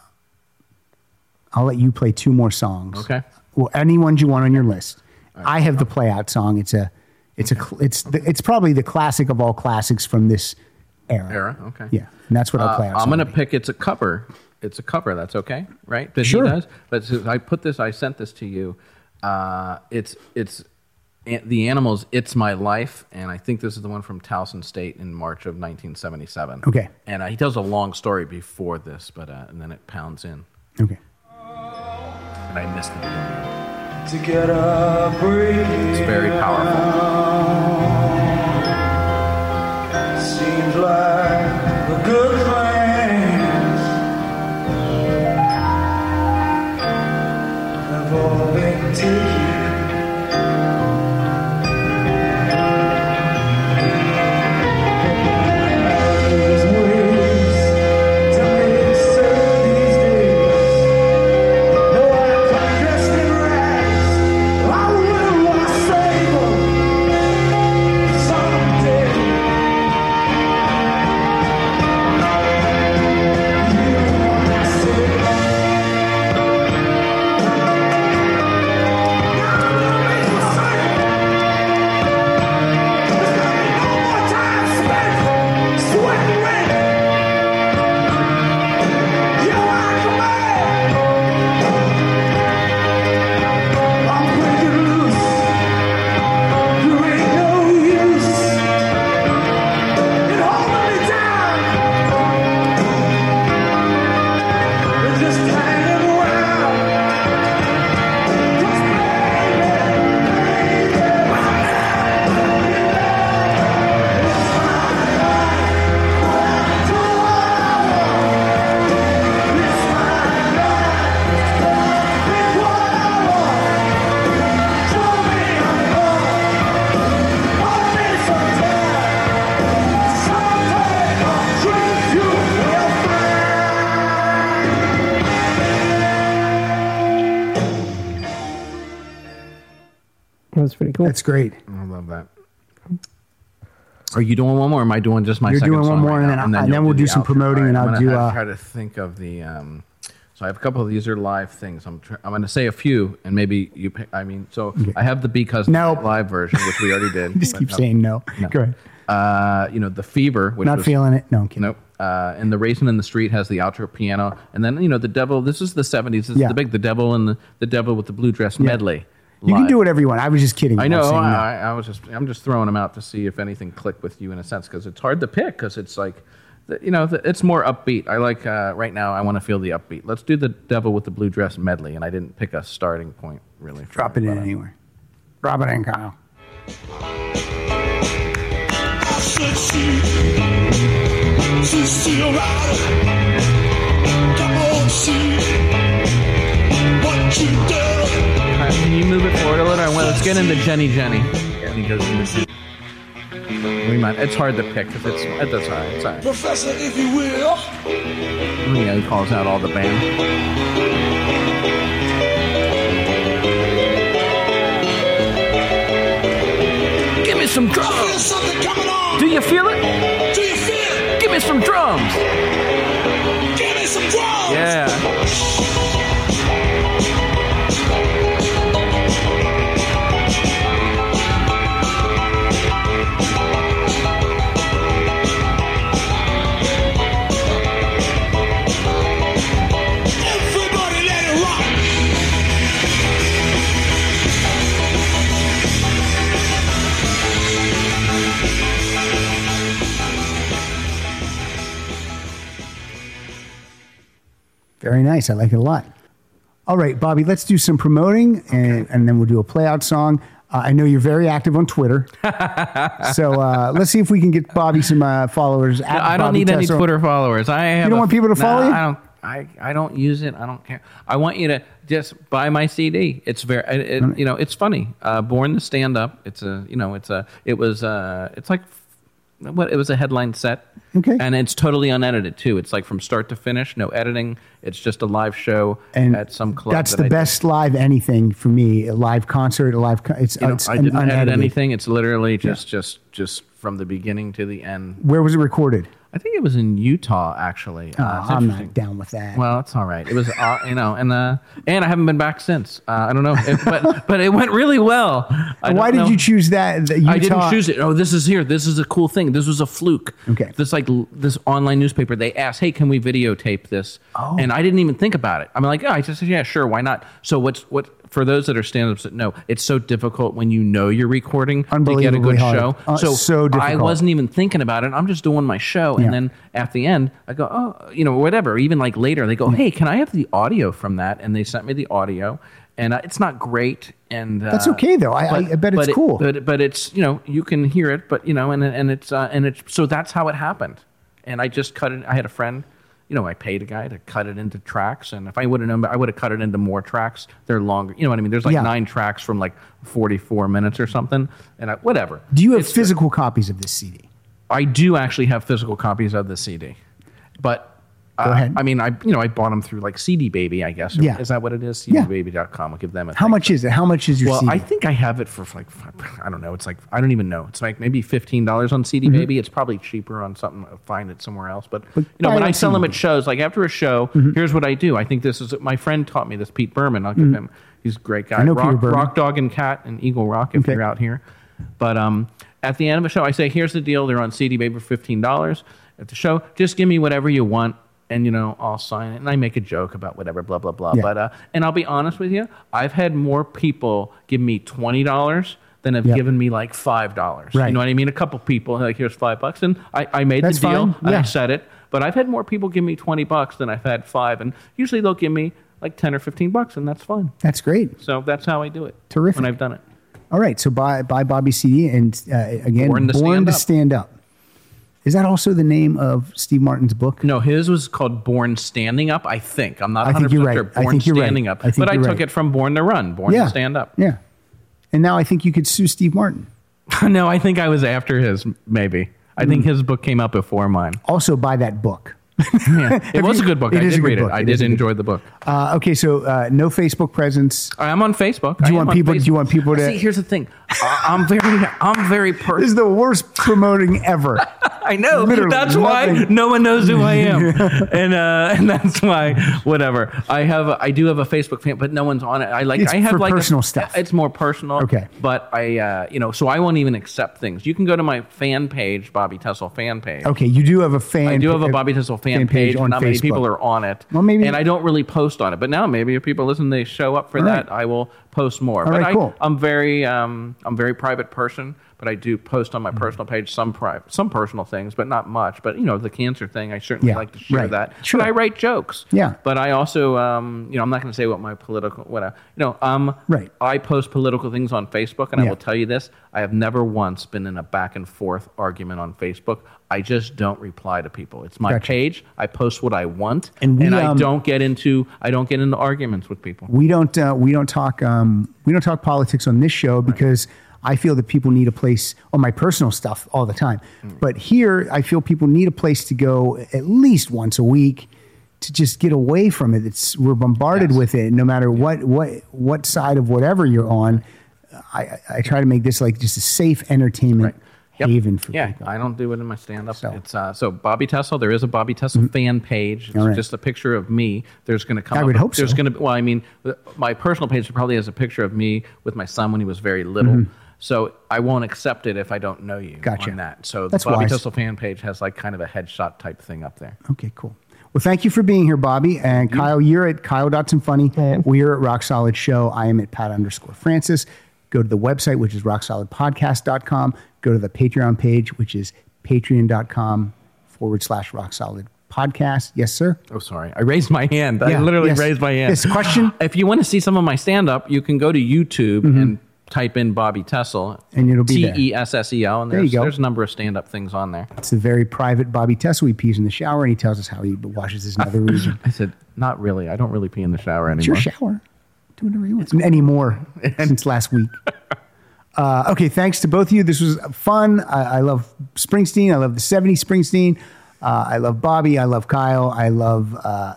Speaker 2: I'll let you play two more songs.
Speaker 4: Okay.
Speaker 2: Well, any ones you want on your list. I have the play out song. It's a, it's a, cl- it's the, it's probably the classic of all classics from this era.
Speaker 4: Era, okay.
Speaker 2: Yeah, and that's what I'll
Speaker 4: Uh,
Speaker 2: play out.
Speaker 4: I'm
Speaker 2: song
Speaker 4: gonna
Speaker 2: will be.
Speaker 4: pick. It's a cover. It's a cover. That's okay, right? That
Speaker 2: Sure.
Speaker 4: He does. But since I put this. I sent this to you. Uh, it's it's an- the animals. It's my life, and I think this is the one from Towson State in March of 1977.
Speaker 2: Okay.
Speaker 4: And uh, he tells a long story before this, but uh, and then it pounds in,
Speaker 2: Okay.
Speaker 4: and I missed it.
Speaker 6: to get a breeze.
Speaker 4: It's very powerful.
Speaker 6: Seems like a good plan. Have all been taken. There's ways to make certain these days. No I'm dressed in rags. I will not save 'em someday.
Speaker 3: was pretty cool.
Speaker 2: That's great.
Speaker 4: I love that. Are you doing one more? Or am I doing just my?
Speaker 2: You're
Speaker 4: second
Speaker 2: doing
Speaker 4: song
Speaker 2: one more,
Speaker 4: right
Speaker 2: and
Speaker 4: now?
Speaker 2: then I- and then
Speaker 4: you'll
Speaker 2: we'll do
Speaker 4: the
Speaker 2: some
Speaker 4: outro.
Speaker 2: promoting,
Speaker 4: All
Speaker 2: and
Speaker 4: I'm
Speaker 2: I'll
Speaker 4: gonna-
Speaker 2: do,
Speaker 4: I
Speaker 2: uh,
Speaker 4: try to think of the. Um, so I have a couple of these are live things. I'm tr- I'm going to say a few, and maybe you. Pick, I mean, so I have the because
Speaker 2: No.
Speaker 4: live version, which we already
Speaker 2: (laughs)
Speaker 4: did.
Speaker 2: Just
Speaker 4: but
Speaker 2: keep
Speaker 4: no.
Speaker 2: saying no. Go ahead.
Speaker 4: Uh, you know the fever, which
Speaker 2: Not
Speaker 4: was,
Speaker 2: feeling it. No, I'm kidding.
Speaker 4: Nope. Uh, and the racing in the street has the outro piano, and then you know the devil. This is the '70s. This
Speaker 2: Yeah.
Speaker 4: is the big the devil and the, the devil with the blue dress medley.
Speaker 2: You can
Speaker 4: live.
Speaker 2: do whatever you want. I was just kidding.
Speaker 4: I
Speaker 2: I'm
Speaker 4: know.
Speaker 2: saying no.
Speaker 4: I, I was just. I'm just throwing them out to see if anything clicked with you in a sense because it's hard to pick because it's like, the- you know, the- it's more upbeat. I like uh, right now. I want to feel the upbeat. Let's do the Devil with the Blue Dress medley, and I didn't pick a starting point really. for
Speaker 2: Drop it in
Speaker 4: but, uh,
Speaker 2: anywhere. Drop it in, Kyle.
Speaker 10: should see to see her out. Come on, see what you do.
Speaker 4: Can you move it forward a little? I want, let's get into Jenny Jenny. And he goes into. We might. It's hard to pick because it's. It does hard. It's all right.
Speaker 10: Professor, if you will,
Speaker 4: You know, he calls out all the band. Give me some
Speaker 10: feel
Speaker 4: drums.
Speaker 10: something coming on.
Speaker 4: Do you feel it?
Speaker 10: Do you feel it?
Speaker 4: Give me some drums.
Speaker 10: Give me some drums.
Speaker 4: Yeah.
Speaker 10: Everybody let it rock.
Speaker 2: Very nice. I like it a lot. All right, Bobby, let's do some promoting and, and then we'll do a play out song. Uh, I know you're very active on
Speaker 4: (laughs)
Speaker 2: Twitter. so uh, let's see if we can get Bobby some uh, followers. At
Speaker 4: I don't
Speaker 2: Bobby
Speaker 4: need any
Speaker 2: Tessel.
Speaker 4: Twitter followers. I have
Speaker 2: don't
Speaker 4: a-
Speaker 2: want people to follow
Speaker 4: Nah,
Speaker 2: you?
Speaker 4: I don't. I, I don't use it. I don't care. I want you to just buy my CD. It's very it, it- you know it's funny. Uh, Born to stand up. It's a you know it's a it was uh it's like what it was a headline set.
Speaker 2: Okay.
Speaker 4: And it's totally unedited too. It's like from start to finish, no editing. It's just a live show
Speaker 2: And
Speaker 4: at some club.
Speaker 2: That's
Speaker 4: that
Speaker 2: the
Speaker 4: I did.
Speaker 2: best live anything for me. A live concert, a live. Con- it's,
Speaker 4: You know,
Speaker 2: it's
Speaker 4: I
Speaker 2: un-
Speaker 4: didn't edit
Speaker 2: unedited.
Speaker 4: anything. It's literally just just just from the beginning to the end.
Speaker 2: Where was it recorded?
Speaker 4: I think it was in Utah actually.
Speaker 2: Oh,
Speaker 4: Uh, it's
Speaker 2: I'm
Speaker 4: interesting.
Speaker 2: not down with that.
Speaker 4: Well, it's all right. It was, uh, you know, and uh, and I haven't been back since. Uh, I don't know, it, but but it went really well. I don't
Speaker 2: Why did
Speaker 4: know.
Speaker 2: you choose that? The Utah?
Speaker 4: I didn't choose it. Oh, this is here. This is a cool thing. This was a fluke.
Speaker 2: Okay.
Speaker 4: This like l- this online newspaper. They asked, "Hey, can we videotape this?" Oh. And I didn't even think about it. I'm like, "Yeah." I just said, "Yeah, sure. Why not?" So what's what for those that are stand-ups that know, it's so difficult when you know you're recording to get a
Speaker 2: Unbelievably
Speaker 4: good
Speaker 2: hard.
Speaker 4: show.
Speaker 2: Uh,
Speaker 4: so
Speaker 2: so
Speaker 4: I
Speaker 2: difficult.
Speaker 4: wasn't even thinking about it. I'm just doing my show, and
Speaker 2: Yeah.
Speaker 4: then at the end, I go, "Oh, you know, whatever." Even like later, they go,
Speaker 2: Mm-hmm.
Speaker 4: "Hey, can I have the audio from that?" And they sent me the audio. And uh, it's not great, and uh,
Speaker 2: That's okay, though. I- I- I bet it's
Speaker 4: it-
Speaker 2: cool.
Speaker 4: but but but it's you know you can hear it but you know and and it's uh, and it's so that's how it happened and i just cut it i had a friend you know i paid a guy to cut it into tracks and if i would have known i would have cut it into more tracks they're longer you know what i mean there's like
Speaker 2: Yeah.
Speaker 4: nine tracks from like 44 minutes or something and I, whatever
Speaker 2: Do you have physical copies of this CD?
Speaker 4: i do actually have physical copies of the cd but uh,
Speaker 2: ahead.
Speaker 4: i mean i you know i bought them through like cd baby i guess
Speaker 2: Yeah.
Speaker 4: is that what it is
Speaker 2: Yeah.
Speaker 4: cdbaby.com i'll give them a
Speaker 2: How
Speaker 4: thanks.
Speaker 2: much is it? How much is your
Speaker 4: Well,
Speaker 2: CD?
Speaker 4: I think I have it for like I don't know. It's like I don't even know. It's like maybe fifteen dollars on
Speaker 2: Mm-hmm.
Speaker 4: CD. Maybe it's probably cheaper on something. uh, Find it somewhere else. But, you know,
Speaker 2: buy
Speaker 4: when
Speaker 2: it
Speaker 4: I
Speaker 2: on
Speaker 4: sell them
Speaker 2: CD.
Speaker 4: at shows, like after a show,
Speaker 2: Mm-hmm.
Speaker 4: here's what I do. I think this is my friend taught me this. Pete Berman. I'll give him. He's a great guy.
Speaker 2: Mm-hmm. I know
Speaker 4: Rock,
Speaker 2: Peter Berman.
Speaker 4: Rock Dog and Cat and Eagle Rock. If
Speaker 2: Okay.
Speaker 4: you're out here, but um, at the end of a show, I say, "Here's the deal. They're on CD Baby for fifteen dollars at the show. Just give me whatever you want." And you know, I'll sign it, and I make a joke about whatever, blah blah blah.
Speaker 2: Yeah.
Speaker 4: But uh, and I'll be honest with you, I've had more people give me twenty dollars than have
Speaker 2: Yeah.
Speaker 4: given me like five dollars.
Speaker 2: Right.
Speaker 4: You know what I mean? A couple people like here's five bucks, and I, I made
Speaker 2: That's
Speaker 4: the deal
Speaker 2: fine.
Speaker 4: and
Speaker 2: Yeah.
Speaker 4: I said it. But I've had more people give me twenty bucks than I've had five, and usually they'll give me like ten or fifteen bucks, and that's fun.
Speaker 2: That's great.
Speaker 4: So that's how I do it.
Speaker 2: Terrific.
Speaker 4: When I've done it.
Speaker 2: All right, so buy buy Bobby CD and uh, again,
Speaker 4: Born to Stand Up.
Speaker 2: Stand Up. Is that also the name of Steve Martin's book?
Speaker 4: No, his was called Born Standing Up. I think I'm not
Speaker 2: I
Speaker 4: 100
Speaker 2: think you're
Speaker 4: sure.
Speaker 2: right. I
Speaker 4: Born
Speaker 2: think you're right.
Speaker 4: Standing Up,
Speaker 2: I think
Speaker 4: but I
Speaker 2: you're
Speaker 4: took
Speaker 2: right.
Speaker 4: it from Born to Run, Born
Speaker 2: yeah,
Speaker 4: to
Speaker 2: (laughs)
Speaker 4: Stand Up.
Speaker 2: Yeah, and now I think you could sue Steve Martin.
Speaker 4: no, Mm. I think I was after his. Maybe I think his book came out before mine.
Speaker 2: Also, buy that book.
Speaker 4: It was a good book. I
Speaker 2: It is
Speaker 4: did
Speaker 2: a good
Speaker 4: read
Speaker 2: book.
Speaker 4: it. I
Speaker 2: It
Speaker 4: did
Speaker 2: is a good
Speaker 4: enjoy the book.
Speaker 2: Uh, okay, so uh, no Facebook presence.
Speaker 4: I'm on Facebook.
Speaker 2: Do you
Speaker 4: I am
Speaker 2: want
Speaker 4: on
Speaker 2: people? Do you
Speaker 4: Facebook.
Speaker 2: want people to?
Speaker 4: See, here's the thing. I- I'm very, I'm
Speaker 2: (laughs)
Speaker 4: very
Speaker 2: this is
Speaker 4: personal.
Speaker 2: the worst promoting
Speaker 4: (laughs)
Speaker 2: ever.
Speaker 4: I know.
Speaker 2: literally
Speaker 4: that's why
Speaker 2: nothing.
Speaker 4: no one knows who I
Speaker 2: (laughs)
Speaker 4: am, (laughs) and uh, and that's why whatever. I have, a, I do have a Facebook fan, but no one's on it. I like,
Speaker 2: It's
Speaker 4: I have
Speaker 2: for
Speaker 4: like a-
Speaker 2: personal stuff.
Speaker 4: It's more personal.
Speaker 2: Okay.
Speaker 4: but I, uh, you know, so I won't even accept things. You can go to my fan page, Bobby Tussle fan page.
Speaker 2: Okay, you do have a fan.
Speaker 4: I do have a Bobby Tussle fan, page.
Speaker 2: on
Speaker 4: Not
Speaker 2: Facebook.
Speaker 4: many people are on it.
Speaker 2: Well, maybe-
Speaker 4: And I don't really post on it. But now maybe if people listen, they show up for
Speaker 2: All
Speaker 4: that.
Speaker 2: right.
Speaker 4: I will post more.
Speaker 2: All
Speaker 4: but
Speaker 2: right,
Speaker 4: I,
Speaker 2: cool.
Speaker 4: I'm very um, I'm a very private person. But I do post on my personal page some pri- some personal things, but not much. But you know the cancer thing, I certainly
Speaker 2: Yeah,
Speaker 4: like to share
Speaker 2: right.
Speaker 4: that.
Speaker 2: Sure.
Speaker 4: But I write jokes.
Speaker 2: Yeah.
Speaker 4: But I also um, you know I'm not going to say what my political what I, you know um
Speaker 2: Right.
Speaker 4: I post political things on Facebook, and
Speaker 2: Yeah.
Speaker 4: I will tell you this: I have never once been in a back and forth argument on Facebook. I just don't reply to people. It's my
Speaker 2: Gotcha.
Speaker 4: page. I post what I want,
Speaker 2: And
Speaker 4: and,
Speaker 2: we,
Speaker 4: I
Speaker 2: um,
Speaker 4: don't get into I don't get into arguments with people.
Speaker 2: We don't. Uh, we don't talk. Um, we don't talk politics on this show because I feel that people need a place on my personal stuff all the time. But here, I feel people need a place to go at least once a week to just get away from it. It's we're bombarded
Speaker 4: Yes.
Speaker 2: with it, no matter what what what side of whatever you're on. I, I- I try to make this like just a safe entertainment
Speaker 4: Yep.
Speaker 2: haven for
Speaker 4: yeah,
Speaker 2: people.
Speaker 4: I don't do it in my stand up.
Speaker 2: So- Mm-hmm.
Speaker 4: It's uh, so Bobby Tessel. There is a Bobby Tessel fan page. It's
Speaker 2: All right.
Speaker 4: just a picture of me. There's going to come.
Speaker 2: I
Speaker 4: up-
Speaker 2: would hope so.
Speaker 4: There's going to well, I mean, th- my personal page probably has a picture of me with my son when he was very little. So I won't accept it if I don't know you
Speaker 2: Mm-hmm. Gotcha.
Speaker 4: on that. So
Speaker 2: That's
Speaker 4: the Bobby
Speaker 2: wise. Oh.
Speaker 4: Tessel fan page has like kind of a headshot type thing up there.
Speaker 2: Okay, cool. Well, thank you for being here, Bobby. And Kyle, you're at Kyle Dotson Funny. We are at Rock Solid Show. I am at Pat underscore Francis. Go to the website, which is rocksolidpodcast.com. Go to the Patreon page, which is patreon.com forward slash rock solid podcast. Yes, sir.
Speaker 4: Oh, sorry. I raised my hand.
Speaker 2: Yeah,
Speaker 4: I literally
Speaker 2: yes.
Speaker 4: raised my hand.
Speaker 2: Yes,
Speaker 4: (laughs)
Speaker 2: question?
Speaker 4: If you want to see some of my stand up, you can go to YouTube and type in Bobby Tessel.
Speaker 2: Mm-hmm. And it'll be there.
Speaker 4: T E S S E L. And
Speaker 2: There you
Speaker 4: there's,
Speaker 2: go.
Speaker 4: there's a number of stand up things on there.
Speaker 2: It's the very private Bobby Tessel. He pees in the shower and he tells us how he washes his
Speaker 4: (laughs)
Speaker 2: nether region.
Speaker 4: I said, not really. I don't really pee in the shower
Speaker 2: It's your
Speaker 4: anymore.
Speaker 2: shower. Do whatever you want. Anymore (laughs) since last week. Uh, okay, thanks to both of you. This was fun. I, I love Springsteen. I love the 70s Springsteen. Uh, I love Bobby. I love Kyle. I love uh,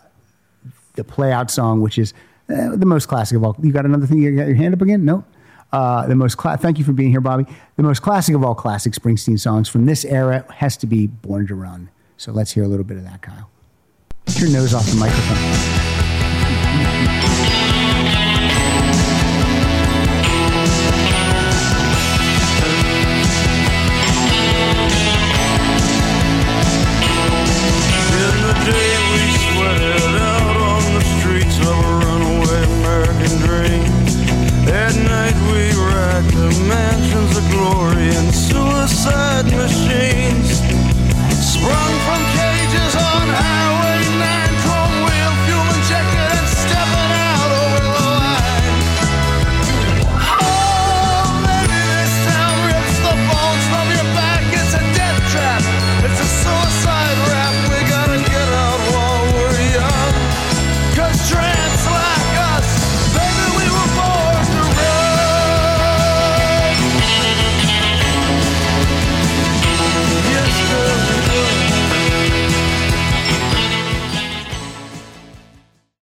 Speaker 2: the play out song, which is uh, the most classic of all. You got another thing? You got your hand up again? No. Uh, the most cla- thank you for being here, Bobby. The most classic of all classic Springsteen songs from this era has to be Born to Run. So let's hear a little bit of that, Kyle. Get your nose off the microphone.
Speaker 1: Oh,